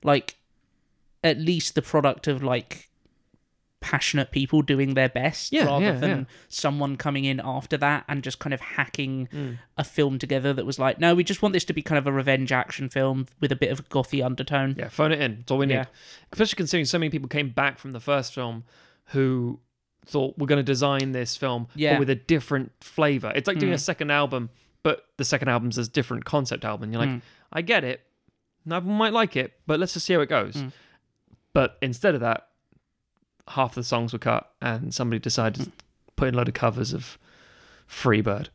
Speaker 3: like at least the product of like passionate people doing their best
Speaker 2: Yeah,
Speaker 3: rather
Speaker 2: yeah,
Speaker 3: than
Speaker 2: yeah.
Speaker 3: someone coming in after that and just kind of hacking
Speaker 2: Mm.
Speaker 3: a film together that was like no we just want this to be kind of a revenge action film with a bit of a gothy undertone
Speaker 2: Yeah, phone it in. It's all we need.
Speaker 3: Yeah.
Speaker 2: Especially considering so many people came back from the first film who thought we're going to design this film
Speaker 3: Yeah. Mm.
Speaker 2: but with a different flavor. It's like doing a second album, but the second album's a different concept album. You're like,
Speaker 3: Mm.
Speaker 2: I get it. No one might like it, but let's just see how it goes.
Speaker 3: Mm.
Speaker 2: But instead of that, half the songs were cut and somebody decided
Speaker 3: Mm.
Speaker 2: to put in a load of covers of Freebird.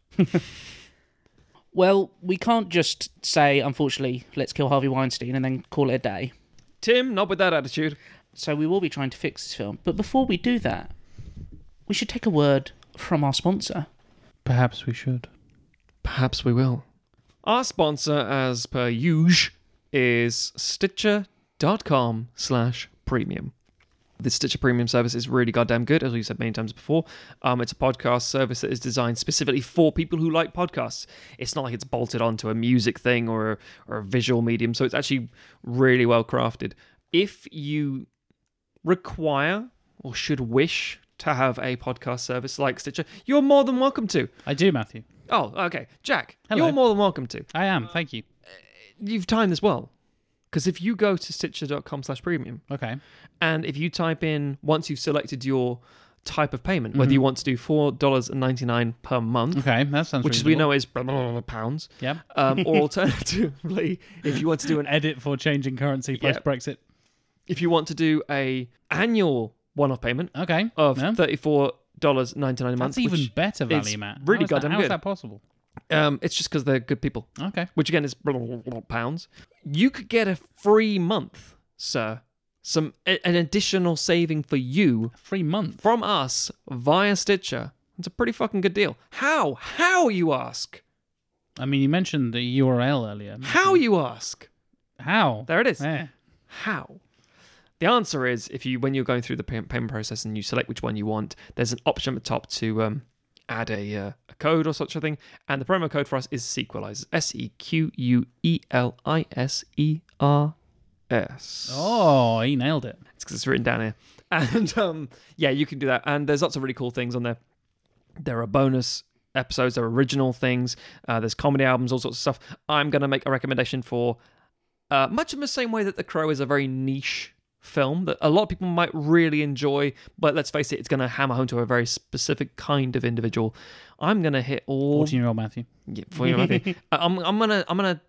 Speaker 3: well we can't just say unfortunately let's kill harvey weinstein and then call it a day
Speaker 2: Tim, not with that attitude.
Speaker 3: So we will be trying to fix this film. But before we do that, we should take a word from our sponsor.
Speaker 1: Perhaps we should.
Speaker 2: Perhaps we will. Our sponsor, as per usual, is Stitcher.com slash premium. The Stitcher Premium service is really goddamn good, as we've said many times before. Um, it's a podcast service that is designed specifically for people who like podcasts. It's not like it's bolted onto a music thing or a, or a visual medium, so it's actually really well crafted. If you require or should wish to have a podcast service like Stitcher, you're more than welcome to.
Speaker 1: I do, Matthew.
Speaker 2: Oh, okay. Jack,
Speaker 1: Hello.
Speaker 2: you're more than welcome to.
Speaker 1: I am. Thank you.
Speaker 2: You've timed this well. Because if you go to stitcher.com slash premium
Speaker 1: Okay.
Speaker 2: and if you type in, once you've selected your type of payment, whether
Speaker 1: Mm-hmm.
Speaker 2: you want to do $4.99 per month,
Speaker 1: Okay. That sounds
Speaker 2: which as we know is blah, blah, blah, blah, pounds,
Speaker 1: Yeah.
Speaker 2: um, or alternatively, if you want to do an
Speaker 1: Edit for changing currency
Speaker 2: Yeah.
Speaker 1: post Brexit.
Speaker 2: if you want to do a annual one-off payment
Speaker 1: Okay.
Speaker 2: of
Speaker 1: No?
Speaker 2: $34.99 a month,
Speaker 1: That's even
Speaker 2: which-
Speaker 1: better value,
Speaker 2: is
Speaker 1: Matt.
Speaker 2: really
Speaker 1: How is that-
Speaker 2: goddamn
Speaker 1: How is
Speaker 2: good.
Speaker 1: that possible?
Speaker 2: um, it's just because they're good people.
Speaker 1: Okay.
Speaker 2: which again is pounds, you could get a free month, sir. Some a- an additional saving for you
Speaker 1: Free month.
Speaker 2: from us via Stitcher. It's a pretty fucking good deal. How? How you ask?
Speaker 1: I mean, you mentioned the URL earlier.
Speaker 2: How you ask?
Speaker 1: How? Eh.
Speaker 2: There it is.
Speaker 1: Yeah.
Speaker 2: How? The answer is if you when you're going through the pay- payment process and you select which one you want, there's an option at the top to um, add a, uh, a code or such a thing. And the promo code for us is Sequelizers. S E Q U E L I S E R S.
Speaker 1: Oh, he nailed it.
Speaker 2: It's because it's written down here. And um, yeah, you can do that. And there's lots of really cool things on there. There are bonus episodes, there are original things, uh, there's comedy albums, all sorts of stuff. I'm going to make a recommendation for uh, much in the same way that The Crow is a very niche film that a lot of people might really enjoy, but let's face it, it's going to hammer home to a very specific kind of individual. I'm going to hit all
Speaker 1: 14 year old Matthew.
Speaker 2: yeah, for you, Matthew. I- I'm I'm gonna I'm gonna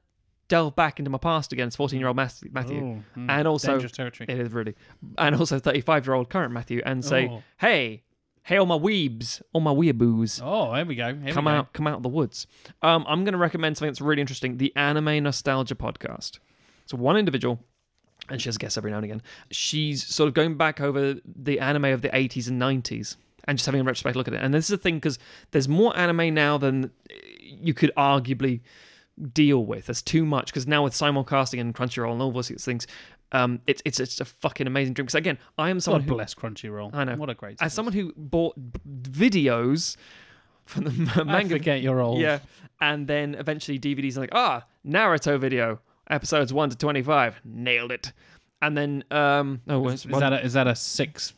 Speaker 2: delve back into my past again. It's 14 year old Matthew, Matthew.
Speaker 1: Oh, mm,
Speaker 2: and also
Speaker 1: dangerous territory.
Speaker 2: it is really, and also 35 year old current Matthew, and say,
Speaker 1: Oh.
Speaker 2: hey, hey, all my weebs, all my weeaboos.
Speaker 1: Oh, here we go. Here
Speaker 2: Come
Speaker 1: we go.
Speaker 2: out, come out of the woods. Um, I'm going to recommend something that's really interesting: the Anime Nostalgia Podcast. So one individual, and she has guests every now and again. She's sort of going back over the anime of the 80s and 90s, and just having a retrospect look at it. And this is the thing because there's more anime now than you could arguably deal with. There's too much because now with simulcasting and Crunchyroll and all those things, um, it's it's it's a fucking amazing dream. Because again, I am someone
Speaker 1: God
Speaker 2: who
Speaker 1: bless Crunchyroll.
Speaker 2: I know.
Speaker 1: What a great.
Speaker 2: as someone who bought b- videos from the m-
Speaker 1: I
Speaker 2: manga
Speaker 1: forget you're old.
Speaker 2: yeah. And then eventually DVDs are like, ah, Naruto video, episodes 1 to 25. Nailed it. And then, um, oh, wait, it's
Speaker 1: Is
Speaker 2: one-
Speaker 1: that a, is that a six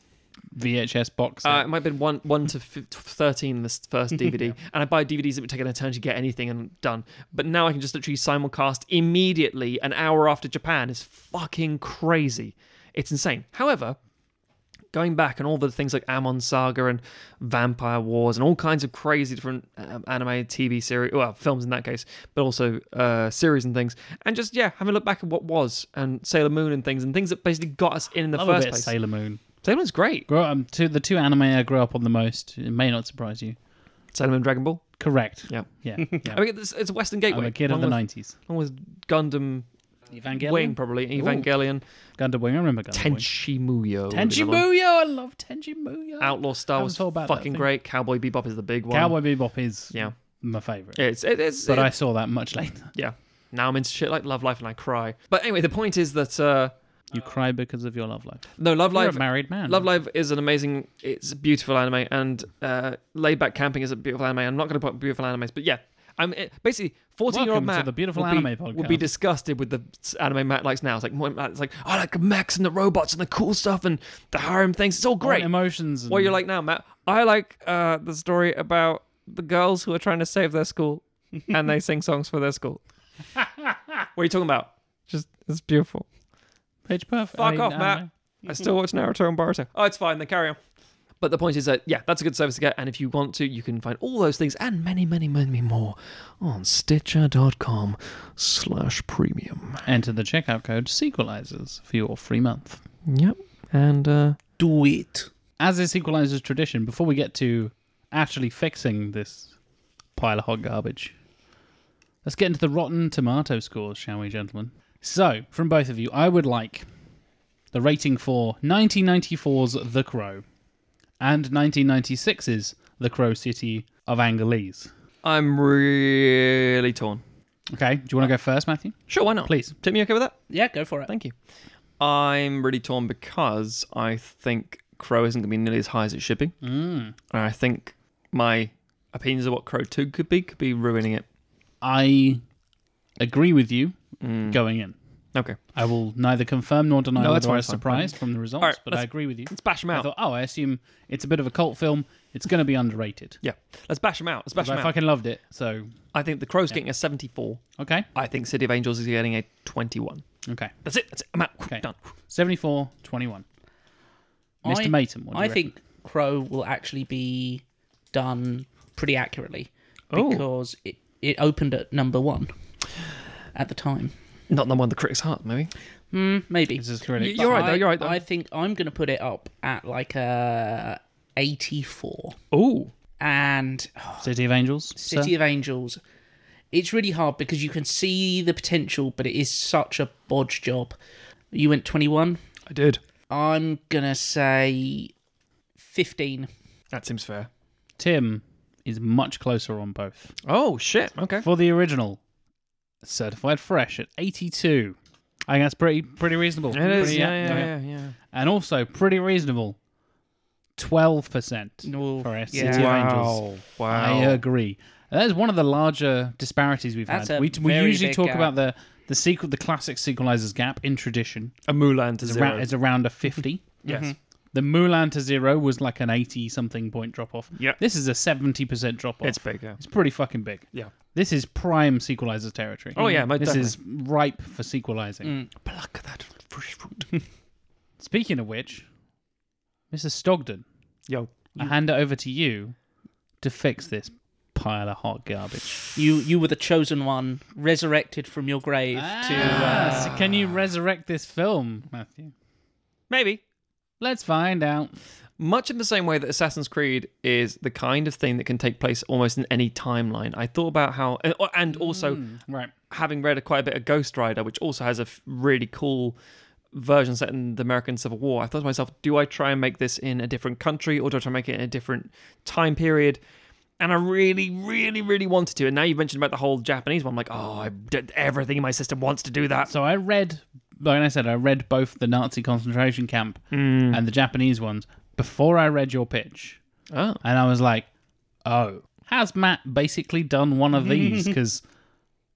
Speaker 1: VHS box? set?
Speaker 2: uh, it might have been 1, one to f- 13 in this first DVD. And I buy DVDs that would take an eternity to get anything and I'm done. But now I can just literally simulcast immediately an hour after Japan is fucking crazy. It's insane. However, going back and all the things like Amon Saga and Vampire Wars and all kinds of crazy different um, anime, TV series, well, films in that case, but also uh, series and things. And just, yeah, having a look back at what was and Sailor Moon and things and things that basically got us in in the
Speaker 1: Love a
Speaker 2: first
Speaker 1: bit
Speaker 2: place.
Speaker 1: of Sailor Moon.
Speaker 2: Sailor Moon's great.
Speaker 1: Grow um, two, the two anime I grew up on the most. It may not surprise you.
Speaker 2: Sailor Moon Dragon Ball.
Speaker 1: Correct.
Speaker 2: Yeah.
Speaker 1: Yeah. yeah.
Speaker 2: I mean, it's, it's Western Gateway.
Speaker 1: I'm a kid of
Speaker 2: Along
Speaker 1: the
Speaker 2: with-
Speaker 1: nineties.
Speaker 2: along with Gundam
Speaker 1: Evangelion.
Speaker 2: Wing, probably Evangelion,
Speaker 1: Gundam Wing. I remember Gundam
Speaker 2: Tenchi Muyo.
Speaker 1: Wing. Tenchi Muyo. I love Tenchi Muyo.
Speaker 2: Outlaw Star
Speaker 1: Haven't
Speaker 2: was
Speaker 1: thought about that
Speaker 2: fucking
Speaker 1: thing.
Speaker 2: great. Cowboy Bebop is the big one.
Speaker 1: Cowboy Bebop is
Speaker 2: Yeah,
Speaker 1: my favorite.
Speaker 2: it's it is.
Speaker 1: But
Speaker 2: it-
Speaker 1: I saw that much later.
Speaker 2: yeah. Now I'm into shit like Love Life and I cry. But anyway, the point is that uh,
Speaker 1: You cry because of your love life.
Speaker 2: no, Love
Speaker 1: You're a
Speaker 2: Life
Speaker 1: married man.
Speaker 2: Love Live is an amazing, it's a beautiful anime, and uh, Laid Back Camping is a beautiful anime. I'm not going to put beautiful animes, but yeah, I'm it, basically 14 year old
Speaker 1: Welcome to
Speaker 2: Matt.
Speaker 1: the beautiful
Speaker 2: will be-
Speaker 1: anime podcast.
Speaker 2: Will be disgusted with the s- anime Matt likes now. It's like more- Matt's like, I like Max and the robots and the cool stuff and the harem things. It's all great.
Speaker 1: Great emotions. And
Speaker 2: What you like now, Matt? I like uh, the story about the girls who are trying to save their school, and they sing songs for their school. what are you talking about? Just it's beautiful.
Speaker 1: Pitch Perfect.
Speaker 2: Fuck
Speaker 1: I-
Speaker 2: off,
Speaker 1: I
Speaker 2: Matt.
Speaker 1: know.
Speaker 2: I still watch Naruto and Boruto. Oh, it's fine. Then carry on. Mm-hmm. But the point is that yeah, that's a good service to get, and if you want to, you can find all those things and many, many, many more on Stitcher.com slash premium.
Speaker 1: Enter the checkout code Sequelizers for your free month.
Speaker 2: Yep. And uh
Speaker 3: Do it.
Speaker 1: As is Sequelizers tradition, before we get to actually fixing this pile of hot garbage, let's get into the Rotten Tomato scores, shall we, gentlemen? So, from both of you, I would like the rating for 1994's The Crow and 1996's The Crow City of Angeles.
Speaker 2: I'm really torn.
Speaker 1: Okay, do you want to go first, Matthew?
Speaker 2: Sure, why not?
Speaker 1: Please.
Speaker 2: Tim, you okay with that?
Speaker 3: Yeah, go for it.
Speaker 2: Thank you. I'm really torn because I think Crow isn't going to be nearly as high as it should be.
Speaker 1: Mm.
Speaker 2: And I think my opinions of what Crow 2 could be could be ruining it.
Speaker 1: I agree with you
Speaker 2: Mm.
Speaker 1: going in.
Speaker 2: Okay.
Speaker 1: I will neither confirm nor deny
Speaker 2: No, that's
Speaker 1: whether I
Speaker 2: fine,
Speaker 1: was
Speaker 2: fine.
Speaker 1: surprised from the results,
Speaker 2: All right,
Speaker 1: but I
Speaker 2: let's-
Speaker 1: agree with you.
Speaker 2: Let's bash them
Speaker 1: I
Speaker 2: out.
Speaker 1: thought, oh, I assume it's a bit of a cult film. It's going to be underrated.
Speaker 2: Yeah. Let's bash them out. Let's bash
Speaker 1: But
Speaker 2: them
Speaker 1: I
Speaker 2: out.
Speaker 1: fucking loved it. So,
Speaker 2: I think the Crow's getting a 74.
Speaker 1: okay.
Speaker 2: I think City of Angels is getting a 21.
Speaker 1: Okay.
Speaker 2: That's it. That's it. I'm out.
Speaker 1: Okay.
Speaker 2: Done.
Speaker 1: 74 21.
Speaker 3: I-
Speaker 1: Mr. Maton, what do you
Speaker 3: I
Speaker 1: reckon?
Speaker 3: think Crow will actually be done pretty accurately
Speaker 2: Oh.
Speaker 3: because it, it opened at number one at the time.
Speaker 2: Not number one of the critics' heart, maybe.
Speaker 3: Hmm, maybe.
Speaker 1: This is really.
Speaker 2: You're right,
Speaker 3: I,
Speaker 2: though. You're right, though.
Speaker 3: I think I'm going to put it up at like a 84.
Speaker 2: Oh.
Speaker 3: And
Speaker 1: City of Angels.
Speaker 3: City of Angels, it's really hard because you can see the potential, but it is such a bodge job. You went 21.
Speaker 2: I did.
Speaker 3: I'm going to say 15.
Speaker 2: That seems fair.
Speaker 1: Tim is much closer on both.
Speaker 2: Oh, shit. Okay.
Speaker 1: For the original, certified fresh at 82. I think that's pretty pretty reasonable.
Speaker 2: It is.
Speaker 1: Pretty-
Speaker 2: Yeah, yeah,
Speaker 1: okay.
Speaker 2: yeah, yeah.
Speaker 1: And also pretty reasonable twelve percent
Speaker 3: Oh,
Speaker 1: for us.
Speaker 3: yeah.
Speaker 1: City of Angels.
Speaker 2: Wow.
Speaker 1: I uh, agree. That is one of the larger disparities we've
Speaker 3: That's
Speaker 1: had.
Speaker 3: a
Speaker 1: We, we
Speaker 3: very
Speaker 1: usually
Speaker 3: big
Speaker 1: talk
Speaker 3: gap.
Speaker 1: about the the sequel, the classic sequelizers gap in tradition
Speaker 2: A Mulan to
Speaker 1: is
Speaker 2: zero.
Speaker 1: around is Mm-hmm. around a fifty.
Speaker 2: yes.
Speaker 1: The Mulan to zero was like an eighty something point drop off.
Speaker 2: Yeah.
Speaker 1: this is a seventy percent drop off.
Speaker 2: It's big. Yeah.
Speaker 1: It's pretty fucking big.
Speaker 2: Yeah.
Speaker 1: This is prime sequelizer territory.
Speaker 2: Oh, yeah, Mm. most
Speaker 1: this is ripe for sequelizing.
Speaker 3: Mm.
Speaker 2: Pluck that fresh fruit.
Speaker 1: Speaking of which, Mr. Stogden,
Speaker 2: Yo.
Speaker 1: I hand it over to you to fix this pile of hot garbage.
Speaker 3: You you were the chosen one, resurrected from your grave to. Uh,
Speaker 1: Ah, so can you resurrect this film, Matthew?
Speaker 2: Maybe.
Speaker 1: Let's find out.
Speaker 2: Much in the same way that Assassin's Creed is the kind of thing that can take place almost in any timeline, I thought about how, and- and also
Speaker 1: Right.
Speaker 2: having read quite a bit of Ghost Rider, which also has a f- really cool version set in the American Civil War, I thought to myself, do I try and make this in a different country or do I try and make it in a different time period? And I really, really, really wanted to. And now you've mentioned about the whole Japanese one. I'm like, oh, I did, everything in my system wants to do that.
Speaker 1: So I read, like I said, I read both the Nazi concentration camp and the Japanese ones before I read your pitch.
Speaker 2: Oh,
Speaker 1: And I was like, oh, has Matt basically done one of these? Because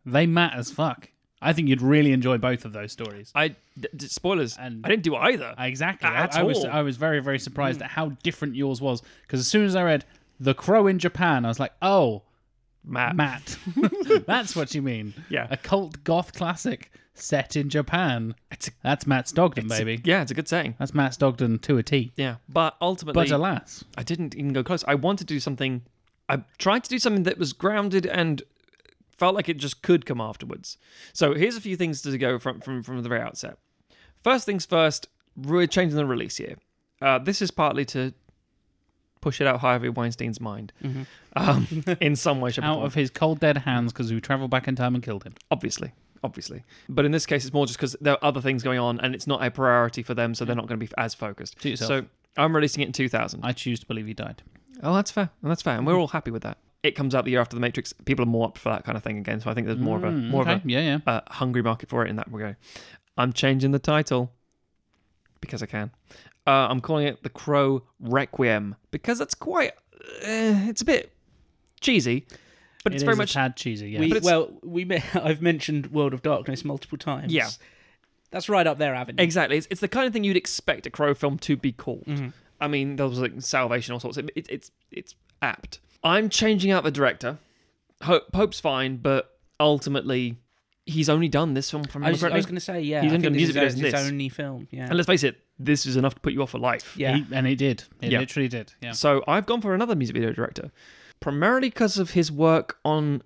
Speaker 1: they matter as fuck. I think you'd really enjoy both of those stories.
Speaker 2: I d- d- spoilers.
Speaker 1: And-
Speaker 2: I didn't do either.
Speaker 1: Exactly. I-
Speaker 2: At
Speaker 1: I, was
Speaker 2: all. Mm.
Speaker 1: I was very very surprised at how different yours was because as soon as I read The Crow in Japan, I was like, oh,
Speaker 2: Matt.
Speaker 1: Matt, that's what you mean.
Speaker 2: Yeah.
Speaker 1: a cult goth classic set in Japan.
Speaker 2: It's a-
Speaker 1: That's Matt Stogden,
Speaker 2: it's a-
Speaker 1: baby.
Speaker 2: yeah, it's a good saying.
Speaker 1: That's Matt Stogden to a T.
Speaker 2: Yeah, but ultimately,
Speaker 1: But alas,
Speaker 2: I didn't even go close. I wanted to do something. I tried to do something that was grounded and felt like it just could come afterwards. So here's a few things to go from from from the very outset. First things first, we're changing the release year. Uh, this is partly to push it out Harvey Weinstein's mind um, in some way, shape, or
Speaker 1: Mm-hmm. out
Speaker 2: form.
Speaker 1: of his cold dead hands because we traveled back in time and killed him.
Speaker 2: obviously obviously but in this case it's more just because there are other things going on and it's not a priority for them so they're not going to be as focused
Speaker 1: Suit yourself.
Speaker 2: so i'm releasing it in 2000
Speaker 1: I choose to believe he died.
Speaker 2: oh that's fair and that's fair
Speaker 1: Mm.
Speaker 2: and we're all happy with that it comes out the year after the matrix people are more up for that kind of thing again so i think there's more of a Mm. more
Speaker 1: Mm, okay.
Speaker 2: of
Speaker 1: yeah, yeah.
Speaker 2: a, a hungry market for it in that regard i'm changing the title because i can uh, i'm calling it the crow requiem because that's quite uh, it's a bit cheesy but it's
Speaker 1: It
Speaker 2: very
Speaker 1: is a
Speaker 2: much
Speaker 1: tad cheesy. Yeah,
Speaker 3: we,
Speaker 2: But it's-
Speaker 3: well, we me- I've mentioned World of Darkness multiple times.
Speaker 2: Yeah.
Speaker 3: that's right up their avenue.
Speaker 2: Exactly. It's, it's the kind of thing you'd expect a Crow film to be called.
Speaker 3: Mm-hmm.
Speaker 2: I mean, there was like Salvation, all sorts. It, it, it's it's apt. I'm changing out the director. Hope, Pope's fine, but ultimately, he's only done this film from
Speaker 3: I was, I
Speaker 2: correctly?
Speaker 3: was going to say, yeah,
Speaker 2: He's
Speaker 3: I
Speaker 2: in
Speaker 3: think
Speaker 2: the
Speaker 3: this is
Speaker 2: music videos
Speaker 3: his
Speaker 2: in this.
Speaker 3: only film. Yeah,
Speaker 2: And let's face it, this is enough to put you off for life.
Speaker 3: yeah.
Speaker 1: He- and it did. It
Speaker 2: Yeah.
Speaker 1: literally did. Yeah.
Speaker 2: So I've gone for another music video director, primarily because of his work on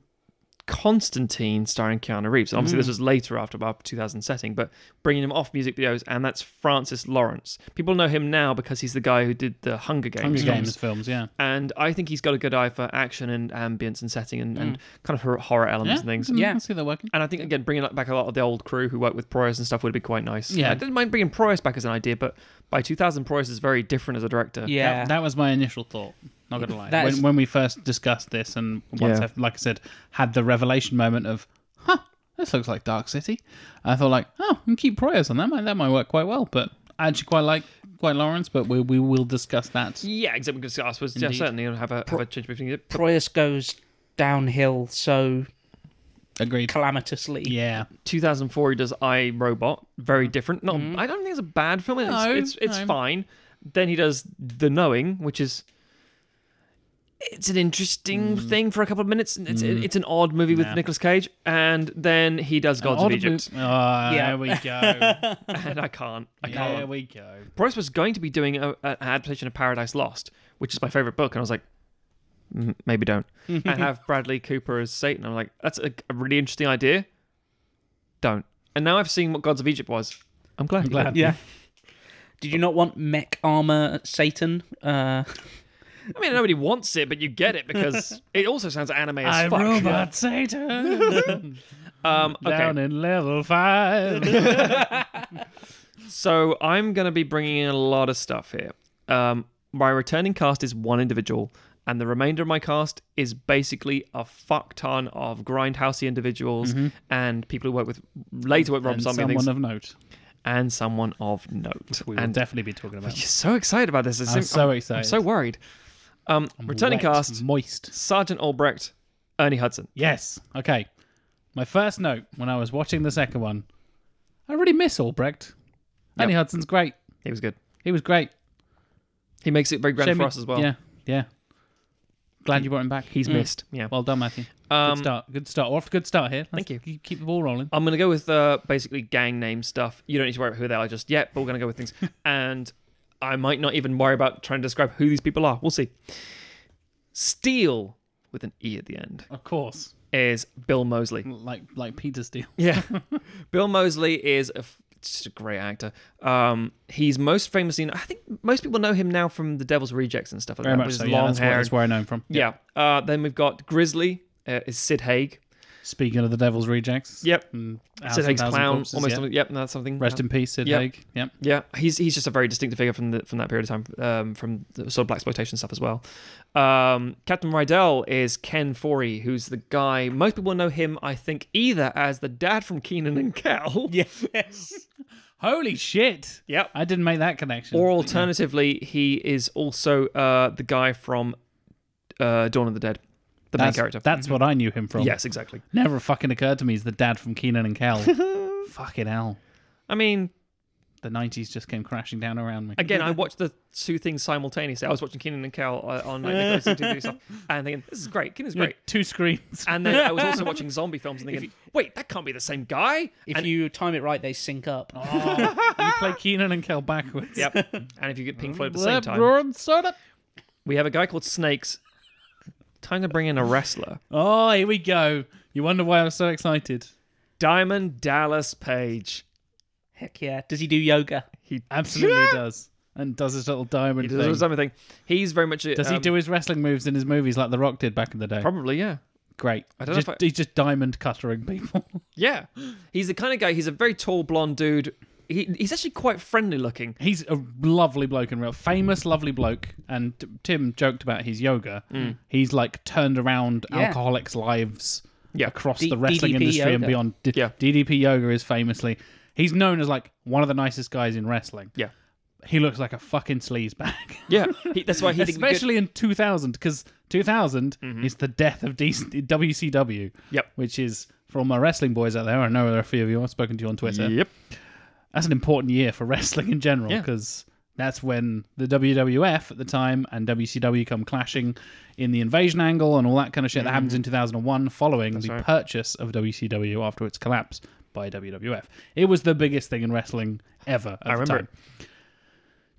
Speaker 2: Constantine, starring Keanu Reeves. Obviously,
Speaker 1: Mm.
Speaker 2: this was later after our 2000 setting, but bringing him off music videos, and that's Francis Lawrence. People know him now because he's the guy who did the Hunger Games.
Speaker 1: Hunger
Speaker 2: films.
Speaker 1: Games films. Yeah.
Speaker 2: And I think he's got a good eye for action and ambience and setting and, and kind of hor- horror elements
Speaker 1: Mm. Yeah.
Speaker 2: and things.
Speaker 1: Mm,
Speaker 3: Yeah.
Speaker 1: I see that working.
Speaker 2: And I think again, bringing back a lot of the old crew who worked with Proyas and stuff would be quite nice.
Speaker 1: Yeah.
Speaker 2: I didn't mind bringing Proyas back as an idea, but by 2000, Proyas is very different as a director.
Speaker 3: yeah.
Speaker 1: That, that was my initial thought. Not gonna lie.
Speaker 3: That
Speaker 1: When,
Speaker 3: is-
Speaker 1: when we first discussed this, and once,
Speaker 2: Yeah.
Speaker 1: I, like I said, had the revelation moment of, huh, this looks like Dark City. I thought like, oh, and keep prayers on that. Might that might work quite well. But I actually quite like quite Lawrence. But we we will discuss that.
Speaker 2: Yeah, exactly. Because I was yeah,
Speaker 1: Indeed.
Speaker 2: certainly gonna have a, have a change between it.
Speaker 3: Proyas goes downhill so
Speaker 1: Agreed.
Speaker 3: calamitously.
Speaker 1: Yeah.
Speaker 2: 2004, he does I Robot, very different. Not, I don't think it's a bad film. It's
Speaker 1: Mm. No,
Speaker 2: it's, it's
Speaker 1: no.
Speaker 2: fine. Then he does The Knowing, which is it's an interesting
Speaker 1: Mm.
Speaker 2: thing for a couple of minutes. and It's it's an odd movie with
Speaker 1: Yeah.
Speaker 2: Nicolas Cage, and then he does Gods of
Speaker 1: Odd
Speaker 2: Egypt,
Speaker 1: mo- Oh,
Speaker 3: Yeah.
Speaker 1: There we go.
Speaker 2: and I can't. I can't.
Speaker 1: there we go.
Speaker 2: Bryce was going to be doing a, an adaptation of Paradise Lost, which is my favorite book, and I was like, "Mm, maybe don't. and have Bradley Cooper as Satan. I'm like, that's a, a really interesting idea. Don't. And now I've seen what Gods of Egypt was. I'm glad.
Speaker 1: I'm glad.
Speaker 3: Yeah. Did you not want mech armor Satan? Uh,
Speaker 2: I mean, nobody wants it, but you get it because it also sounds anime as
Speaker 1: I
Speaker 2: fuck.
Speaker 1: robot Satan
Speaker 2: Um, okay.
Speaker 1: down in level five.
Speaker 2: So I'm going to be bringing in a lot of stuff here. Um, my returning cast is one individual, and the remainder of my cast is basically a fuck ton of grindhousey individuals and people who work with later with Rob
Speaker 1: Mm-hmm. And
Speaker 2: Zombie and things,
Speaker 1: someone of note.
Speaker 2: and someone of note.
Speaker 1: We will
Speaker 2: And
Speaker 1: definitely be talking about.
Speaker 2: you're so excited about this. It's
Speaker 1: I'm
Speaker 2: im-
Speaker 1: so
Speaker 2: I'm
Speaker 1: excited.
Speaker 2: so worried. Um,
Speaker 1: I'm
Speaker 2: returning
Speaker 1: wet,
Speaker 2: cast
Speaker 1: moist.
Speaker 2: Sergeant Albrecht, Ernie Hudson.
Speaker 1: Yes. Okay. My first note when I was watching the second one, I really miss Albrecht. Ernie Hudson's great.
Speaker 2: He was good.
Speaker 1: He was great.
Speaker 2: He makes it very grand
Speaker 1: Shame
Speaker 2: for
Speaker 1: he-
Speaker 2: us as well.
Speaker 1: Yeah. Yeah. Glad you brought him back.
Speaker 2: He's missed. Yeah.
Speaker 1: Well done, Matthew.
Speaker 2: Um,
Speaker 1: good start. Good start. We're off to a good start here.
Speaker 2: Thank you.
Speaker 1: Keep the ball rolling.
Speaker 2: I'm gonna go with uh, basically gang name stuff. You don't need to worry about who they are just yet, but we're gonna go with things. and I might not even worry about trying to describe who these people are. We'll see. Steel with an e at the end
Speaker 1: Of course.
Speaker 2: is Bill Mosley.
Speaker 1: Like like Peter Steele.
Speaker 2: Yeah. Bill Mosley is a, f- just a great actor. Um, he's most famously, I think most people know him now from The Devil's Rejects and stuff like
Speaker 1: Very
Speaker 2: that.
Speaker 1: much
Speaker 2: with
Speaker 1: so.
Speaker 2: his
Speaker 1: yeah,
Speaker 2: long
Speaker 1: that's, where,
Speaker 2: hair.
Speaker 1: that's where I know him from.
Speaker 2: yeah. Uh, then we've got Grizzly uh, is Sid Haig.
Speaker 1: Speaking of the Devil's Rejects.
Speaker 2: Yep.
Speaker 1: and House of
Speaker 2: Sid Haig's
Speaker 1: Thousand
Speaker 2: clown.
Speaker 1: Corpses,
Speaker 2: almost.
Speaker 1: yeah.
Speaker 2: something- Yep. That's something.
Speaker 1: Rest in peace, Sid
Speaker 2: Yeah.
Speaker 1: Haig. Yep.
Speaker 2: Yeah, he's he's just a very distinctive figure from the from that period of time, um, from the sort of black exploitation stuff as well. Um, Captain Rydell is Ken Forey, who's the guy most people know him, I think, either as the dad from Keenan and Kel,
Speaker 1: Yes. Holy shit.
Speaker 2: Yep.
Speaker 1: I didn't make that connection.
Speaker 2: or alternatively, he is also uh, the guy from uh, Dawn of the Dead, the
Speaker 1: that's,
Speaker 2: main character. Mm-hmm.
Speaker 1: That's what I knew him from.
Speaker 2: yes, exactly.
Speaker 1: Never fucking occurred to me he's the dad from Keenan and Kel. fucking hell.
Speaker 2: I mean,
Speaker 1: The 90s just came crashing down around me.
Speaker 2: again, I watched the two things simultaneously. I was watching Keenan and Kel uh, on like, Nicolas Cage TV stuff, and thinking, this is great. Keenan's
Speaker 1: You had
Speaker 2: great.
Speaker 1: Two screens.
Speaker 2: And then I was also watching zombie films and thinking, wait, that can't be the same guy.
Speaker 3: If you time it right, they sync up.
Speaker 1: Oh, you play Keenan and Kel backwards.
Speaker 2: Yep. And if you get Pink
Speaker 1: Oh,
Speaker 2: Floyd at the same
Speaker 1: Lip,
Speaker 2: time,
Speaker 1: roar, and soda.
Speaker 2: we have a guy called Snakes. Time to bring in a wrestler,
Speaker 1: Oh, here we go. You wonder why I was so excited.
Speaker 2: Diamond Dallas Page.
Speaker 3: Heck yeah. Does he do yoga?
Speaker 2: He
Speaker 1: Absolutely does. And does his little diamond
Speaker 2: He
Speaker 1: thing.
Speaker 2: does something. He's very much. A,
Speaker 1: Does he
Speaker 2: um,
Speaker 1: do his wrestling moves in his movies like The Rock did back in the day?
Speaker 2: Probably, yeah.
Speaker 1: Great.
Speaker 2: I don't know
Speaker 1: just,
Speaker 2: if I-
Speaker 1: He's just diamond cuttering people.
Speaker 2: Yeah. He's the kind of guy. He's a very tall blonde dude. He, he's actually quite friendly looking.
Speaker 1: he's a lovely bloke in real, famous lovely bloke. And t- Tim joked about his yoga.
Speaker 2: Mm.
Speaker 1: He's like turned around
Speaker 3: Yeah.
Speaker 1: alcoholics' lives
Speaker 2: Yeah.
Speaker 1: across
Speaker 3: D-
Speaker 1: the wrestling
Speaker 3: DDP
Speaker 1: industry and
Speaker 3: yoga.
Speaker 1: beyond. D-
Speaker 2: Yeah.
Speaker 1: DDP yoga is famously. He's known as like one of the nicest guys in wrestling.
Speaker 2: Yeah.
Speaker 1: He looks like a fucking sleazebag.
Speaker 2: Yeah. He, that's why he did
Speaker 1: especially in 2000 because 2000 is the death of DC- WCW.
Speaker 2: Mm-hmm. Yep.
Speaker 1: Which is for all my wrestling boys out there. I know there are a few of you. I've spoken to you on Twitter.
Speaker 2: Yep.
Speaker 1: That's an important year for wrestling in general
Speaker 2: Yeah.
Speaker 1: because that's when the WWF at the time and WCW come clashing in the invasion angle and all that kind of shit that happens in 2001 following the
Speaker 2: Mm. right.
Speaker 1: purchase of WCW after its collapse by WWF. It was the biggest thing in wrestling ever. At
Speaker 2: I remember
Speaker 1: The time.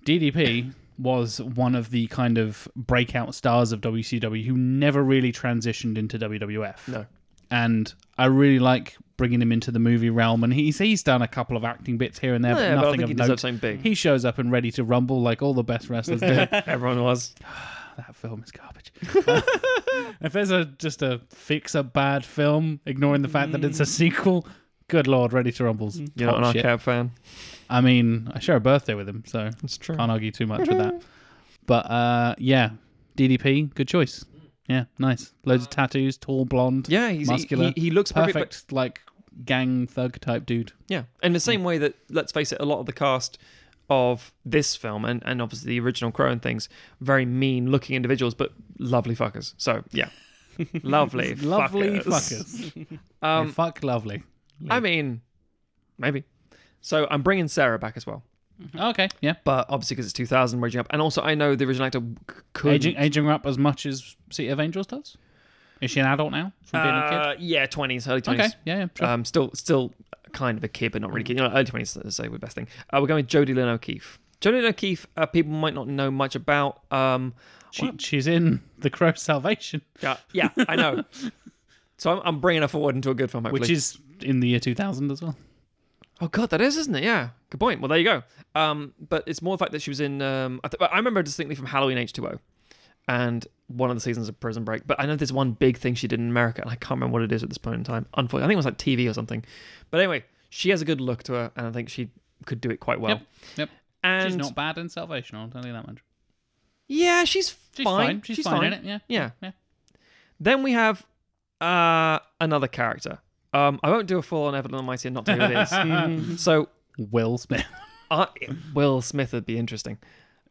Speaker 1: DDP was one of the kind of breakout stars of WCW who never really transitioned into WWF.
Speaker 2: No.
Speaker 1: And I really like bringing him into the movie realm. And he's he's done a couple of acting bits here and there, but
Speaker 2: Yeah, but I
Speaker 1: nothing
Speaker 2: think he
Speaker 1: of
Speaker 2: deserves
Speaker 1: note.
Speaker 2: something big.
Speaker 1: He shows up and ready to rumble like all the best wrestlers do.
Speaker 2: Everyone was.
Speaker 1: that film is garbage. Uh, if there's a just a fix a bad film, ignoring the fact that
Speaker 2: Mm.
Speaker 1: it's a sequel, good lord, Ready to Rumble's
Speaker 2: You're not
Speaker 1: top
Speaker 2: an
Speaker 1: shit.
Speaker 2: arcade fan.
Speaker 1: I mean, I share a birthday with him, so
Speaker 2: That's true.
Speaker 1: can't argue too much with that. But uh, yeah, DDP, good choice. Yeah, nice. Loads of tattoos, tall, blonde.
Speaker 2: Uh, Yeah, he's,
Speaker 1: muscular.
Speaker 2: He, he, he looks perfect, but-
Speaker 1: perfect, like gang thug type dude.
Speaker 2: Yeah, in the same way that let's face it, a lot of the cast of this film and, and obviously the original Crow and things, very mean looking individuals, but lovely fuckers. So yeah, lovely,
Speaker 1: Lovely
Speaker 2: fuckers.
Speaker 1: fuckers.
Speaker 2: Um,
Speaker 1: Yeah, fuck lovely.
Speaker 2: I mean, maybe. So I'm bringing Sarah back as well,
Speaker 1: Okay, yeah.
Speaker 2: but obviously because it's 2000 raging up, and also I know the original actor c- could
Speaker 1: Aging, aging her up as much as City of Angels does. Is she an adult now from being a
Speaker 2: Uh, yeah, 20s, early
Speaker 1: kid?
Speaker 2: 20s.
Speaker 1: Okay, yeah, yeah, sure. Mm.
Speaker 2: Um, still, still kind of a kid, but not really kid. You know, early twenties, let's say, would best thing. Uh, we're going with Jodie Lynn O'Keefe. Jodie Lynn O'Keefe, uh, people might not know much about. Um,
Speaker 1: she, she's in The Crow Salvation,
Speaker 2: yeah, yeah, I know. so I'm, I'm bringing her forward into a good film, hopefully.
Speaker 1: which is in the year 2000 as well.
Speaker 2: oh god, that is, isn't it? Yeah, good point. Well, there you go. Um, but it's more the fact that she was in. Um, I, th- I remember her distinctly from Halloween H2O, and one of the seasons of Prison Break. But I know there's one big thing she did in America, and I can't remember what it is at this point in time. Unfortunately, I think it was like TV or something. But anyway, she has a good look to her, and I think she could do it quite well.
Speaker 1: Yep, yep.
Speaker 2: And
Speaker 1: she's not bad in Salvation, I'll tell you that much.
Speaker 2: Yeah, she's,
Speaker 1: She's fine.
Speaker 2: fine.
Speaker 1: She's, fine, in it, yeah.
Speaker 2: Yeah.
Speaker 1: Yeah.
Speaker 2: Then we have uh, another character. Um, I won't do a full on Evelyn Almighty and not tell you who it is. so
Speaker 1: Will Smith.
Speaker 2: Uh, Will Smith would be interesting.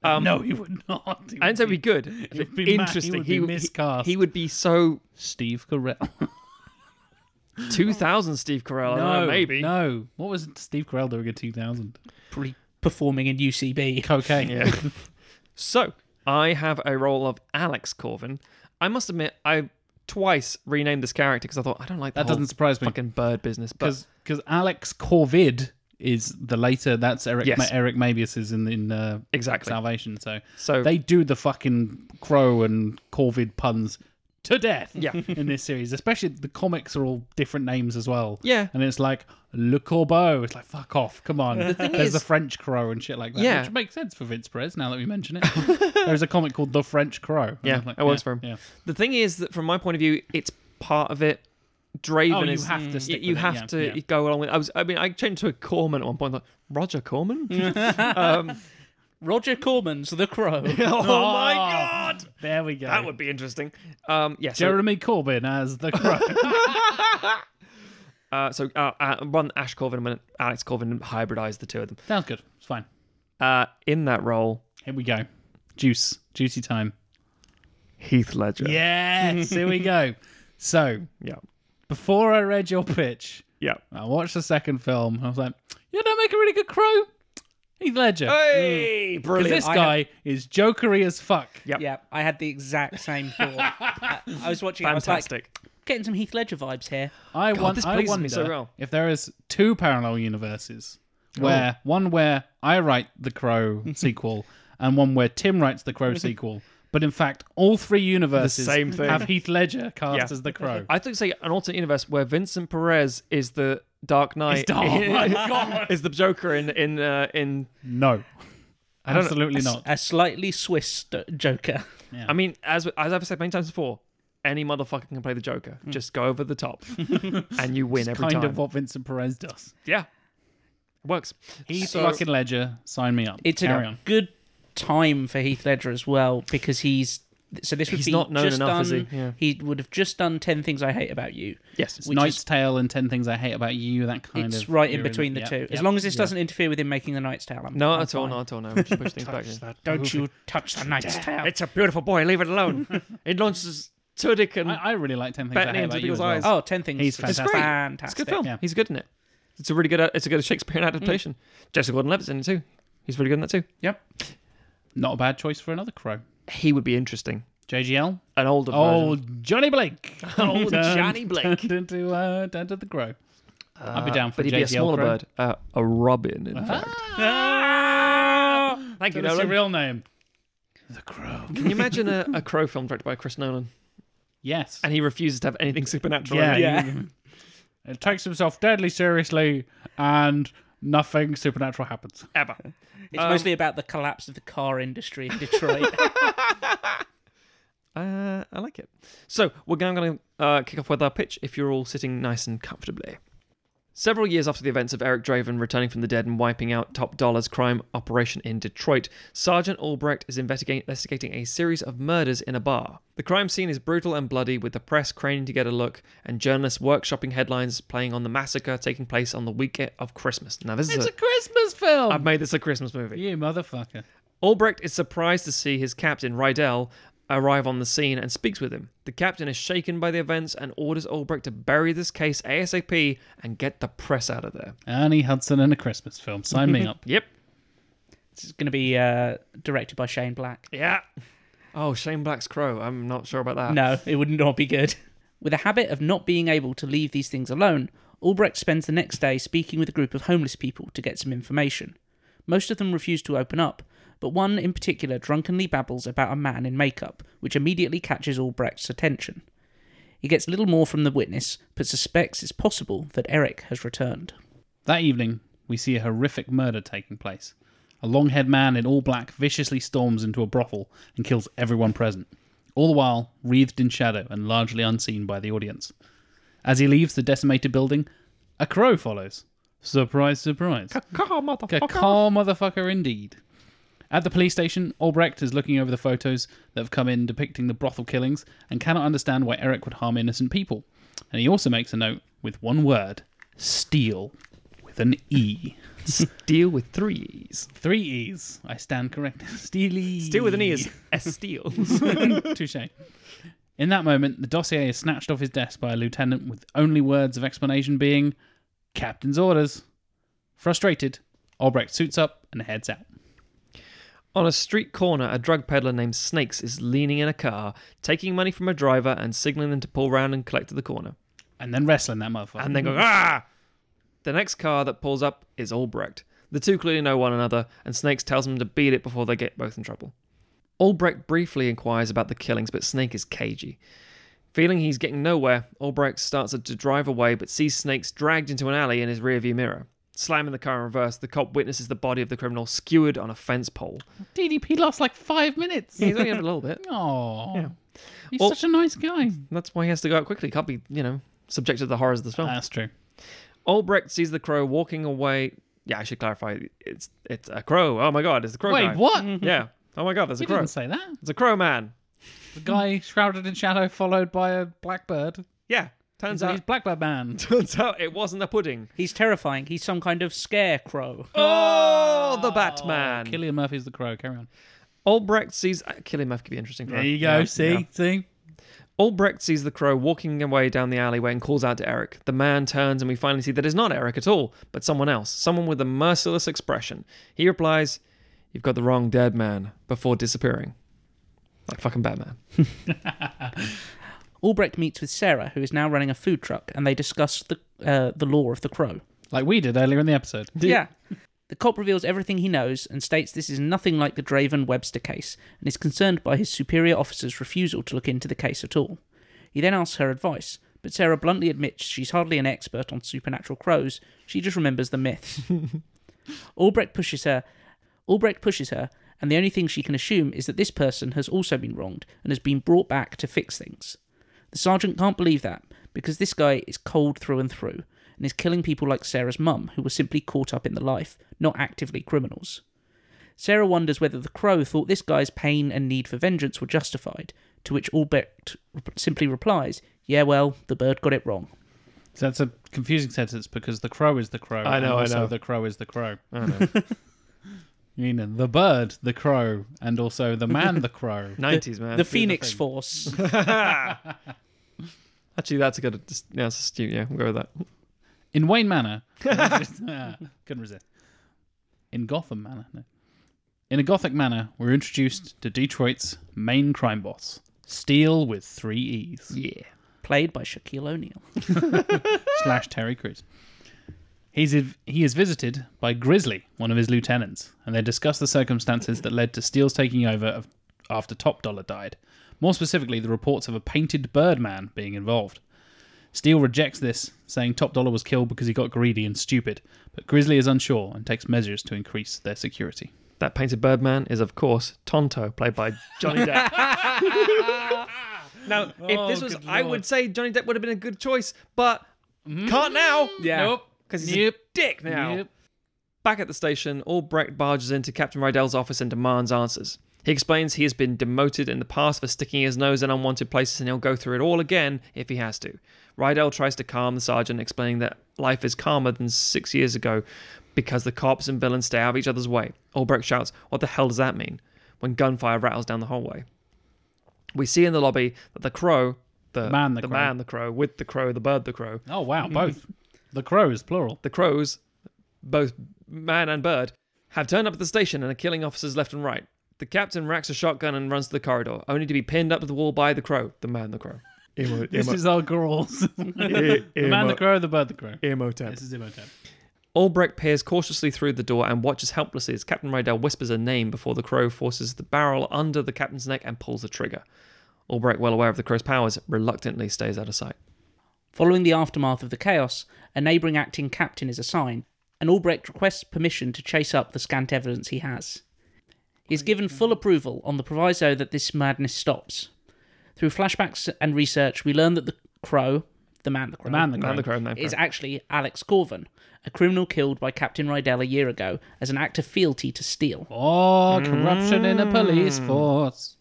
Speaker 1: no, he would not. He
Speaker 2: Um, I
Speaker 1: would
Speaker 2: didn't say
Speaker 1: be
Speaker 2: be good.
Speaker 1: would be ma- he
Speaker 2: interesting.
Speaker 1: would be miscast.
Speaker 2: He, would be so
Speaker 1: Steve Carell.
Speaker 2: 2000 Steve Carell. I don't know, Uh, maybe.
Speaker 1: No. What was Steve Carell doing in 2000?
Speaker 3: probably performing in UCB.
Speaker 1: Cocaine.
Speaker 2: Yeah. so I have a role of Alex Corvin. I must admit, I twice renamed this character because I thought I don't like the
Speaker 1: That
Speaker 2: whole
Speaker 1: doesn't surprise me.
Speaker 2: fucking bird business. But
Speaker 1: Because Alex Corvid is the later. That's Eric
Speaker 2: Yes.
Speaker 1: Ma- Eric Mabius is in, in uh,
Speaker 2: exactly.
Speaker 1: Salvation. So
Speaker 2: So
Speaker 1: they do the fucking crow and Corvid puns to death
Speaker 2: Yeah.
Speaker 1: in this series. Especially the comics are all different names as well.
Speaker 2: Yeah.
Speaker 1: And it's like Le Corbeau. It's like, fuck off. Come on. There's
Speaker 2: is-
Speaker 1: the French crow and shit like that.
Speaker 2: Yeah.
Speaker 1: Which makes sense for Vince Perez now that we mention it. There's a comic called The French Crow. And
Speaker 2: Yeah,
Speaker 1: I'm like,
Speaker 2: it works for him.
Speaker 1: Yeah.
Speaker 2: the thing is that from my point of view, it's part of it. Draven
Speaker 1: Oh, you
Speaker 2: is
Speaker 1: have to
Speaker 2: y-
Speaker 1: stick
Speaker 2: you
Speaker 1: with it,
Speaker 2: have
Speaker 1: yeah,
Speaker 2: to
Speaker 1: yeah.
Speaker 2: go along with. I was I mean I changed to a Corman at one point. Like Roger Corman.
Speaker 3: Roger Corman's The
Speaker 2: oh
Speaker 3: Crow.
Speaker 2: my
Speaker 1: Oh,
Speaker 2: god.
Speaker 1: There we go.
Speaker 2: That would be interesting. Um, yeah, so,
Speaker 1: Jeremy Corbyn as the crow.
Speaker 2: uh, so uh, uh, one Ash Corvin and Alex Corvin hybridized the two of them.
Speaker 1: Sounds good. It's fine.
Speaker 2: Uh, in that role,
Speaker 1: Here we go. Juice. Juicy time.
Speaker 2: Heath Ledger.
Speaker 1: Yes. Here we go. So,
Speaker 2: yeah,
Speaker 1: before I read your pitch,
Speaker 2: yeah.
Speaker 1: I watched the second film. I was like, you don't make a really good crow. Heath Ledger.
Speaker 2: Uh, Hey,
Speaker 1: Because
Speaker 2: brilliant.
Speaker 1: Hmm. this
Speaker 3: I
Speaker 1: guy is jokery as fuck.
Speaker 2: Yep.
Speaker 3: Yeah, I had the exact same thought. I, I was watching. I was like,
Speaker 2: Fantastic.
Speaker 3: getting some Heath Ledger vibes here.
Speaker 1: I,
Speaker 2: God,
Speaker 1: want,
Speaker 2: this
Speaker 1: I
Speaker 2: pleases me
Speaker 1: wonder
Speaker 2: so well.
Speaker 1: if there is two parallel universes where
Speaker 2: Oh.
Speaker 1: one where I write the Crow sequel and one where Tim writes the Crow sequel, but in fact all three universes
Speaker 2: same thing.
Speaker 1: have Heath Ledger cast
Speaker 2: Yeah.
Speaker 1: as the Crow.
Speaker 2: I think say an alternate universe where Vincent Perez is the Dark Knight.
Speaker 1: oh my god!
Speaker 2: is the Joker in in uh, in?
Speaker 1: No,
Speaker 2: don't-
Speaker 1: absolutely not.
Speaker 3: A slightly Swiss st- Joker.
Speaker 2: I mean, as as I've said many times before, any motherfucker can play the Joker. Just go over the top, and you win every
Speaker 1: Mm. Kind
Speaker 2: time.
Speaker 1: of what Vincent Perez does.
Speaker 2: yeah, works.
Speaker 1: Heath
Speaker 2: So-
Speaker 1: fucking Ledger, sign me up.
Speaker 3: It's a
Speaker 1: Carry on.
Speaker 3: good time for Heath Ledger as well because he's. So this would
Speaker 2: He's
Speaker 3: be
Speaker 2: not known
Speaker 3: just
Speaker 2: enough,
Speaker 3: done.
Speaker 2: is he? Yeah.
Speaker 3: he would have just done Ten Things I Hate About You.
Speaker 2: yes,
Speaker 1: It's
Speaker 3: which
Speaker 1: Knight's
Speaker 3: is-
Speaker 1: Tale and Ten Things I Hate About You. That kind of.
Speaker 3: It's right in
Speaker 1: you're
Speaker 3: between the
Speaker 1: yeah,
Speaker 3: two. As
Speaker 1: yeah,
Speaker 3: long as this
Speaker 1: yeah.
Speaker 3: doesn't interfere with him making the Knight's Tale. I'm,
Speaker 2: no,
Speaker 3: I'm
Speaker 2: at all,
Speaker 3: fine.
Speaker 2: not at all. No, we just push things back. in.
Speaker 3: Don't you touch the Knight's Tale.
Speaker 2: It's a beautiful boy. Leave it alone. it launches Tudyk and
Speaker 1: I, I really like Ten Things I
Speaker 2: Batman
Speaker 1: Hate
Speaker 2: into
Speaker 1: About You. As
Speaker 2: people's
Speaker 1: well.
Speaker 2: eyes.
Speaker 3: Oh, 10 Things.
Speaker 1: He's
Speaker 3: is
Speaker 1: fantastic.
Speaker 2: It's great.
Speaker 3: fantastic.
Speaker 2: It's a good film.
Speaker 1: Yeah. Mm.
Speaker 2: He's good in it. It's a really good. It's a good Shakespearean adaptation. Jessica Gordon-Levitt's in it too. He's really good in that too.
Speaker 3: Yep.
Speaker 1: Not a bad choice for another Crow.
Speaker 2: He would be interesting.
Speaker 1: JGL.
Speaker 2: An older
Speaker 1: Oh,
Speaker 2: version.
Speaker 1: Johnny Blake.
Speaker 2: Old
Speaker 1: Dun,
Speaker 2: Johnny Blake.
Speaker 1: Turned into, uh, turned into the crow. I'd be down for
Speaker 2: but he'd be a
Speaker 1: JGL
Speaker 2: smaller
Speaker 1: crow.
Speaker 2: bird, uh, a robin. In fact,
Speaker 1: Ah!
Speaker 2: thank you,
Speaker 1: That's your
Speaker 2: Nolan.
Speaker 1: real name. The crow.
Speaker 2: Can you imagine a, a crow film directed by Chris Nolan,
Speaker 1: Yes.
Speaker 2: and he refuses to have anything supernatural?
Speaker 1: yeah.
Speaker 2: in it?
Speaker 3: Yeah.
Speaker 1: you- It takes himself deadly seriously, and nothing supernatural happens.
Speaker 2: ever.
Speaker 3: It's mostly about the collapse of the car industry in Detroit.
Speaker 2: Uh, I like it. So we're now going to uh, kick off with our pitch. If you're all sitting nice and comfortably. Several years after the events of Eric Draven returning from the dead and wiping out Top Dollar's crime operation in Detroit, Sergeant Albrecht is investigating, investigating a series of murders in a bar. The crime scene is brutal and bloody, with the press craning to get a look and journalists workshopping headlines playing on the massacre taking place on the week of Christmas. Now, this is
Speaker 1: It's
Speaker 2: a,
Speaker 1: a Christmas film.
Speaker 2: I've made this a Christmas movie.
Speaker 1: you motherfucker.
Speaker 2: Albrecht is surprised to see his captain, Rydell, arrive on the scene and speaks with him. The captain is shaken by the events and orders Albrecht to bury this case ASAP and get the press out of there.
Speaker 1: Ernie Hudson in a Christmas film. Sign me up.
Speaker 2: Yep.
Speaker 3: it's going to be uh, directed by Shane Black.
Speaker 2: Yeah. Oh, Shane Black's Crow. I'm not sure about that.
Speaker 3: No, it would not be good. With a habit of not being able to leave these things alone, Albrecht spends the next day speaking with a group of homeless people to get some information. Most of them refuse to open up, but one in particular drunkenly babbles about a man in makeup, which immediately catches Albrecht's attention. He gets little more from the witness, but suspects it's possible that Eric has returned.
Speaker 1: That evening, we see a horrific murder taking place. A long haired man in all black viciously storms into a brothel and kills everyone present, all the while wreathed in shadow and largely unseen by the audience. As he leaves the decimated building, a crow follows. Surprise, surprise.
Speaker 2: Car, motherfucker.
Speaker 1: A car motherfucker indeed. At the police station, Albrecht is looking over the photos that have come in depicting the brothel killings and cannot understand why Eric would harm innocent people. And he also makes a note with one word steal, with with an E.
Speaker 2: Steel with three E's.
Speaker 1: Three E's. I stand corrected. Steely.
Speaker 2: Steel with an E is S steel.
Speaker 1: Touche. In that moment, the dossier is snatched off his desk by a lieutenant with only words of explanation being Captain's orders. Frustrated, Albrecht suits up and heads out.
Speaker 2: On a street corner, a drug peddler named Snakes is leaning in a car, taking money from a driver and signaling them to pull round and collect at the corner.
Speaker 1: And then wrestling that motherfucker.
Speaker 2: And then going, ah! The next car that pulls up is Albrecht. The two clearly know one another, and Snakes tells them to beat it before they get both in trouble. Albrecht briefly inquires about the killings, but Snake is cagey. Feeling he's getting nowhere, Albrecht starts to drive away but sees Snakes dragged into an alley in his rearview mirror. Slamming the car in reverse, the cop witnesses the body of the criminal skewered on a fence pole.
Speaker 1: DDP lost like five minutes.
Speaker 2: He's only had a little bit.
Speaker 1: Oh,
Speaker 2: Yeah.
Speaker 1: he's
Speaker 2: Al-
Speaker 1: such a nice guy.
Speaker 2: That's why he has to go out quickly. Can't be, you know, subjected to the horrors of this film.
Speaker 1: That's true.
Speaker 2: Albrecht sees the crow walking away. Yeah, I should clarify. It's it's a crow. Oh my god, it's the crow
Speaker 1: Wait,
Speaker 2: guy.
Speaker 1: what?
Speaker 2: Yeah. Oh my god, there's a
Speaker 1: You
Speaker 2: crow.
Speaker 1: didn't say that.
Speaker 2: It's a crow man.
Speaker 1: The guy shrouded in shadow, followed by a blackbird.
Speaker 2: Yeah.
Speaker 1: He's,
Speaker 2: Turns
Speaker 1: he's
Speaker 2: out,
Speaker 1: Blackbird Man.
Speaker 2: turns out it wasn't a pudding.
Speaker 3: He's terrifying. He's some kind of scarecrow.
Speaker 2: Oh, the
Speaker 1: Oh,
Speaker 2: Batman.
Speaker 1: Killian Murphy's the crow. Carry on.
Speaker 2: Albrecht sees uh, Killian Murphy could be interesting. for
Speaker 1: There
Speaker 2: him.
Speaker 1: you go.
Speaker 2: Yeah,
Speaker 1: see,
Speaker 2: yeah.
Speaker 1: see.
Speaker 2: Albrecht sees the crow walking away down the alleyway and calls out to Eric. The man turns and we finally see that it's not Eric at all, but someone else, someone with a merciless expression. He replies, You've got the wrong dead man, before disappearing. Like fucking Batman.
Speaker 3: Albrecht meets with Sarah, who is now running a food truck, and they discuss the uh, the law of the crow.
Speaker 1: Like we did earlier in the episode.
Speaker 3: Yeah. The cop reveals everything he knows and states this is nothing like the Draven Webster case and is concerned by his superior officer's refusal to look into the case at all. He then asks her advice, but Sarah bluntly admits she's hardly an expert on supernatural crows, she just remembers the myths. Albrecht pushes her Albrecht pushes her, and the only thing she can assume is that this person has also been wronged and has been brought back to fix things. The sergeant can't believe that because this guy is cold through and through and is killing people like Sarah's mum, who were simply caught up in the life, not actively criminals. Sarah wonders whether the crow thought this guy's pain and need for vengeance were justified, to which Albrecht rep- simply replies, Yeah, well, the bird got it wrong.
Speaker 1: So that's a confusing sentence because the crow is the crow.
Speaker 2: I know,
Speaker 1: and
Speaker 2: I
Speaker 1: also
Speaker 2: know.
Speaker 1: The crow is the crow.
Speaker 2: I don't know.
Speaker 1: You know, the bird, the crow, and also the man, the crow.
Speaker 2: 90s, man.
Speaker 3: the Phoenix
Speaker 1: thing.
Speaker 3: Force.
Speaker 2: Actually, that's a good. just- Yeah, that's astute. Yeah, we'll go with that.
Speaker 1: In Wayne Manor. uh, couldn't resist. In Gotham Manor. No. In a Gothic manor, we're introduced to Detroit's main crime boss, Steel with three E's.
Speaker 2: Yeah.
Speaker 3: Played by Shaquille O'Neal.
Speaker 1: slash Terry Crews. He's he is visited by Grizzly, one of his lieutenants, and they discuss the circumstances that led to Steele's taking over of, after Top Dollar died. More specifically, the reports of a painted Birdman being involved. Steele rejects this, saying Top Dollar was killed because he got greedy and stupid, but Grizzly is unsure and takes measures to increase their security.
Speaker 2: That painted Birdman is, of course, Tonto, played by Johnny Depp. now, if this
Speaker 1: Oh,
Speaker 2: was,
Speaker 1: good
Speaker 2: I
Speaker 1: lord. Mm-hmm.
Speaker 2: would say Johnny Depp would have been a good choice, but can't now.
Speaker 3: Yeah.
Speaker 1: Nope.
Speaker 2: Because he's
Speaker 1: Nope.
Speaker 2: a dick now.
Speaker 1: Yep.
Speaker 2: Back at the station, Albrecht barges into Captain Rydell's office and demands answers. He explains he has been demoted in the past for sticking his nose in unwanted places and he'll go through it all again if he has to. Rydell tries to calm the sergeant, explaining that life is calmer than six years ago because the cops and villains stay out of each other's way. Albrecht shouts, What the hell does that mean? when gunfire rattles down the hallway. We see in the lobby that the crow, the,
Speaker 1: man, the crow.
Speaker 2: man, the crow, with the crow, the bird, the crow,
Speaker 1: Oh wow, both. The crow is plural.
Speaker 2: the crows, both man and bird, have turned up at the station and are killing officers left and right. The captain racks a shotgun and runs to the corridor, only to be pinned up to the wall by the crow, the man, the crow.
Speaker 1: This is our girls. the man, the crow, the bird, the crow. This is Imhotep.
Speaker 2: Albrecht peers cautiously through the door and watches helplessly as Captain Rydell whispers a name before the crow forces the barrel under the captain's neck and pulls the trigger. Albrecht, well aware of the crow's powers, reluctantly stays out of sight.
Speaker 3: Following the aftermath of the chaos, a neighbouring acting captain is assigned, and Albrecht requests permission to chase up the scant evidence he has. He is given full approval on the proviso that this madness stops. Through flashbacks and research, we learn that the crow, the man, the
Speaker 1: The
Speaker 3: crow,
Speaker 1: man, the crow.
Speaker 2: Man, the crow, man, the
Speaker 3: is
Speaker 2: crow.
Speaker 3: actually Alex Corvin, a criminal killed by Captain Rydell a year ago as an act of fealty to Steele.
Speaker 1: Oh, corruption in a police force.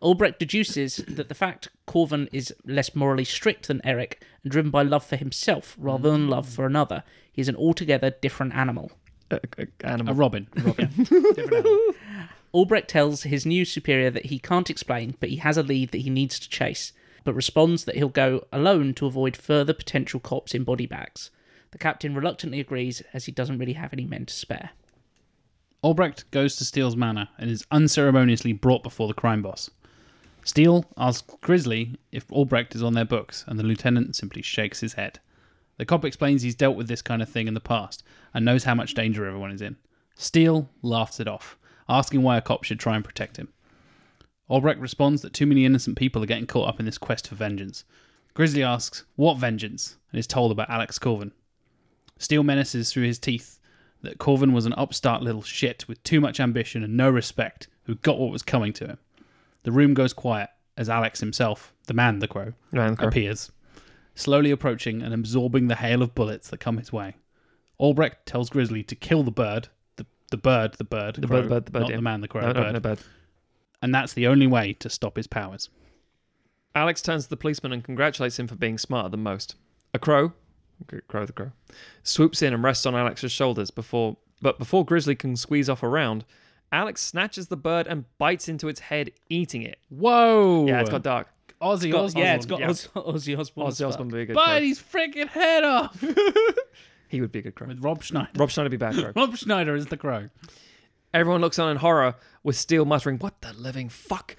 Speaker 3: Albrecht deduces that the fact Corvin is less morally strict than Eric and driven by love for himself rather than love for another, he is an altogether different animal.
Speaker 2: Uh, uh, animal.
Speaker 1: A Robin. Robin. Different animal.
Speaker 3: Albrecht tells his new superior that he can't explain, but he has a lead that he needs to chase, but responds that he'll go alone to avoid further potential cops in body bags. The captain reluctantly agrees as he doesn't really have any men to spare.
Speaker 1: Albrecht goes to Steele's manor and is unceremoniously brought before the crime boss. Steele asks Grizzly if Albrecht is on their books, and the lieutenant simply shakes his head. The cop explains he's dealt with this kind of thing in the past and knows how much danger everyone is in. Steele laughs it off, asking why a cop should try and protect him. Albrecht responds that too many innocent people are getting caught up in this quest for vengeance. Grizzly asks, What vengeance? and is told about Alex Corvin. Steele menaces through his teeth that Corvin was an upstart little shit with too much ambition and no respect who got what was coming to him. The room goes quiet as Alex himself, the man, the crow,
Speaker 2: Man, the crow.
Speaker 1: appears, slowly approaching and absorbing the hail of bullets that come his way. Albrecht tells Grizzly to kill the bird, the, the bird, the bird, the
Speaker 2: bird, bird, the bird,
Speaker 1: not
Speaker 2: yeah.
Speaker 1: the man, the crow,
Speaker 2: No, no,
Speaker 1: bird,
Speaker 2: no, bird.
Speaker 1: and that's the only way to stop his powers.
Speaker 2: Alex turns to the policeman and congratulates him for being smarter than most. A crow, C- crow the crow, swoops in and rests on Alex's shoulders before, but before Grizzly can squeeze off a round, Alex snatches the bird and bites into its head, eating it.
Speaker 1: Whoa!
Speaker 2: Yeah, it's got dark.
Speaker 1: Ozzy
Speaker 2: got-
Speaker 1: Osbourne.
Speaker 3: yeah, it's got
Speaker 2: yeah.
Speaker 3: Oz- Ozzy Osbourne. as
Speaker 2: Ozzy Osbourne
Speaker 3: fuck.
Speaker 2: would be a good
Speaker 1: bite
Speaker 2: crow.
Speaker 1: his freaking head off
Speaker 2: He would be a good crow.
Speaker 1: with Rob Schneider.
Speaker 2: Rob Schneider would be bad crow.
Speaker 1: Rob Schneider is the crow.
Speaker 2: Everyone looks on in horror, with Steele muttering, What the living fuck?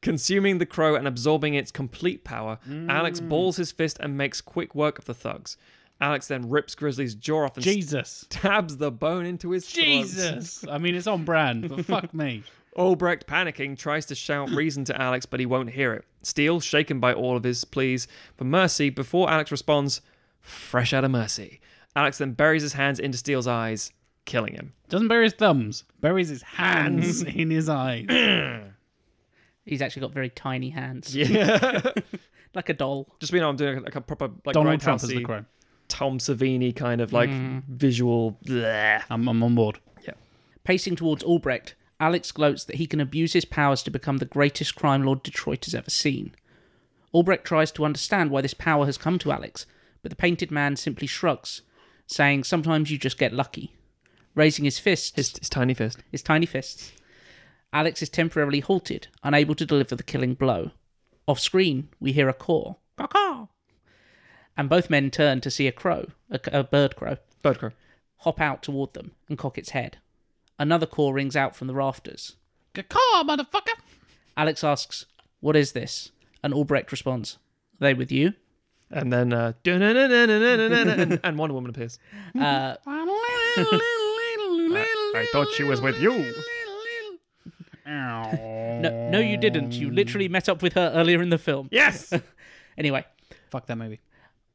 Speaker 2: Consuming the crow and absorbing its complete power, Alex
Speaker 1: Mm.
Speaker 2: balls his fist and makes quick work of the thugs. Alex then rips Grizzly's jaw off and
Speaker 1: Jesus.
Speaker 2: stabs the bone into his throat.
Speaker 1: Jesus. I mean, it's on brand, but fuck me.
Speaker 2: Albrecht, panicking, tries to shout reason to Alex, but he won't hear it. Steele, shaken by all of his pleas for mercy, before Alex responds, fresh out of mercy. Alex then buries his hands into Steele's eyes, killing him.
Speaker 1: Doesn't bury his thumbs, buries his hands in his eyes.
Speaker 3: He's actually got very tiny hands,
Speaker 2: Yeah.
Speaker 3: like a doll.
Speaker 2: Just so you know, I'm doing like a proper like
Speaker 1: Donald
Speaker 2: Roundhousey,
Speaker 1: Trump is the crow.
Speaker 2: Tom Savini kind of like visual. bleh.
Speaker 1: I'm, I'm on board.
Speaker 3: Pacing towards Albrecht, Alex gloats that he can abuse his powers to become the greatest crime lord Detroit has ever seen. Albrecht tries to understand why this power has come to Alex, but the painted man simply shrugs, saying, Sometimes you just get lucky. Raising his fists,
Speaker 2: His,
Speaker 3: his,
Speaker 2: his tiny fist.
Speaker 3: tiny fists, Alex is temporarily halted, unable to deliver the killing blow. Off screen, we hear a caw, caw, caw, and both men turn to see a crow, a, a bird crow
Speaker 2: Bird crow.
Speaker 3: hop out toward them and cock its head. Another call rings out from the rafters.
Speaker 1: Caw, motherfucker.
Speaker 3: Alex asks, What is this? And Albrecht responds, "Are They with you?
Speaker 2: And then uh, dun-dun-dun-dun-dun-dun-dun, and, and Wonder Woman appears.
Speaker 3: Uh,
Speaker 1: I
Speaker 2: you.
Speaker 3: no, no, you didn't. You literally met up with her earlier in the film.
Speaker 2: Yes.
Speaker 3: Anyway,
Speaker 1: Fuck that movie.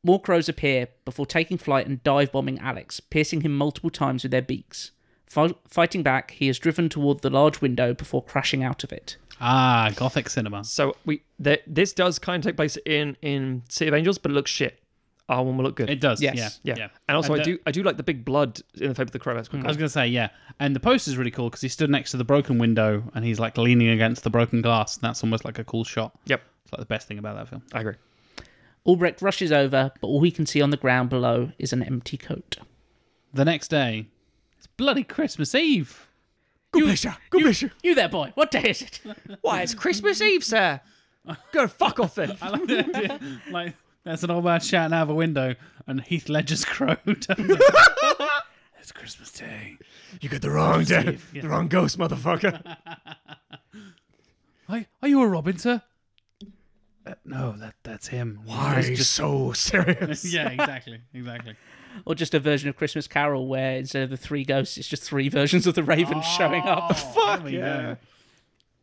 Speaker 3: more crows appear before taking flight and dive bombing Alex, piercing him multiple times with their beaks. Fi- fighting back, he is driven toward the large window before crashing out of it.
Speaker 1: Ah, gothic cinema.
Speaker 2: So we th- this does kind of take place in in City of Angels, but it looks shit. Our one will look good.
Speaker 1: It does.
Speaker 3: Yes.
Speaker 1: Yeah.
Speaker 2: yeah. and also I
Speaker 1: the-
Speaker 2: do I do like the Mm. big blood in the Fate of the Crow. That's quite
Speaker 1: I
Speaker 2: cool.
Speaker 1: was gonna say yeah, and the poster's really cool because he stood next to the broken window and he's like leaning against the broken glass, and that's almost like a cool shot.
Speaker 2: Yep,
Speaker 1: It's like the best thing about that film.
Speaker 2: I agree.
Speaker 3: Albrecht rushes over, but all he can see on the ground below is an empty coat.
Speaker 1: The next day, it's bloody Christmas Eve.
Speaker 2: Good pleasure. Good pleasure.
Speaker 3: You there, boy? What day is it?
Speaker 2: Why it's Christmas Eve, sir. Go fuck off then.
Speaker 1: I like that idea. Like that's an old man shouting out of a window, and Heath Ledger's crow. turns up. it's Christmas Day.
Speaker 2: You got the wrong day. The wrong ghost, motherfucker.
Speaker 1: Are, are you a Robin, sir? Uh, no, that that's him.
Speaker 2: Why so serious?
Speaker 1: Yeah, exactly, exactly.
Speaker 3: Or just a version of Christmas Carol where instead of the three ghosts, it's just three versions of the Raven showing up.
Speaker 1: Fuck yeah.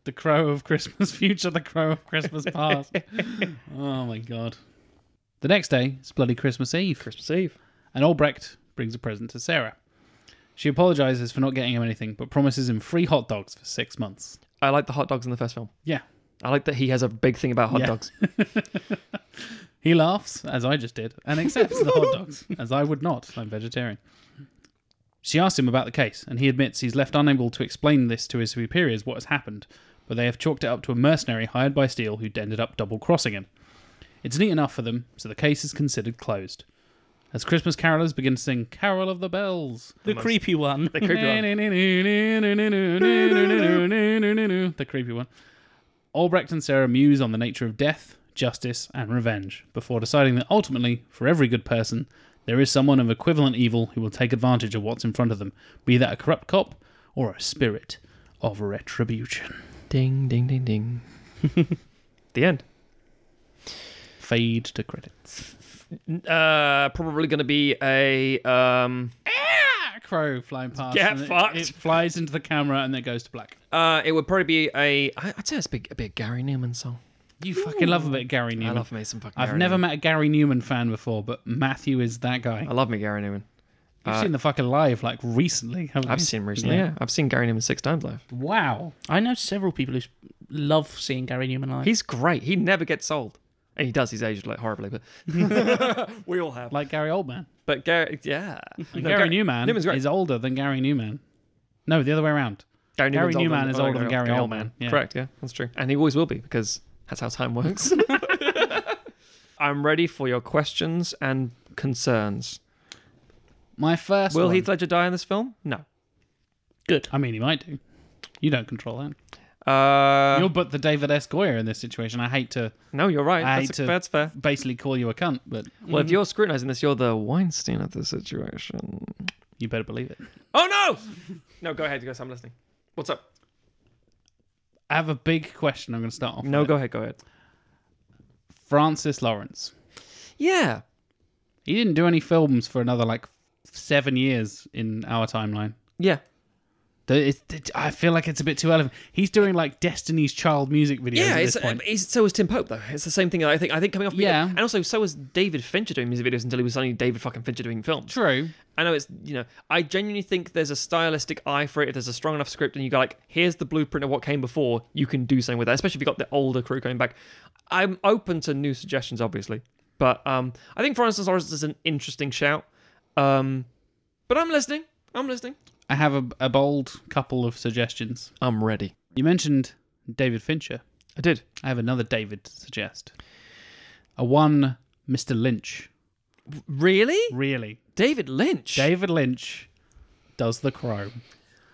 Speaker 1: The crow of Christmas future, the crow of Christmas past. oh my god. The next day, it's bloody Christmas Eve.
Speaker 2: Christmas Eve.
Speaker 1: and Albrecht brings a present to Sarah. She apologizes for not getting him anything, but promises him free hot dogs for six months.
Speaker 2: I like the hot dogs in the first film.
Speaker 1: Yeah.
Speaker 2: I like that he has a big thing about hot
Speaker 1: Yeah.
Speaker 2: dogs.
Speaker 1: He laughs, as I just did, and accepts the hot dogs, as I would not. I'm vegetarian. She asks him about the case, and he admits he's left unable to explain this to his superiors what has happened, but they have chalked it up to a mercenary hired by Steele who'd ended up double crossing him. It's neat enough for them, so the case is considered closed. as Christmas carolers begin to sing Carol of the Bells.
Speaker 3: The creepy one.
Speaker 2: The creepy one.
Speaker 1: The creepy one. Albrecht and Sarah muse on the nature of death, justice, and revenge before deciding that ultimately, for every good person, there is someone of equivalent evil who will take advantage of what's in front of them, be that a corrupt cop or a spirit of retribution.
Speaker 2: Ding, ding, ding, ding. the end.
Speaker 1: Fade to credits.
Speaker 2: Uh, probably going to be a um.
Speaker 1: Ah, crow flying past.
Speaker 2: Get
Speaker 1: and it-
Speaker 2: fucked.
Speaker 1: It, flies into the camera and then goes to black.
Speaker 2: Uh, it would probably be a. I, I'd say it's a big, a big Gary Newman song.
Speaker 1: You fucking love a bit of Gary Newman.
Speaker 2: I love me some fucking.
Speaker 1: I've
Speaker 2: Gary
Speaker 1: never
Speaker 2: Newman.
Speaker 1: met a Gary Newman fan before, but Matthew is that guy.
Speaker 2: I love me Gary Newman.
Speaker 1: You've
Speaker 2: uh,
Speaker 1: seen the fucking live like recently, haven't
Speaker 2: I've
Speaker 1: you?
Speaker 2: seen him recently.
Speaker 1: Yeah.
Speaker 2: Yeah. I've seen Gary Newman six times live.
Speaker 1: Wow.
Speaker 3: I know several people who s- love seeing Gary Newman live.
Speaker 2: He's great. He never gets old. And he does. He's aged like horribly, but we all have.
Speaker 1: Like Gary Oldman.
Speaker 2: But Gary, yeah, No,
Speaker 1: Gary, Newman
Speaker 2: Newman's great.
Speaker 1: is older than Gary Newman. No, the other way around.
Speaker 2: Gary, Newman's
Speaker 1: Newman
Speaker 2: older
Speaker 1: is
Speaker 2: than-
Speaker 1: older than Gary Oldman, yeah.
Speaker 2: Correct. Yeah, that's true. And he always will be because that's how time works. I'm ready for your questions and concerns.
Speaker 1: My first
Speaker 2: will
Speaker 1: one-
Speaker 2: Heath Ledger die in this film? No.
Speaker 3: good.
Speaker 1: I mean, he might do. You don't control that.
Speaker 2: Uh,
Speaker 1: You're but the David S. Goyer in this situation. I hate to
Speaker 2: no, you're right.
Speaker 1: I Mm-hmm.
Speaker 2: That's,
Speaker 1: hate to-
Speaker 2: that's fair.
Speaker 1: basically call you a cunt, but
Speaker 2: Well, if you're scrutinizing this, you're the Weinstein of the situation.
Speaker 1: you better believe it.
Speaker 2: Oh no! No, go ahead, guys. I'm listening. What's up?
Speaker 1: I have a big question I'm going to start off
Speaker 2: No,
Speaker 1: with.
Speaker 2: go ahead, go ahead.
Speaker 1: Francis Lawrence.
Speaker 2: Yeah.
Speaker 1: He didn't do any films for another like seven years in our timeline.
Speaker 2: Yeah.
Speaker 1: The- it's- it- I feel like it's a bit too early. He's doing like Destiny's Child music videos
Speaker 2: Yeah,
Speaker 1: at
Speaker 2: it's,
Speaker 1: this
Speaker 2: uh,
Speaker 1: point.
Speaker 2: it's, so was Tim Pope though. It's the same thing. I think. I think coming off.
Speaker 1: Yeah.
Speaker 2: and also so was David Fincher doing music videos until he was suddenly David fucking Fincher doing films.
Speaker 1: True.
Speaker 2: I know it's you know. I genuinely think there's a stylistic eye for it. If there's a strong enough script and you go like, here's the blueprint of what came before, you can do something with that. Especially if you have got the older crew coming back. I'm open to new suggestions, obviously, but um, I think Francis Lawrence is an interesting shout. Um, but I'm listening. I'm listening.
Speaker 1: I have a, a bold couple of suggestions.
Speaker 2: I'm ready.
Speaker 1: You mentioned David Fincher.
Speaker 2: I did.
Speaker 1: I have another David to suggest. A one, Mr. Lynch.
Speaker 2: Really?
Speaker 1: Really,
Speaker 2: David Lynch.
Speaker 1: David Lynch does The Crow.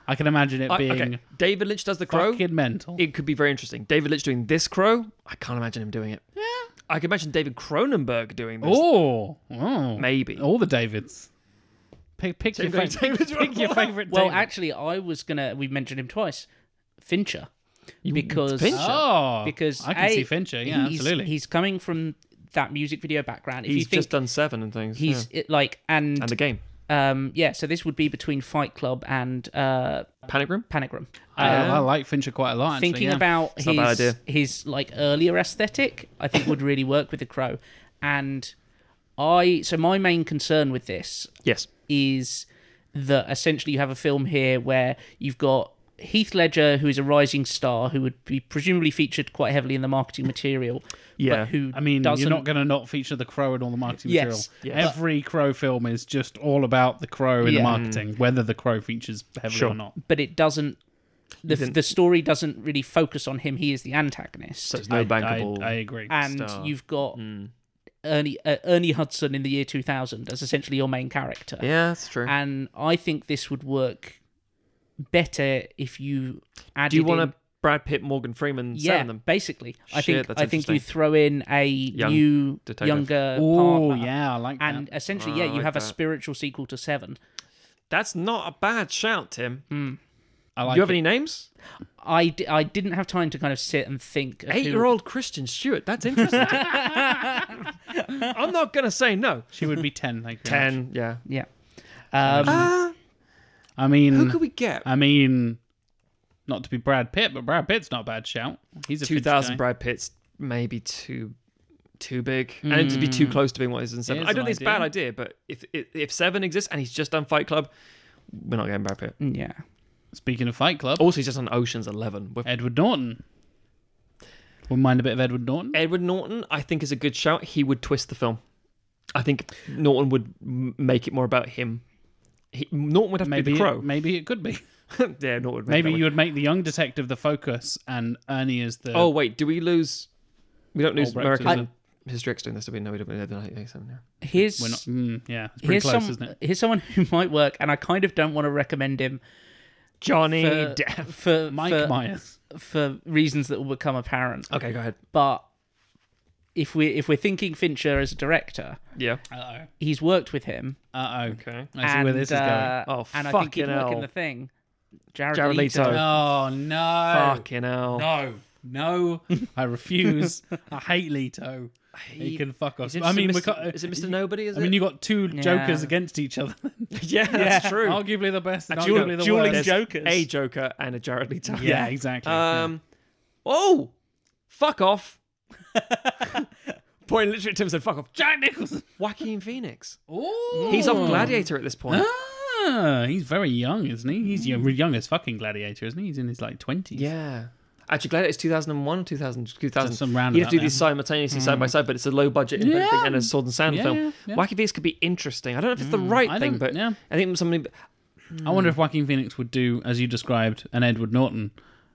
Speaker 1: I can imagine it
Speaker 2: I-
Speaker 1: being
Speaker 2: okay. David Lynch does the crow.
Speaker 1: fucking mental.
Speaker 2: it could be very interesting. David Lynch doing this crow, I can't imagine him doing it. Yeah. I could imagine David Cronenberg doing this.
Speaker 1: oh, oh,
Speaker 2: Maybe.
Speaker 1: all the Davids. Pick, pick your
Speaker 2: David-
Speaker 1: favorite.
Speaker 2: David-
Speaker 1: Pick your favorite.
Speaker 3: Well,
Speaker 1: David.
Speaker 3: actually, I was gonna. We've mentioned him twice, Fincher, because
Speaker 2: Fincher?
Speaker 1: Oh,
Speaker 3: because
Speaker 1: I can
Speaker 3: A,
Speaker 1: see Fincher. Yeah,
Speaker 3: he's-
Speaker 1: absolutely.
Speaker 3: He's coming from that music video background. If
Speaker 2: He's
Speaker 3: you think
Speaker 2: just done seven and things.
Speaker 3: he's
Speaker 2: yeah.
Speaker 3: it, like, and,
Speaker 2: and the game.
Speaker 3: um, yeah. So this would be between Fight Club and uh,
Speaker 2: Panic Room?
Speaker 3: Panic Room.
Speaker 1: I, I
Speaker 2: um,
Speaker 1: like Fincher quite a lot. Actually,
Speaker 3: thinking
Speaker 1: yeah.
Speaker 3: about
Speaker 2: not a bad
Speaker 3: his
Speaker 2: idea.
Speaker 3: his like earlier aesthetic, I think would really work with the crow. And I so my main concern with this
Speaker 2: Yes.
Speaker 3: is that essentially you have a film here where you've got Heath Ledger, who is a rising star, who would be presumably featured quite heavily in the marketing material.
Speaker 2: Yeah.
Speaker 3: but who
Speaker 1: I mean,
Speaker 3: doesn't
Speaker 1: you're not going to not feature the crow in all the marketing
Speaker 3: Yes,
Speaker 1: material.
Speaker 2: yes.
Speaker 1: Every crow film is just all about the crow in
Speaker 3: Yeah.
Speaker 1: the marketing, whether the crow features heavily
Speaker 2: Mm. Sure.
Speaker 1: or not.
Speaker 3: but it doesn't. The,
Speaker 2: didn't-
Speaker 3: the story doesn't really focus on him. He is the antagonist.
Speaker 2: So it's no
Speaker 1: I,
Speaker 2: bankable.
Speaker 1: I, I agree.
Speaker 3: and
Speaker 2: Star. Hmm.
Speaker 3: you've got Ernie uh, Ernie Hudson in the year 2000 as essentially your main character.
Speaker 2: yeah, that's true.
Speaker 3: And I think this would work better if you added
Speaker 2: Do you want
Speaker 3: in-
Speaker 2: to Brad Pitt, Morgan Freeman,
Speaker 3: yeah,
Speaker 2: seven them?
Speaker 3: basically. I
Speaker 2: Shit,
Speaker 3: think
Speaker 2: that's
Speaker 3: I think
Speaker 2: interesting.
Speaker 3: you throw in a
Speaker 2: Young
Speaker 3: new
Speaker 2: detective.
Speaker 3: younger
Speaker 1: Oh,
Speaker 3: partner,
Speaker 1: yeah, I like that.
Speaker 3: and essentially,
Speaker 2: Oh,
Speaker 3: yeah,
Speaker 2: I
Speaker 3: you
Speaker 2: like
Speaker 3: have a
Speaker 2: that.
Speaker 3: spiritual sequel to Seven.
Speaker 2: That's not a bad shout, Tim.
Speaker 1: I like
Speaker 2: you have
Speaker 1: it.
Speaker 2: any names?
Speaker 3: I, d- I didn't have time to kind of sit and think. Of who-
Speaker 2: Eight year old Christian Stewart. That's interesting. I'm not going to say no.
Speaker 1: She would be 10. Like
Speaker 2: Ten, yeah.
Speaker 3: Yeah. Um,
Speaker 2: Uh,
Speaker 1: I mean,
Speaker 2: who could we get?
Speaker 1: I mean, not to be Brad Pitt, but Brad Pitt's not a bad shout. He's a
Speaker 2: two thousand
Speaker 1: Brad.
Speaker 2: Brad Pitt's maybe too too big, and it'd be too close to being what is in seven.
Speaker 1: Here's
Speaker 2: I don't
Speaker 1: an
Speaker 2: think it's a bad idea, but if if- if seven exists and he's just done Fight Club, we're not getting Brad Pitt.
Speaker 3: Um, yeah.
Speaker 1: Speaking of Fight Club,
Speaker 2: Also, he's just on Ocean's Eleven with
Speaker 1: Edward Norton. Wouldn't mind a bit of Edward Norton.
Speaker 2: Edward Norton. I think is a good shout. He would twist the film. I think Norton would m- make it more about him. He, Norton would have to
Speaker 1: maybe
Speaker 2: be the
Speaker 1: It,
Speaker 2: crow.
Speaker 1: maybe it could be.
Speaker 2: yeah, Norton. Would make
Speaker 1: Maybe
Speaker 2: that
Speaker 1: you would make the young detective the focus and Ernie is the.
Speaker 2: one. Oh wait, do we lose? We don't lose
Speaker 1: Albrecht,
Speaker 2: American.
Speaker 1: isn't it?
Speaker 2: History X doing this. There'll be no EW87 now.
Speaker 3: Here's
Speaker 1: We're not. Mm, yeah, it's pretty
Speaker 3: here's
Speaker 1: close,
Speaker 3: some
Speaker 1: isn't it?
Speaker 3: here's someone who might work, and I kind of don't want to recommend him
Speaker 2: Johnny
Speaker 3: for
Speaker 2: Depp.
Speaker 3: for
Speaker 1: Mike
Speaker 3: for,
Speaker 1: Myers.
Speaker 3: for reasons that will become apparent.
Speaker 2: Okay, go ahead.
Speaker 3: But if we if we're thinking Fincher as a director,
Speaker 2: Yeah.
Speaker 1: Uh
Speaker 3: he's worked with him,
Speaker 1: oh. Uh oh.
Speaker 2: Okay.
Speaker 1: I see
Speaker 3: and,
Speaker 1: where this is going.
Speaker 3: uh,
Speaker 2: Oh,
Speaker 3: and I think he'd
Speaker 2: fucking
Speaker 3: work
Speaker 2: hell.
Speaker 3: in the thing. Jared,
Speaker 2: Jared
Speaker 3: Leto.
Speaker 2: Leto.
Speaker 1: Oh no!
Speaker 2: Fucking hell.
Speaker 1: No, no, I refuse. I hate Leto. He,
Speaker 2: He-
Speaker 1: can fuck off.
Speaker 2: Is it
Speaker 1: I
Speaker 2: Mr.
Speaker 1: mean, we
Speaker 2: Mr.
Speaker 1: can't-
Speaker 2: is it Mr. Nobody? Is
Speaker 1: I mean,
Speaker 2: it?
Speaker 1: you got two
Speaker 3: Yeah.
Speaker 1: jokers against each other.
Speaker 2: yeah, that's true.
Speaker 1: Arguably the best, and
Speaker 2: Duel-
Speaker 1: arguably the
Speaker 3: dueling
Speaker 1: worst.
Speaker 2: There's
Speaker 3: Jokers.
Speaker 2: A Joker and a Jared Leto.
Speaker 1: Yeah, exactly.
Speaker 2: Um. Oh, fuck off. Point literally, Tim said, "Fuck off."
Speaker 1: yeah. Jack Nicholson. Oh.
Speaker 2: Joaquin Phoenix.
Speaker 1: Ooh.
Speaker 2: He's off Gladiator at this point.
Speaker 1: Ah, he's very young, isn't he? He's
Speaker 2: Mm.
Speaker 1: young, young as fucking Gladiator, isn't he? He's in his like twenties.
Speaker 2: Yeah. Actually, Gladiator's 2001, 2000, 2000.
Speaker 1: Just some round
Speaker 2: you have to do
Speaker 1: about Mm-hmm.
Speaker 2: these simultaneously side by side, but it's a low budget
Speaker 1: Yeah.
Speaker 2: thing and a sword and sand
Speaker 1: Yeah,
Speaker 2: film.
Speaker 1: yeah, yeah.
Speaker 2: Wacky Phoenix could be interesting. I don't know if it's the right
Speaker 1: I
Speaker 2: thing,
Speaker 1: don't-
Speaker 2: but
Speaker 1: yeah.
Speaker 2: I think somebody
Speaker 1: I wonder if Joaquin Phoenix would do, as you described, an Edward Norton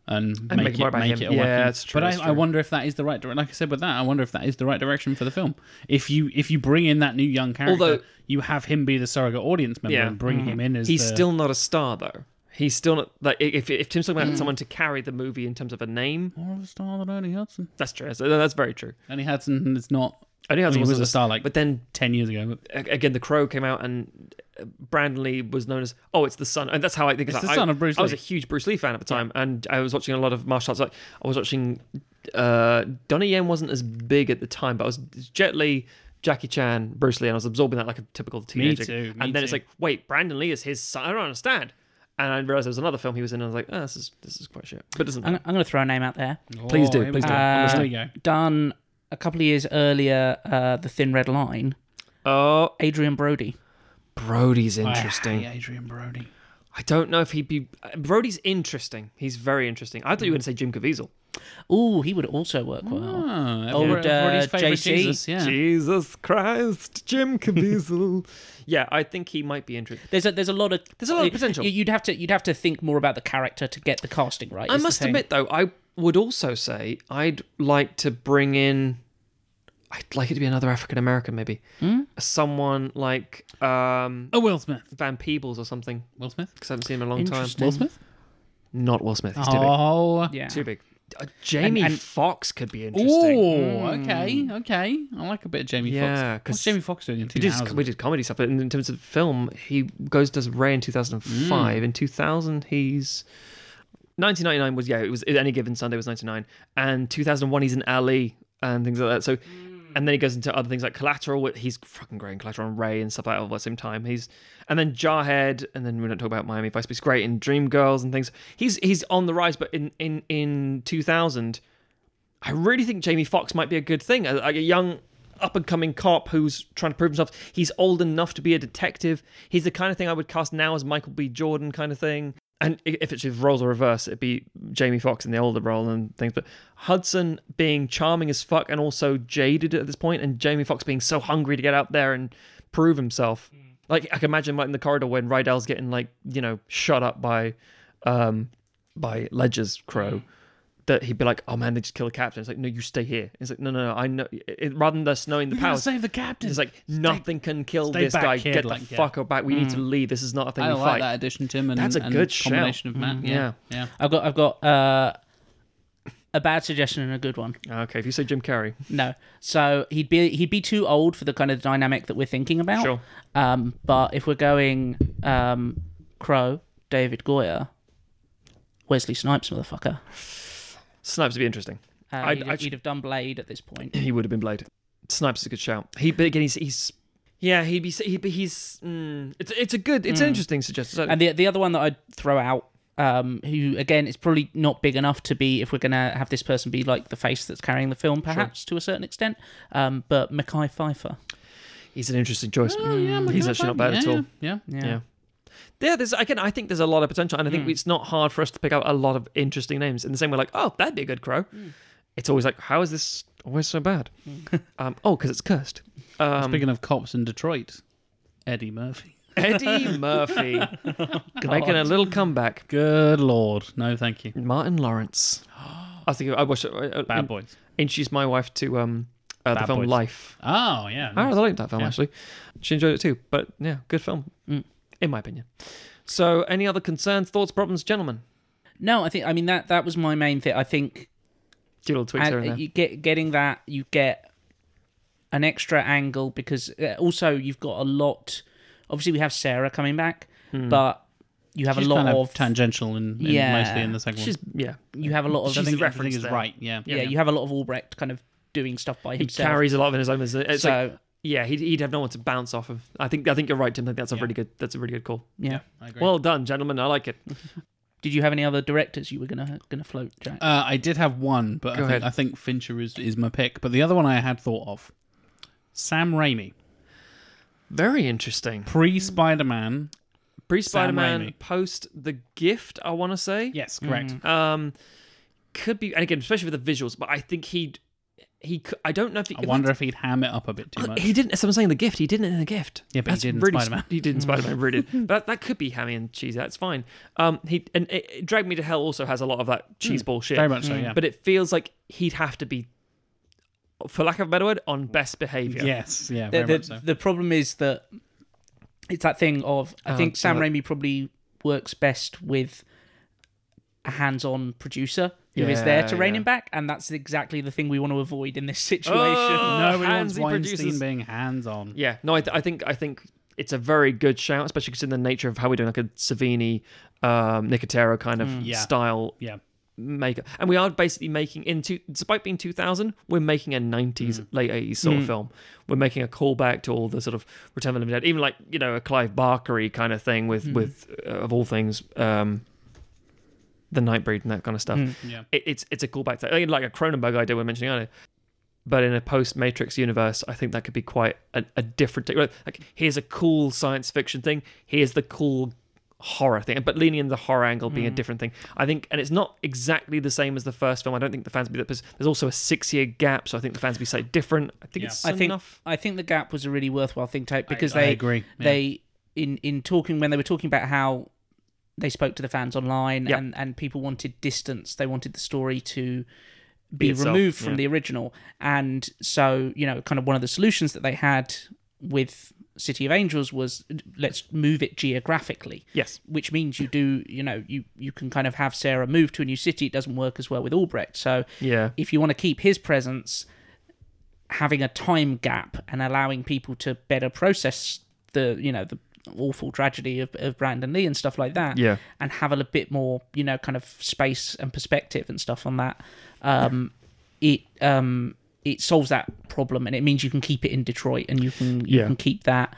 Speaker 1: and,
Speaker 2: make it more about him.
Speaker 1: a
Speaker 2: Yeah,
Speaker 1: Joaquin.
Speaker 2: that's true,
Speaker 1: But
Speaker 2: that's
Speaker 1: I, I
Speaker 2: true.
Speaker 1: wonder if that is the right direction. Like I said with that, I wonder if that is the right direction for the film. If you if you bring in that new young character,
Speaker 2: Although-
Speaker 1: you have him be the surrogate audience member
Speaker 2: Yeah.
Speaker 1: and bring him in as
Speaker 2: he's
Speaker 1: the-
Speaker 2: still not a star though. He's still not like if if Tim's talking about
Speaker 1: Mm.
Speaker 2: someone to carry the movie in terms of a name,
Speaker 1: more of a "Oh, star than Ernie Hudson.
Speaker 2: that's true. That's, that's very true.
Speaker 1: Ernie Hudson is not
Speaker 2: I think
Speaker 1: I
Speaker 2: that's
Speaker 1: mean, he
Speaker 2: also
Speaker 1: was a
Speaker 2: the-
Speaker 1: star like
Speaker 2: But then
Speaker 1: ten years ago. But
Speaker 2: a- again, The Crow came out and uh, Brandon Lee was known as oh, it's the son, and that's how I think
Speaker 1: It's
Speaker 2: like,
Speaker 1: the
Speaker 2: I-
Speaker 1: son of Bruce
Speaker 2: I was
Speaker 1: Lee.
Speaker 2: a huge Bruce Lee fan at the time, and I was watching a lot of martial arts. Like I was watching uh, Donnie Yen wasn't as big at the time, but I was Jet Li. Jackie Chan, Bruce Lee, and I was absorbing that like a typical teenager.
Speaker 1: too, me
Speaker 2: and then it's
Speaker 1: too.
Speaker 2: like, wait, Brandon Lee is his son. I don't understand. And I realized there was another film he was in, and I was like, oh, this is this is quite shit. But it doesn't
Speaker 3: I'm,
Speaker 2: matter.
Speaker 3: I'm going to throw a name out there.
Speaker 2: Please
Speaker 1: Oh,
Speaker 2: do,
Speaker 1: here we
Speaker 2: please
Speaker 1: go.
Speaker 2: do.
Speaker 3: I'm
Speaker 1: Uh,
Speaker 3: listening.
Speaker 1: there you go.
Speaker 3: Done a couple of years earlier, uh, the Thin Red Line.
Speaker 2: Oh,
Speaker 3: Adrian Brody.
Speaker 2: Brody's
Speaker 1: I hate
Speaker 2: interesting.
Speaker 1: Adrian Brody.
Speaker 2: I don't know if he'd be. Brody's interesting. He's very interesting. I thought you were going to say Jim Caviezel.
Speaker 3: Ooh, he would also work well.
Speaker 2: Ah.
Speaker 1: Oh,
Speaker 3: Old,
Speaker 1: Everybody- everybody's
Speaker 3: uh,
Speaker 1: favourite
Speaker 3: JC.
Speaker 1: Jesus, yeah.
Speaker 2: Jesus Christ, Jim Caviezel. yeah, I think he might be interesting.
Speaker 3: There's a there's a lot of
Speaker 2: There's a lot of potential.
Speaker 3: You- You'd have to you'd have to think more about the character to get the casting right.
Speaker 2: I
Speaker 3: is the
Speaker 2: must
Speaker 3: thing.
Speaker 2: admit, though, I would also say I'd like to bring in. I'd like it to be another African American, maybe someone like um,
Speaker 1: Oh, Will Smith.
Speaker 2: Van Peebles or something,
Speaker 1: Will Smith.
Speaker 2: because I haven't seen him in a long time.
Speaker 3: Interesting.
Speaker 1: Will Smith.
Speaker 2: Not Will Smith. He's too big.
Speaker 1: Oh,
Speaker 3: yeah.
Speaker 2: Too big. Uh, Jamie
Speaker 3: and-
Speaker 2: Fox could be interesting. Hmm.
Speaker 1: Oh, okay, okay. I like a bit of Jamie
Speaker 2: Yeah,
Speaker 1: Fox.
Speaker 2: 'cause
Speaker 1: What's Jamie Fox doing in
Speaker 2: We did,
Speaker 1: 2000?
Speaker 2: we did comedy stuff, but in, in terms of film, he goes does Ray in 2005. In 2000, he's 1999 was yeah, it was any given Sunday was 99, and 2001 he's in Ali and things like that. So, and then he goes into other things like Collateral. where He's fucking great in Collateral and Ray and stuff like that all at the same time. He's and then Jarhead, and then we don't talk about Miami Vice, but he's great in Dreamgirls and things. He's he's on the rise, but in in in 2000. I really think Jamie Foxx might be a good thing. A- Like a young up and coming cop who's trying to prove himself. He's old enough to be a detective. He's the kind of thing I would cast now as Michael B. Jordan kind of thing. And i- if it's if roles are reverse, it'd be Jamie Foxx in the older role and things. But Hudson being charming as fuck and also jaded at this point, and Jamie Foxx being so hungry to get out there and prove himself. Like I can imagine, like in the corridor when Rydell's getting like you know shut up by, um, by Ledger's crow that he'd be like, "Oh man, they just killed the captain." It's like, "No, you stay here." It's like, "No, no, no I know." It, rather than us knowing the
Speaker 1: We gotta
Speaker 2: powers,
Speaker 1: save the captain.
Speaker 2: it's like nothing can kill
Speaker 1: stay
Speaker 2: this
Speaker 1: back,
Speaker 2: guy.
Speaker 1: kid,
Speaker 2: Get the
Speaker 1: like, yeah. Mm.
Speaker 2: fuck up back. We need to leave. This is not a thing
Speaker 1: I
Speaker 2: we
Speaker 1: like
Speaker 2: fight.
Speaker 1: that addition, Tim. And,
Speaker 2: That's a
Speaker 1: and
Speaker 2: good Mm,
Speaker 1: combination of Matt. Yeah, yeah.
Speaker 3: I've got I've got uh, a bad suggestion and a good one.
Speaker 2: Ah, Okay, if you say Jim Carrey,
Speaker 3: No, so he'd be he'd be too old for the kind of dynamic that we're thinking about.
Speaker 2: Sure.
Speaker 3: Um, but if we're going um, Crow, David Goyer, Wesley Snipes, motherfucker,
Speaker 2: Snipes would be interesting.
Speaker 3: uh,
Speaker 2: I'd-
Speaker 3: he'd,
Speaker 2: I'd-
Speaker 3: he'd have done Blade at this point.
Speaker 2: He would have been Blade. Snipes is a good shout. He, but again, he's, he's yeah, he'd be he'd be he's. Mm, it's it's a good, it's an interesting suggestion.
Speaker 3: And the the other one that I'd throw out, um, who again is probably not big enough to be if we're gonna have this person be like the face that's carrying the film, perhaps to a certain extent. Um, but Mackay Pfeiffer.
Speaker 2: he's an interesting choice.
Speaker 1: Oh, yeah, I'm a
Speaker 2: he's
Speaker 1: good
Speaker 2: actually not
Speaker 1: fan.
Speaker 2: bad at
Speaker 1: Yeah,
Speaker 2: all.
Speaker 1: Yeah, yeah.
Speaker 2: Yeah. Yeah, there's again. I think there's a lot of potential, and I
Speaker 1: Hmm.
Speaker 2: think it's not hard for us to pick out a lot of interesting names. In the same way, like, oh, that'd be a good crow.
Speaker 1: Hmm.
Speaker 2: It's always like, how is this always so bad? um, oh, because it's cursed. Um,
Speaker 1: Speaking of cops in Detroit, Eddie Murphy.
Speaker 2: Eddie Murphy
Speaker 1: Oh,
Speaker 2: making a little comeback.
Speaker 1: Good lord, no, thank you.
Speaker 2: Martin Lawrence. I think I watched uh, it. I, I,
Speaker 1: Bad boys.
Speaker 2: introduced my wife to um, uh, the
Speaker 1: Bad
Speaker 2: film
Speaker 1: Boys.
Speaker 2: Life.
Speaker 1: Oh yeah.
Speaker 2: I
Speaker 1: nice.
Speaker 2: really liked that film
Speaker 1: Yeah. Hmm.
Speaker 2: actually. She enjoyed it too, but yeah, good film
Speaker 3: Mm.
Speaker 2: in my opinion. So, any other concerns, thoughts, problems, gentlemen?
Speaker 3: No, I think I mean that that was my main thing. I think
Speaker 2: Do little tweaks here
Speaker 3: and
Speaker 1: uh,
Speaker 2: and there.
Speaker 3: you get getting that you get an extra angle because uh, also you've got a lot. Obviously, we have Sarah coming back, but you have
Speaker 1: She's
Speaker 3: a lot
Speaker 1: kind of,
Speaker 3: of
Speaker 1: tangential and
Speaker 3: Yeah.
Speaker 1: mostly in the second
Speaker 2: She's yeah,
Speaker 3: you have a lot of
Speaker 1: one. I think
Speaker 2: referenced
Speaker 1: everything is
Speaker 2: there.
Speaker 1: right. Yeah.
Speaker 3: yeah, you have a lot of Albrecht kind of doing stuff by
Speaker 2: he
Speaker 3: himself.
Speaker 2: carries a lot of it as own. It's
Speaker 3: so
Speaker 2: like yeah, he'd, he'd have no one to bounce off of. I think I think you're right, Tim. I think that's a
Speaker 1: Yeah.
Speaker 2: really good that's a really good call.
Speaker 3: yeah.
Speaker 1: I agree.
Speaker 2: Well done, gentlemen. I like it.
Speaker 3: Did you have any other directors you were gonna gonna float, Jack?
Speaker 1: Uh, I did have one, but I
Speaker 2: Go
Speaker 1: think,
Speaker 2: ahead.
Speaker 1: I think Fincher is, is my pick. But the other one I had thought of Sam Raimi,
Speaker 2: Very interesting.
Speaker 1: pre Spider Man.
Speaker 2: Pre
Speaker 1: Sam
Speaker 2: Spider Man,
Speaker 1: Raimi.
Speaker 2: post The Gift. I want to say.
Speaker 1: Yes, correct.
Speaker 2: Um, could be, and again, especially with the visuals. But I think he he. cou- I don't know if he. Oh,
Speaker 1: I wonder if he'd ham it up a bit too much.
Speaker 2: Uh, He didn't. As I'm saying, the gift. He didn't in the gift.
Speaker 1: Yeah, but he did in
Speaker 2: really,
Speaker 1: Spider-Man.
Speaker 2: He did in Spider Man. Really did. But that could be hammy and cheesy. That's fine. Um, he and it, it- Drag Me to Hell also has a lot of that cheese bullshit.
Speaker 1: Hmm. Very much so, yeah.
Speaker 2: But it feels like he'd have to be, for lack of a better word, on best behavior.
Speaker 1: Yes, yeah,
Speaker 3: the,
Speaker 1: very
Speaker 3: the,
Speaker 1: much so.
Speaker 3: the problem is that it's that thing of I
Speaker 2: Oh,
Speaker 3: think
Speaker 2: so
Speaker 3: Sam
Speaker 2: that-
Speaker 3: Raimi probably works best with a hands-on producer who is there to
Speaker 2: Yeah,
Speaker 3: rein
Speaker 2: yeah.
Speaker 3: him back, and that's exactly the thing we want to avoid in this situation.
Speaker 2: Oh!
Speaker 1: No, we want
Speaker 2: handsy
Speaker 1: Weinstein
Speaker 2: producers.
Speaker 1: being hands on.
Speaker 2: Yeah, no, I, th- I think I think it's a very good shout, especially considering the nature of how we're doing like a Savini, um, Nicotero kind of
Speaker 1: Mm. Yeah.
Speaker 2: style
Speaker 1: Yeah.
Speaker 2: maker, and we are basically making into despite being two thousand, we're making a nineties
Speaker 1: Mm.
Speaker 2: late eighties sort of film. We're making a callback to all the sort of Return of the Living Dead, even like you know a Clive Barkery kind of thing
Speaker 1: Mm.
Speaker 2: with with uh, of all things. Um, the Nightbreed and that kind of stuff.
Speaker 1: Yeah.
Speaker 2: It, it's it's a callback to like a Cronenberg idea we were mentioning earlier but in a post Matrix universe, I think that could be quite a, a different. take. Like, here's a cool science fiction thing. Here's the cool horror thing, but leaning in the horror angle being a
Speaker 3: Hmm.
Speaker 2: different thing. I think, and it's not exactly the same as the first film. I don't think the fans would be that. There's also a six year gap, so I think the fans would be slightly different. I think
Speaker 1: Yeah.
Speaker 2: it's
Speaker 3: I think
Speaker 2: enough.
Speaker 3: I think the gap was a really worthwhile thing to take because
Speaker 1: I
Speaker 3: they
Speaker 1: agree, yeah.
Speaker 3: They in in talking when they were talking about how they spoke to the fans online
Speaker 2: Yeah.
Speaker 3: and and people wanted distance. They wanted the story to be,
Speaker 2: Be itself,
Speaker 3: removed from
Speaker 2: yeah.
Speaker 3: the original, and so you know, kind of one of the solutions that they had with City of Angels was let's move it geographically
Speaker 2: Yes.
Speaker 3: which means you do you know you you can kind of have sarah move to a new city it doesn't work as well with albrecht so
Speaker 2: Yeah.
Speaker 3: if you want to keep his presence having a time gap and allowing people to better process the you know the awful tragedy of, of brandon lee and stuff like that
Speaker 2: Yeah.
Speaker 3: and have a little bit more you know kind of space and perspective and stuff on that um it um it solves that problem and it means you can keep it in detroit and you can you
Speaker 2: Yeah.
Speaker 3: can keep that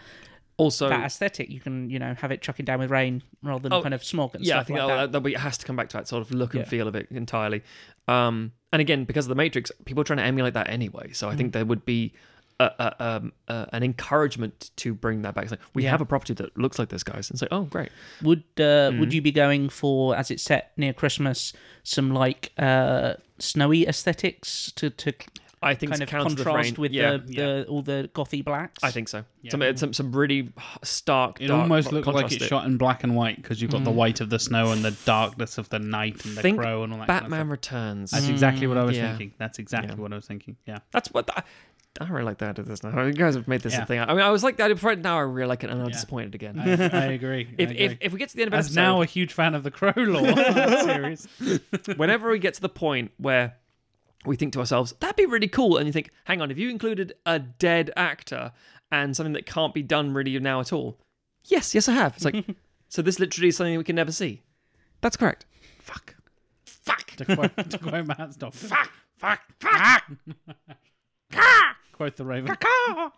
Speaker 2: Also,
Speaker 3: that aesthetic. You can, you know, have it chucking down with rain rather than
Speaker 2: Oh,
Speaker 3: kind of smog and
Speaker 2: yeah, I
Speaker 3: stuff
Speaker 2: think
Speaker 3: like
Speaker 2: that'll,
Speaker 3: that.
Speaker 2: that'll be, it has to come back to that sort of look and
Speaker 3: Yeah.
Speaker 2: feel of it entirely. Um, and again, because of the Matrix, people are trying to emulate that anyway. So I
Speaker 1: Mm.
Speaker 2: think there would be a, a, um, a, an encouragement to bring that back. It's like, we have a property that looks like this, guys, and say, oh, great.
Speaker 3: Would uh,
Speaker 2: Hmm.
Speaker 3: would you be going for as it's set near Christmas, some like uh, snowy aesthetics to to
Speaker 2: I think
Speaker 3: kind
Speaker 2: to
Speaker 3: of
Speaker 2: counter the
Speaker 3: contrast
Speaker 2: frame-
Speaker 3: with
Speaker 2: yeah,
Speaker 3: the, the all the gothy blacks?
Speaker 2: I think so. Some, some some really stark.
Speaker 1: It
Speaker 2: dark
Speaker 1: almost
Speaker 2: ro-
Speaker 1: looked like
Speaker 2: contrast Mm.
Speaker 1: it's shot in black and white because you've got the white of the snow and the darkness of the night and the
Speaker 2: Think
Speaker 1: crow and all that. kind of
Speaker 2: Batman
Speaker 1: stuff.
Speaker 2: Returns.
Speaker 1: That's exactly what I was
Speaker 2: yeah.
Speaker 1: thinking. That's exactly what I was thinking. Yeah.
Speaker 2: That's what I, I really like that. This now you guys have made this
Speaker 1: Yeah.
Speaker 2: a thing. I mean, I was like that before. Now I really like it, and I'm disappointed again.
Speaker 1: I, I agree.
Speaker 2: if,
Speaker 1: I agree.
Speaker 2: if if we get to the end of an
Speaker 1: As
Speaker 2: episode,
Speaker 1: now a huge fan of the Crow Law that series.
Speaker 2: whenever we get to the point where we think to ourselves, that'd be really cool, and you think, hang on, if you included a dead actor and something that can't be done really now at all, yes, yes, I have. It's like, so this literally is something we can never see. That's correct. Fuck. Fuck.
Speaker 1: to quote, to quote Matt Stoff. Fuck! Fuck!
Speaker 2: Fuck.
Speaker 1: Quote the Raven.
Speaker 2: Caw.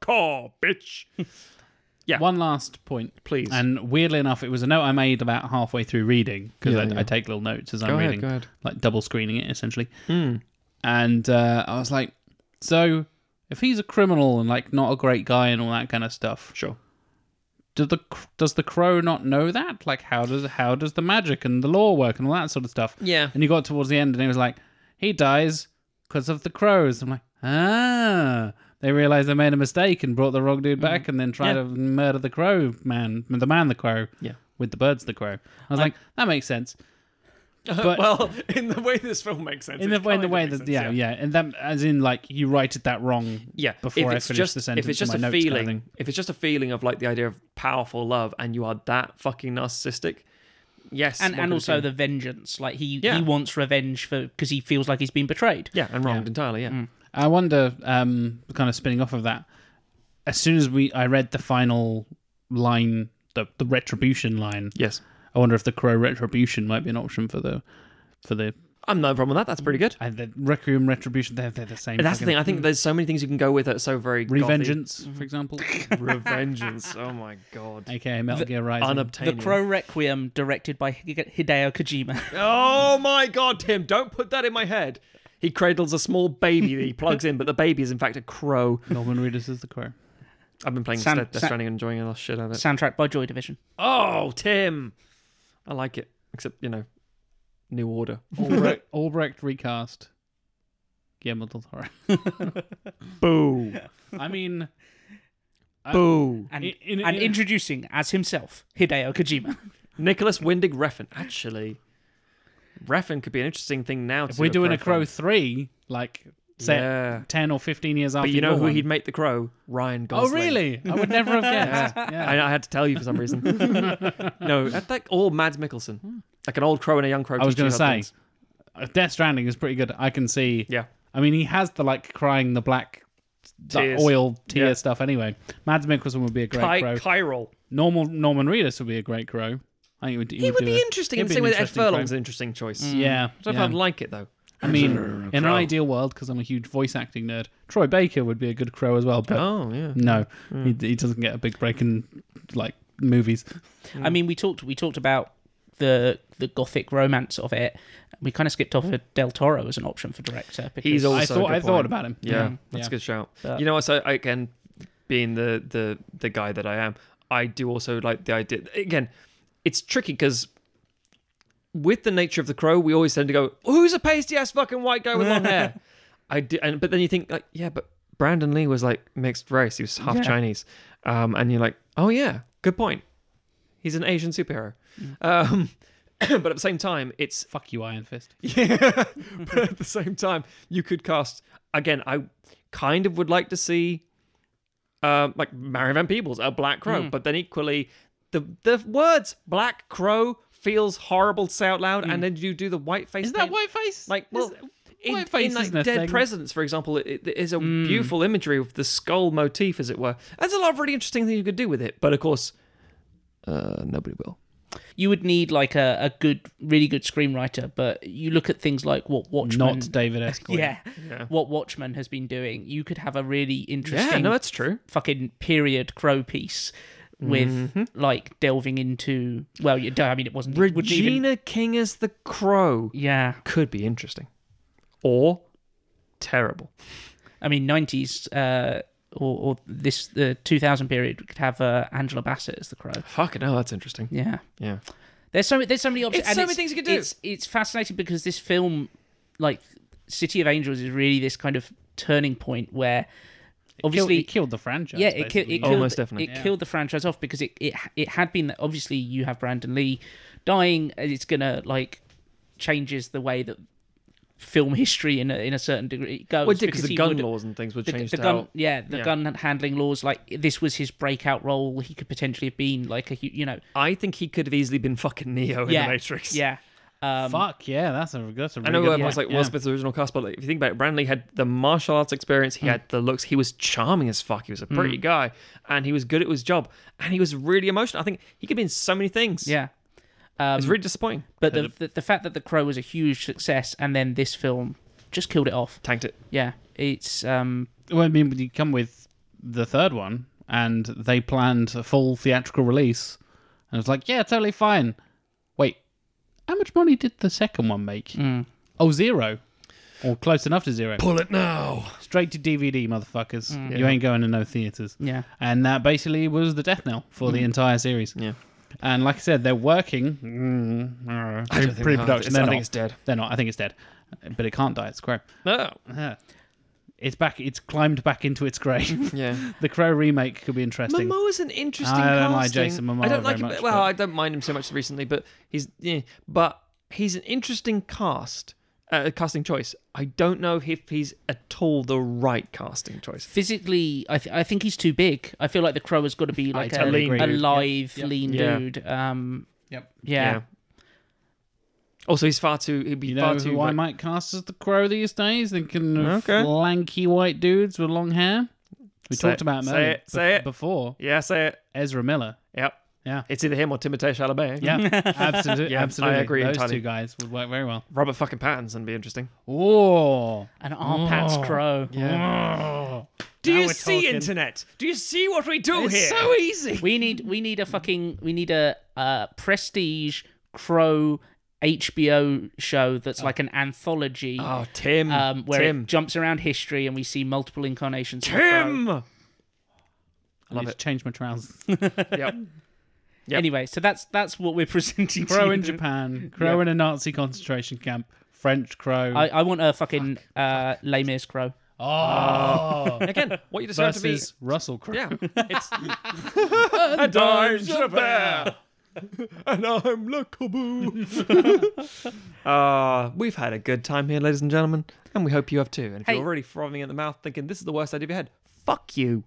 Speaker 2: Caw, bitch. Yeah.
Speaker 1: One last point.
Speaker 2: Please.
Speaker 1: And weirdly enough, it was a note I made about halfway through reading because
Speaker 2: Yeah,
Speaker 1: I,
Speaker 2: yeah.
Speaker 1: I take little notes as I'm
Speaker 2: Go ahead,
Speaker 1: reading,
Speaker 2: go ahead. Hmm.
Speaker 1: like double screening it essentially. And uh, I was like, so if he's a criminal and like not a great guy and all that kind of stuff,
Speaker 2: Sure.
Speaker 1: do the cr- does the crow not know that? Like, how does how does the magic and the law work and all that sort of stuff?
Speaker 2: Yeah.
Speaker 1: And you got towards the end, and it was like, he dies because of the crows. I'm like, ah. They realized they made a mistake and brought the wrong dude back, and then tried
Speaker 2: Mm-hmm. Yeah.
Speaker 1: to murder the crow man, the man, the crow,
Speaker 2: Yeah.
Speaker 1: with the birds, the crow. I was like, that makes sense. But-
Speaker 2: well, in the way this film makes sense.
Speaker 1: in
Speaker 2: it
Speaker 1: the in
Speaker 2: kinda
Speaker 1: the way
Speaker 2: makes
Speaker 1: that
Speaker 2: sense,
Speaker 1: yeah, yeah and then as in like you righted that wrong
Speaker 2: yeah.
Speaker 1: before
Speaker 2: if
Speaker 1: I
Speaker 2: it's
Speaker 1: finish
Speaker 2: just,
Speaker 1: the sentence
Speaker 2: If it's
Speaker 1: in
Speaker 2: just
Speaker 1: my
Speaker 2: a
Speaker 1: notes kind of
Speaker 2: feeling,
Speaker 1: thing.
Speaker 2: if it's just a feeling of like the idea of powerful love, and you are that fucking narcissistic, yes,
Speaker 3: and
Speaker 2: one
Speaker 3: and
Speaker 2: could
Speaker 3: also
Speaker 2: assume-
Speaker 3: the vengeance. Like he
Speaker 2: Yeah.
Speaker 3: he wants revenge for because he feels like he's been betrayed.
Speaker 2: yeah, and wronged entirely. Yeah,
Speaker 1: I wonder, um, kind of spinning off of that. As soon as we, I read the final line, the the retribution line.
Speaker 2: yes,
Speaker 1: I wonder if the crow retribution might be an option for the for the
Speaker 2: I'm no problem with that. That's pretty good.
Speaker 1: uh, the requiem retribution. They're they're the same.
Speaker 2: That's the thing. I think there's so many things you can go with that are so very gothy.
Speaker 1: Revengeance,
Speaker 2: Mm-hmm.
Speaker 1: for example,
Speaker 2: Revengeance. Oh my god.
Speaker 1: aka Metal Gear Rising.
Speaker 3: The
Speaker 2: Unobtainium.
Speaker 3: Crow Requiem, directed by Hide- Hideo Kojima.
Speaker 2: Oh my god, Tim, don't put that in my head. He cradles a small baby that he plugs in, but the baby is in fact a crow.
Speaker 1: Norman Reedus is the crow.
Speaker 2: I've been playing
Speaker 3: Sam-
Speaker 2: Death
Speaker 3: Sam-
Speaker 2: Stranding and enjoying the shit out of it.
Speaker 3: Soundtrack by Joy Division.
Speaker 2: Oh, Tim. I like it. Except, you know, New Order.
Speaker 1: Albrecht, Albrecht recast. Guillermo del Toro.
Speaker 2: Boo.
Speaker 1: I mean,
Speaker 2: Boo.
Speaker 3: And,
Speaker 1: In- in-
Speaker 3: and
Speaker 1: in-
Speaker 3: introducing as himself Hideo Kojima.
Speaker 2: Nicholas Windig Refn. Actually, Refn could be an interesting thing now.
Speaker 1: if we're doing a crow three, like set
Speaker 2: Yeah.
Speaker 1: ten or fifteen years after,
Speaker 2: But you know
Speaker 1: your
Speaker 2: who
Speaker 1: one.
Speaker 2: he'd make the crow? Ryan
Speaker 1: Oh,
Speaker 2: Gosling.
Speaker 1: really? I would never have guessed. Yeah.
Speaker 2: I, I had to tell you for some reason. no, I think all Mads Mikkelsen, like an old crow and a young crow.
Speaker 1: Hmm. I was
Speaker 2: teaching
Speaker 1: going to
Speaker 2: other
Speaker 1: say,
Speaker 2: things.
Speaker 1: uh, Death Stranding is pretty good. I can see.
Speaker 2: yeah,
Speaker 1: I mean, he has the like crying the black the
Speaker 2: Tears.
Speaker 1: oil tear
Speaker 2: Yeah.
Speaker 1: stuff anyway. Mads Mikkelsen would be a great crow.
Speaker 2: Ky- Chiral.
Speaker 1: Normal Norman Reedus would be a great crow. I think he would, he
Speaker 2: He would
Speaker 1: do
Speaker 2: be
Speaker 1: it.
Speaker 2: interesting.
Speaker 1: He'd
Speaker 2: In
Speaker 1: be
Speaker 2: the
Speaker 1: an
Speaker 2: same way that Ed
Speaker 1: interesting crow. Mm.
Speaker 2: Furlong's an interesting choice.
Speaker 1: Yeah.
Speaker 2: I don't know
Speaker 1: yeah.
Speaker 2: if I'd like it though.
Speaker 1: I mean, in an ideal world, because I'm a huge voice acting nerd, Troy Baker would be a good crow as well. But
Speaker 2: Oh yeah.
Speaker 1: Uh, no, he, he doesn't get a big break in like movies.
Speaker 2: Mm.
Speaker 3: I mean, we talked we talked about the the gothic romance of it. We kind of skipped off a Del Toro as an option for director. Because
Speaker 2: He's also
Speaker 1: I
Speaker 2: a
Speaker 1: thought
Speaker 2: good
Speaker 1: I
Speaker 2: point.
Speaker 1: thought about him.
Speaker 2: Yeah,
Speaker 3: Mm.
Speaker 2: that's
Speaker 1: Yeah.
Speaker 2: a good shout.
Speaker 3: But-
Speaker 2: You know, so I, again, being the the the guy that I am, I do also like the idea. Again, it's tricky because with the nature of the crow, we always tend to go, "Who's a pasty ass fucking white guy with long hair?" I do, and but then you think like, yeah, but Brandon Lee was like mixed race; he was half
Speaker 3: Yeah.
Speaker 2: Chinese, um, and you're like, oh yeah, good point. He's an Asian superhero,
Speaker 3: Mm.
Speaker 2: um, but at the same time, it's
Speaker 1: Fuck you, Iron Fist.
Speaker 2: yeah, but at the same time, you could cast again. I kind of would like to see, um, like Mary Van Peebles, a Black Crow, but then equally, the the words Black Crow feels horrible to say out loud, and then you do the white face.
Speaker 1: Is that
Speaker 2: paint.
Speaker 1: whiteface?
Speaker 2: Like, well, in,
Speaker 1: white face
Speaker 2: in like
Speaker 1: isn't a
Speaker 2: Dead
Speaker 1: thing.
Speaker 2: Presidents, for example, it, it is a beautiful imagery of the skull motif, as it were. There's a lot of really interesting things you could do with it, but of course, uh, nobody will.
Speaker 3: you would need like a, a good, really good screenwriter. But you look at things like what Watchmen,
Speaker 1: not David S. Goyer.
Speaker 3: yeah,
Speaker 2: Yeah.
Speaker 3: what Watchmen has been doing. You could have a really interesting,
Speaker 2: Yeah, no, that's true.
Speaker 3: fucking period crow piece with
Speaker 2: Mm-hmm.
Speaker 3: like delving into. Well, you, I mean, it wasn't it wouldn't even-
Speaker 2: Regina King is the Crow.
Speaker 3: yeah,
Speaker 2: could be interesting or terrible.
Speaker 3: I mean, nineties uh, or, or this the two thousand period we could have uh, Angela Bassett as the crow.
Speaker 2: Fucking hell, that's interesting.
Speaker 3: Yeah,
Speaker 2: Yeah.
Speaker 3: there's so there's so many options.
Speaker 2: It's so many things you could do.
Speaker 3: It's it's fascinating because this film, like City of Angels, is really this kind of turning point where.
Speaker 1: Killed-
Speaker 3: Obviously,
Speaker 1: it killed the franchise.
Speaker 3: yeah, it, ki- it
Speaker 1: basically.
Speaker 3: killed
Speaker 2: Almost definitely.
Speaker 3: it
Speaker 1: Yeah.
Speaker 3: killed the franchise off because it, it it had been that obviously you have Brandon Lee dying and it's gonna like changes the way that film history in a, in a certain degree goes
Speaker 2: Well, it did because the
Speaker 3: he
Speaker 2: gun
Speaker 3: would-
Speaker 2: laws and things were
Speaker 3: the,
Speaker 2: changed
Speaker 3: the gun
Speaker 2: out.
Speaker 3: yeah the
Speaker 2: yeah.
Speaker 3: gun handling laws like this was his breakout role he could potentially have been like a hu- you know
Speaker 2: I think he could have easily been fucking Neo in
Speaker 3: yeah
Speaker 2: the Matrix.
Speaker 3: yeah um,
Speaker 1: Fuck yeah, that's a that's a
Speaker 2: Oh, I
Speaker 1: really
Speaker 2: know
Speaker 1: good
Speaker 2: everyone
Speaker 1: point,
Speaker 2: was like,
Speaker 1: yeah.
Speaker 2: Will Smith's original cast, but like, if you think about it, Brandley had the martial arts experience. He had the looks. He was charming as fuck. He was a pretty guy, and he was good at his job, and he was really emotional. I think he could be in so many things.
Speaker 3: yeah um,
Speaker 2: it's really disappointing.
Speaker 3: but the, the the fact that the crow was a huge success and then this film just killed it off
Speaker 2: Tanked it.
Speaker 3: yeah it's um
Speaker 1: Well, I mean, you come with the third one, and they planned a full theatrical release, and it's like, yeah, totally fine. Wait, how much money did the second one make?
Speaker 2: Mm.
Speaker 1: Oh, zero, or close enough to zero.
Speaker 2: Pull it now.
Speaker 1: Straight to DVD, motherfuckers.
Speaker 2: Mm.
Speaker 1: You ain't going to no theaters.
Speaker 3: yeah
Speaker 1: And that basically was the death knell for the entire series.
Speaker 2: Mm. Yeah.
Speaker 1: And like I said, they're working. Mm, uh,
Speaker 2: I don't think-
Speaker 1: pre-production.
Speaker 2: I
Speaker 1: They're
Speaker 2: think
Speaker 1: not.
Speaker 2: it's dead.
Speaker 1: They're not. I think it's dead. But it can't die. It's crow.
Speaker 2: No.
Speaker 1: Yeah. It's back. It's climbed back into its grave.
Speaker 2: Yeah.
Speaker 1: the Crow remake could be interesting.
Speaker 2: Momoa's an interesting.
Speaker 1: I don't like
Speaker 2: casting.
Speaker 1: Jason Momoa
Speaker 2: I don't like
Speaker 1: very
Speaker 2: him.
Speaker 1: much,
Speaker 2: well,
Speaker 1: but-
Speaker 2: I don't mind him so much recently, but he's yeah. But he's an interesting cast, uh, casting choice. I don't know if he's at all the right casting choice.
Speaker 3: Physically, I, th- I think he's too big. I feel like the crow has got to be like a,
Speaker 2: totally agree.
Speaker 3: a live,
Speaker 1: Yep.
Speaker 3: lean
Speaker 2: Yeah.
Speaker 3: dude. Um,
Speaker 1: Yep.
Speaker 3: yeah.
Speaker 2: Also, he's far too. He'd be
Speaker 1: You
Speaker 2: far
Speaker 1: know
Speaker 2: too.
Speaker 1: who I
Speaker 2: like-
Speaker 1: might cast as the crow these days? Thinking of
Speaker 2: Okay.
Speaker 1: lanky white dudes with long hair. We
Speaker 2: Say
Speaker 1: talked
Speaker 2: it,
Speaker 1: about him
Speaker 2: say
Speaker 1: earlier-
Speaker 2: it, say
Speaker 1: bef-
Speaker 2: it.
Speaker 1: before.
Speaker 2: yeah, say it.
Speaker 1: Ezra Miller.
Speaker 2: Yep.
Speaker 1: Yeah.
Speaker 2: It's either him or Timothée Chalamet.
Speaker 1: Yeah, absolutely.
Speaker 2: Yeah, I
Speaker 1: absolutely.
Speaker 2: agree
Speaker 1: Those
Speaker 2: entirely.
Speaker 1: two guys would work very well.
Speaker 2: Robert fucking Pattinson would be interesting.
Speaker 1: Oh,
Speaker 3: An Arpats crow.
Speaker 2: Do
Speaker 1: Now
Speaker 2: you
Speaker 1: we're
Speaker 2: see
Speaker 1: talking.
Speaker 2: internet? Do you see what we do
Speaker 1: it's
Speaker 2: here?
Speaker 1: so easy.
Speaker 3: We need we need a fucking we need a uh, prestige crow HBO show that's like an anthology
Speaker 2: oh, Tim.
Speaker 3: um, where
Speaker 2: Tim.
Speaker 3: it jumps around history and we see multiple incarnations. of the crow.
Speaker 2: Tim.
Speaker 1: I need
Speaker 2: love
Speaker 1: to
Speaker 2: it.
Speaker 1: change my trousers.
Speaker 2: yep. Yep.
Speaker 3: Anyway, so that's that's what we're presenting. to
Speaker 1: Crow
Speaker 3: you.
Speaker 1: in Japan. Crow in a Nazi concentration camp. French crow.
Speaker 3: I, I want a fucking uh, Les Mis crow.
Speaker 1: oh,
Speaker 2: Again, what you described to be.
Speaker 1: versus Russell Crowe.
Speaker 2: Yeah. It's a
Speaker 1: dime's a bear.
Speaker 2: and I'm Le Caboo. uh, we've had a good time here, ladies and gentlemen, and we hope you have too. And if
Speaker 3: Hey.
Speaker 2: you're already frothing at the mouth thinking this is the worst idea of your head, fuck you.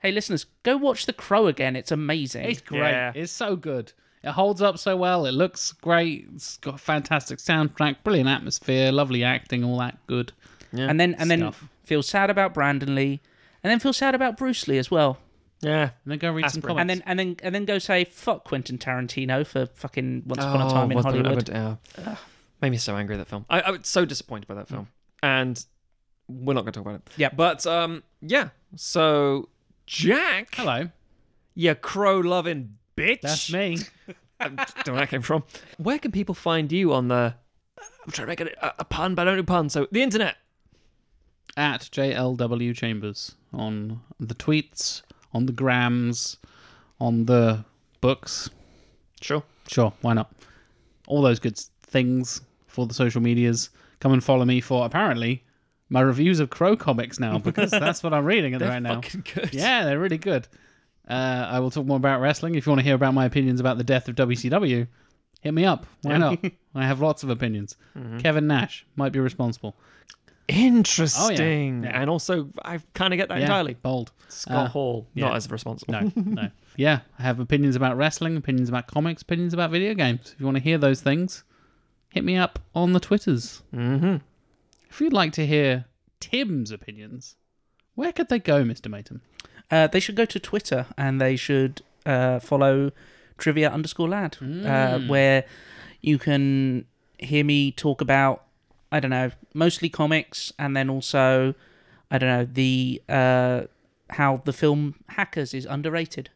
Speaker 3: Hey, listeners, go watch The Crow again. It's amazing.
Speaker 1: It's great.
Speaker 2: Yeah.
Speaker 1: It's so good. It holds up so well. It looks great. It's got a fantastic soundtrack, brilliant atmosphere, lovely acting, all that good.
Speaker 3: and then and then
Speaker 1: Stuff.
Speaker 3: feel sad about Brandon Lee, and then feel sad about Bruce Lee as well.
Speaker 2: Yeah.
Speaker 1: And then go read some
Speaker 2: Aspirin.
Speaker 1: comics.
Speaker 3: And then and then and then go say fuck Quentin Tarantino for fucking Oh, Once Upon
Speaker 2: Oh,
Speaker 3: a Time in Hollywood.
Speaker 2: made me so angry that film. I, I was so disappointed by that film, and we're not going to talk about it.
Speaker 3: Yeah.
Speaker 2: But um, yeah. So Jack,
Speaker 1: Hello,
Speaker 2: you crow loving bitch.
Speaker 1: that's me.
Speaker 2: I don't know where that came from. Where can people find you on the? I'm trying to make it a, a pun, but I don't do puns. So the internet.
Speaker 1: At JLW Chambers on the tweets, on the grams, on the books.
Speaker 2: Sure.
Speaker 1: Sure, why not? All those good s- things for the social medias. Come and follow me for apparently my reviews of Crow comics now because that's what I'm reading at the right now.
Speaker 2: Fucking good.
Speaker 1: Yeah, they're really good. Uh, I will talk more about wrestling. If you want to hear about my opinions about the death of WCW, hit me up. Why not? I have lots of opinions.
Speaker 2: Mm-hmm.
Speaker 1: Kevin Nash might be responsible.
Speaker 2: Interesting.
Speaker 1: Oh, yeah. Yeah.
Speaker 2: And also, I kind of get that
Speaker 1: Yeah,
Speaker 2: entirely.
Speaker 1: bold.
Speaker 2: Scott
Speaker 1: Uh,
Speaker 2: Hall,
Speaker 1: yeah.
Speaker 2: not as responsible.
Speaker 1: No, no. Yeah, I have opinions about wrestling, opinions about comics, opinions about video games. If you want to hear those things, hit me up on the Twitters.
Speaker 2: Mm-hmm.
Speaker 1: If you'd like to hear Tim's opinions, where could they go, Mr. Maton?
Speaker 3: Uh, they should go to Twitter and they should uh, follow trivia underscore lad, uh, where you can hear me talk about I don't know mostly comics and then also I don't know the uh, how the film Hackers is underrated.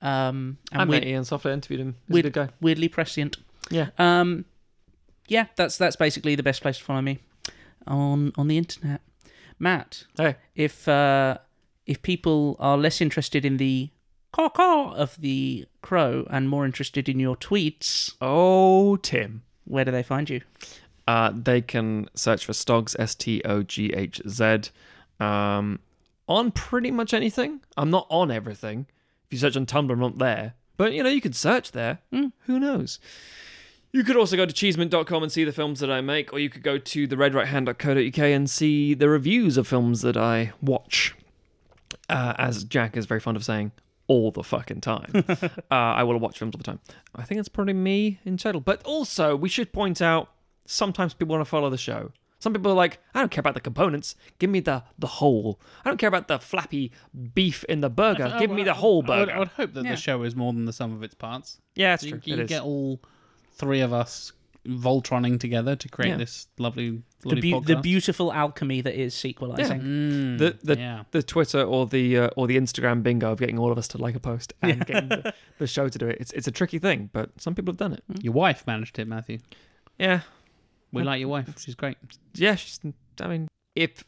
Speaker 3: Um, and
Speaker 2: I
Speaker 3: we-
Speaker 2: met Ian Softly, interviewed him. He's a
Speaker 3: we'd-
Speaker 2: good guy.
Speaker 3: weirdly prescient.
Speaker 2: Yeah.
Speaker 3: Um, yeah, that's that's basically the best place to follow me on on the internet. Matt,
Speaker 2: Hey.
Speaker 3: if uh, if people are less interested in the caw caw of the crow and more interested in your tweets,
Speaker 2: Oh, Tim.
Speaker 3: where do they find you?
Speaker 2: Uh, they can search for Stogs, S T O G H Z, um, on pretty much anything. I'm not on everything. If you search on Tumblr, I'm not there. But, you know, you could search there. Who knows? You could also go to cheeseman.com and see the films that I make, or you could go to theredrighthand.co.uk and see the reviews of films that I watch. Uh, as Jack is very fond of saying, all the fucking time. uh, I will watch films all the time. I think that's probably me in total. But also, we should point out sometimes people want to follow the show. Some people are like, I don't care about the components. Give me the the whole. I don't care about the flappy beef in the burger. Give me the whole
Speaker 1: oh, I would,
Speaker 2: burger.
Speaker 1: I would hope that the show is more than the sum of its parts.
Speaker 2: Yeah, it's
Speaker 1: You,
Speaker 2: true.
Speaker 1: you
Speaker 2: It is.
Speaker 1: get all three of us Voltroning together to create
Speaker 2: Yeah.
Speaker 1: this lovely,
Speaker 3: The,
Speaker 1: lovely
Speaker 3: beau-
Speaker 1: podcast.
Speaker 3: the beautiful alchemy that is sequelizing.
Speaker 1: Mm,
Speaker 2: the the,
Speaker 1: yeah.
Speaker 2: the Twitter or the uh, or the Instagram bingo of getting all of us to like a post and getting the, the show to do it. It's it's a tricky thing, but some people have done it.
Speaker 1: Your wife managed it, Matthew.
Speaker 2: Yeah,
Speaker 1: We like your wife. She's great.
Speaker 2: yeah. She's, I mean, if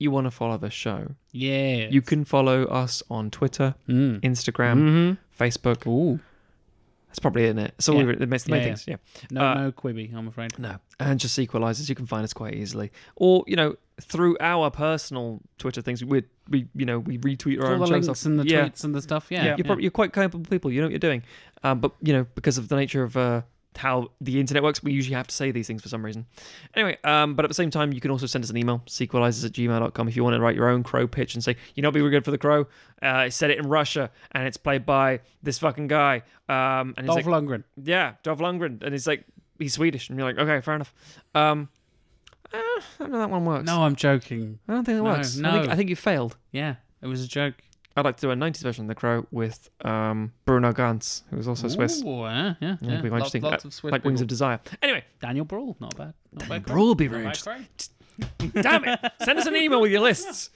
Speaker 2: you want to follow the show,
Speaker 1: Yeah.
Speaker 2: you can follow us on Twitter,
Speaker 1: Mm.
Speaker 2: Instagram, Facebook.
Speaker 1: Ooh.
Speaker 2: That's probably in it. So
Speaker 1: Mm-hmm. Yeah.
Speaker 2: the main
Speaker 1: Yeah, yeah.
Speaker 2: things. Yeah.
Speaker 1: No,
Speaker 2: Uh,
Speaker 1: no quibby, I'm afraid.
Speaker 2: No. And just sequelizers, you can find us quite easily. Or, you know, through our personal Twitter things, we, we you know, we retweet our
Speaker 1: All
Speaker 2: own
Speaker 1: the
Speaker 2: shows
Speaker 1: links
Speaker 2: off-
Speaker 1: and the
Speaker 2: yeah.
Speaker 1: tweets and the stuff. Yeah.
Speaker 2: you're, probably, you're quite capable people. You know what you're doing, um, but you know because of the nature of uh, how the internet works. We usually have to say these things for some reason. Anyway, um, but at the same time, you can also send us an email, sequelizers at gmail.com, if you want to write your own crow pitch and say, you know, it'd be really good for the crow. Uh, I said it in Russia and it's played by this fucking guy. Um, and he's
Speaker 1: Dolph
Speaker 2: like,
Speaker 1: Lundgren.
Speaker 2: yeah, Dolph Lundgren. And he's like, he's Swedish. And you're like, okay, fair enough. Um, eh, I don't know that one works.
Speaker 1: No, I'm joking.
Speaker 2: I don't think it
Speaker 1: No,
Speaker 2: works. I, think,
Speaker 1: no.
Speaker 2: I think you failed.
Speaker 1: Yeah, it was a joke.
Speaker 2: I'd like to do a 90s version of The Crow with um, Bruno Gantz, who is also Swiss.
Speaker 1: Ooh, eh? yeah, yeah,
Speaker 2: Yeah,
Speaker 1: yeah.
Speaker 2: it'd be
Speaker 1: Lots,
Speaker 2: interesting.
Speaker 1: lots of Swiss
Speaker 2: like Wings
Speaker 1: people.
Speaker 2: of Desire. Anyway,
Speaker 1: Daniel Brawl, not bad. Not bad.
Speaker 2: Brawl would be
Speaker 1: Not
Speaker 2: very
Speaker 1: bad
Speaker 2: interesting.
Speaker 1: crow.
Speaker 2: Damn it! Send us an email with your lists.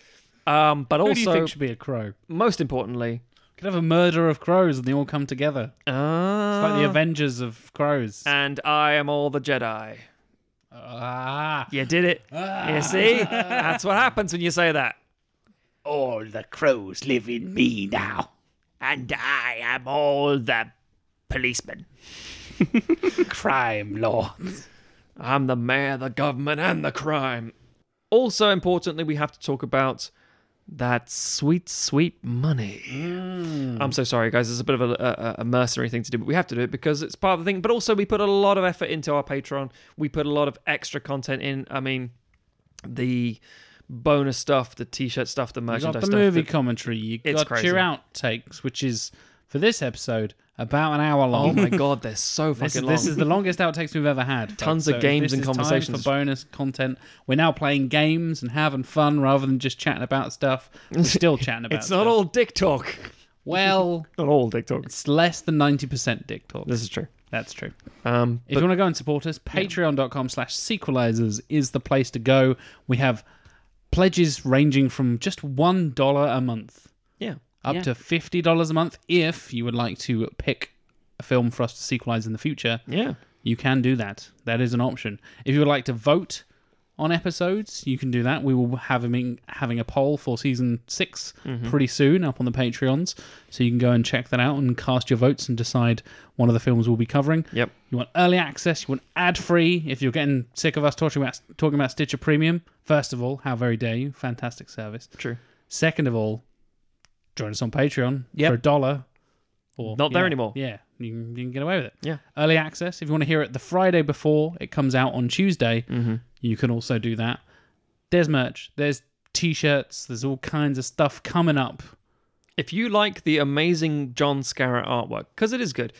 Speaker 2: Um, but
Speaker 1: Who do you
Speaker 2: also,
Speaker 1: think should be a crow?
Speaker 2: most importantly,
Speaker 1: Could have a murder of crows and they all come together. It's like the
Speaker 2: uh,
Speaker 1: Avengers of crows.
Speaker 2: and I am all the Jedi.
Speaker 1: Ah.
Speaker 2: You did it. You see, that's what happens when you say that.
Speaker 4: All the crows live in me now. And I am all the policemen. Crime lords.
Speaker 2: I'm the mayor, the government, and the crime. Also importantly, we have to talk about that sweet, sweet money.
Speaker 1: Mm.
Speaker 2: I'm so sorry, guys. It's a bit of a, a, a mercenary thing to do, but we have to do it because it's part of the thing. But also, we put a lot of effort into our Patreon. We put a lot of extra content in. I mean, the bonus stuff, the T-shirt stuff, the
Speaker 1: You
Speaker 2: merchandise
Speaker 1: got the
Speaker 2: stuff.
Speaker 1: movie
Speaker 2: the-
Speaker 1: commentary. You
Speaker 2: It's
Speaker 1: got your
Speaker 2: crazy.
Speaker 1: outtakes, which is for this episode about an hour
Speaker 2: oh
Speaker 1: long.
Speaker 2: my god, they're so fucking
Speaker 1: This is,
Speaker 2: long.
Speaker 1: this is the longest outtakes we've ever had. folks.
Speaker 2: Tons of
Speaker 1: So
Speaker 2: games
Speaker 1: this
Speaker 2: and
Speaker 1: is time
Speaker 2: conversations.
Speaker 1: for bonus content. We're now playing games and having fun rather than just chatting about stuff. We're still chatting about.
Speaker 2: it's not
Speaker 1: stuff.
Speaker 2: all dick talk.
Speaker 1: Well,
Speaker 2: Not all dick talk.
Speaker 1: it's less than ninety percent dick talk.
Speaker 2: This is true.
Speaker 1: That's true.
Speaker 2: Um,
Speaker 1: If you want to go and support us, patreon.com slash sequelizers is the place to go. We have pledges ranging from just $1 a month
Speaker 2: yeah.
Speaker 1: up
Speaker 3: Yeah.
Speaker 1: to $50 a month. If you would like to pick a film for us to sequelize in the future,
Speaker 2: Yeah.
Speaker 1: you can do that. That is an option. If you would like to vote on episodes, you can do that. We will have having, having a poll for season 6 pretty soon up on the Patreons. So you can go and check that out and cast your votes and decide one of the films we'll be covering.
Speaker 2: Yep.
Speaker 1: You want early access. You want ad free. If you're getting sick of us talking about talking about Stitcher Premium, first of all, how very dare you? Fantastic service.
Speaker 2: True.
Speaker 1: Second of all, join us on Patreon
Speaker 3: Yep.
Speaker 1: for a dollar. Or
Speaker 2: Not there
Speaker 1: yeah,
Speaker 2: anymore.
Speaker 1: Yeah, you can, you can get away with it.
Speaker 2: Yeah.
Speaker 1: Early access. If you want to hear it the Friday before it comes out on Tuesday, you can also do that. There's merch. There's t-shirts. There's all kinds of stuff coming up.
Speaker 2: If you like the amazing John Scarrett artwork, because it is good,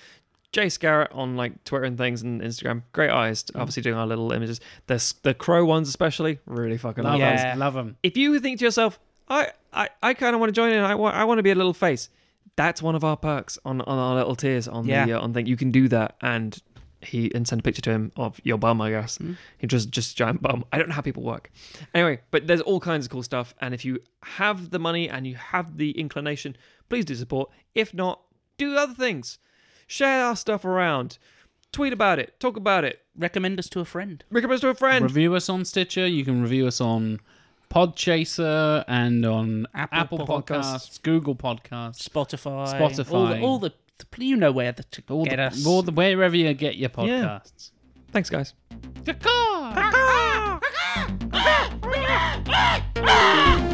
Speaker 2: Jay Scarrett on like Twitter and things and Instagram, great artist. Obviously doing our little images. The s- the crow ones especially, really fucking love
Speaker 1: Love
Speaker 2: those.
Speaker 3: Yeah.
Speaker 1: them. Love them.
Speaker 2: If you think to yourself, I I, I kind of want to join in. I want I want to be a little face. That's one of our perks on, on our little tiers on the
Speaker 3: Yeah.
Speaker 2: uh, on thing. You can do that and he and send a picture to him of your bum, I guess. He just just giant bum. I don't know how people work. Anyway, but there's all kinds of cool stuff. And if you have the money and you have the inclination, please do support. If not, do other things. Share our stuff around. Tweet about it. Talk about it.
Speaker 3: Recommend us to a friend.
Speaker 2: Recommend us to a friend.
Speaker 1: review us on Stitcher. You can review us on Podchaser and on Apple,
Speaker 3: Apple
Speaker 1: Podcasts,
Speaker 2: Podcasts.
Speaker 1: Google Podcasts,
Speaker 3: Spotify.
Speaker 1: Spotify.
Speaker 3: All the, all the you know where the, to
Speaker 1: all
Speaker 3: get
Speaker 1: the,
Speaker 3: us.
Speaker 1: all the- wherever you get your podcasts.
Speaker 2: Thanks, guys.
Speaker 1: Caca!
Speaker 4: Ah!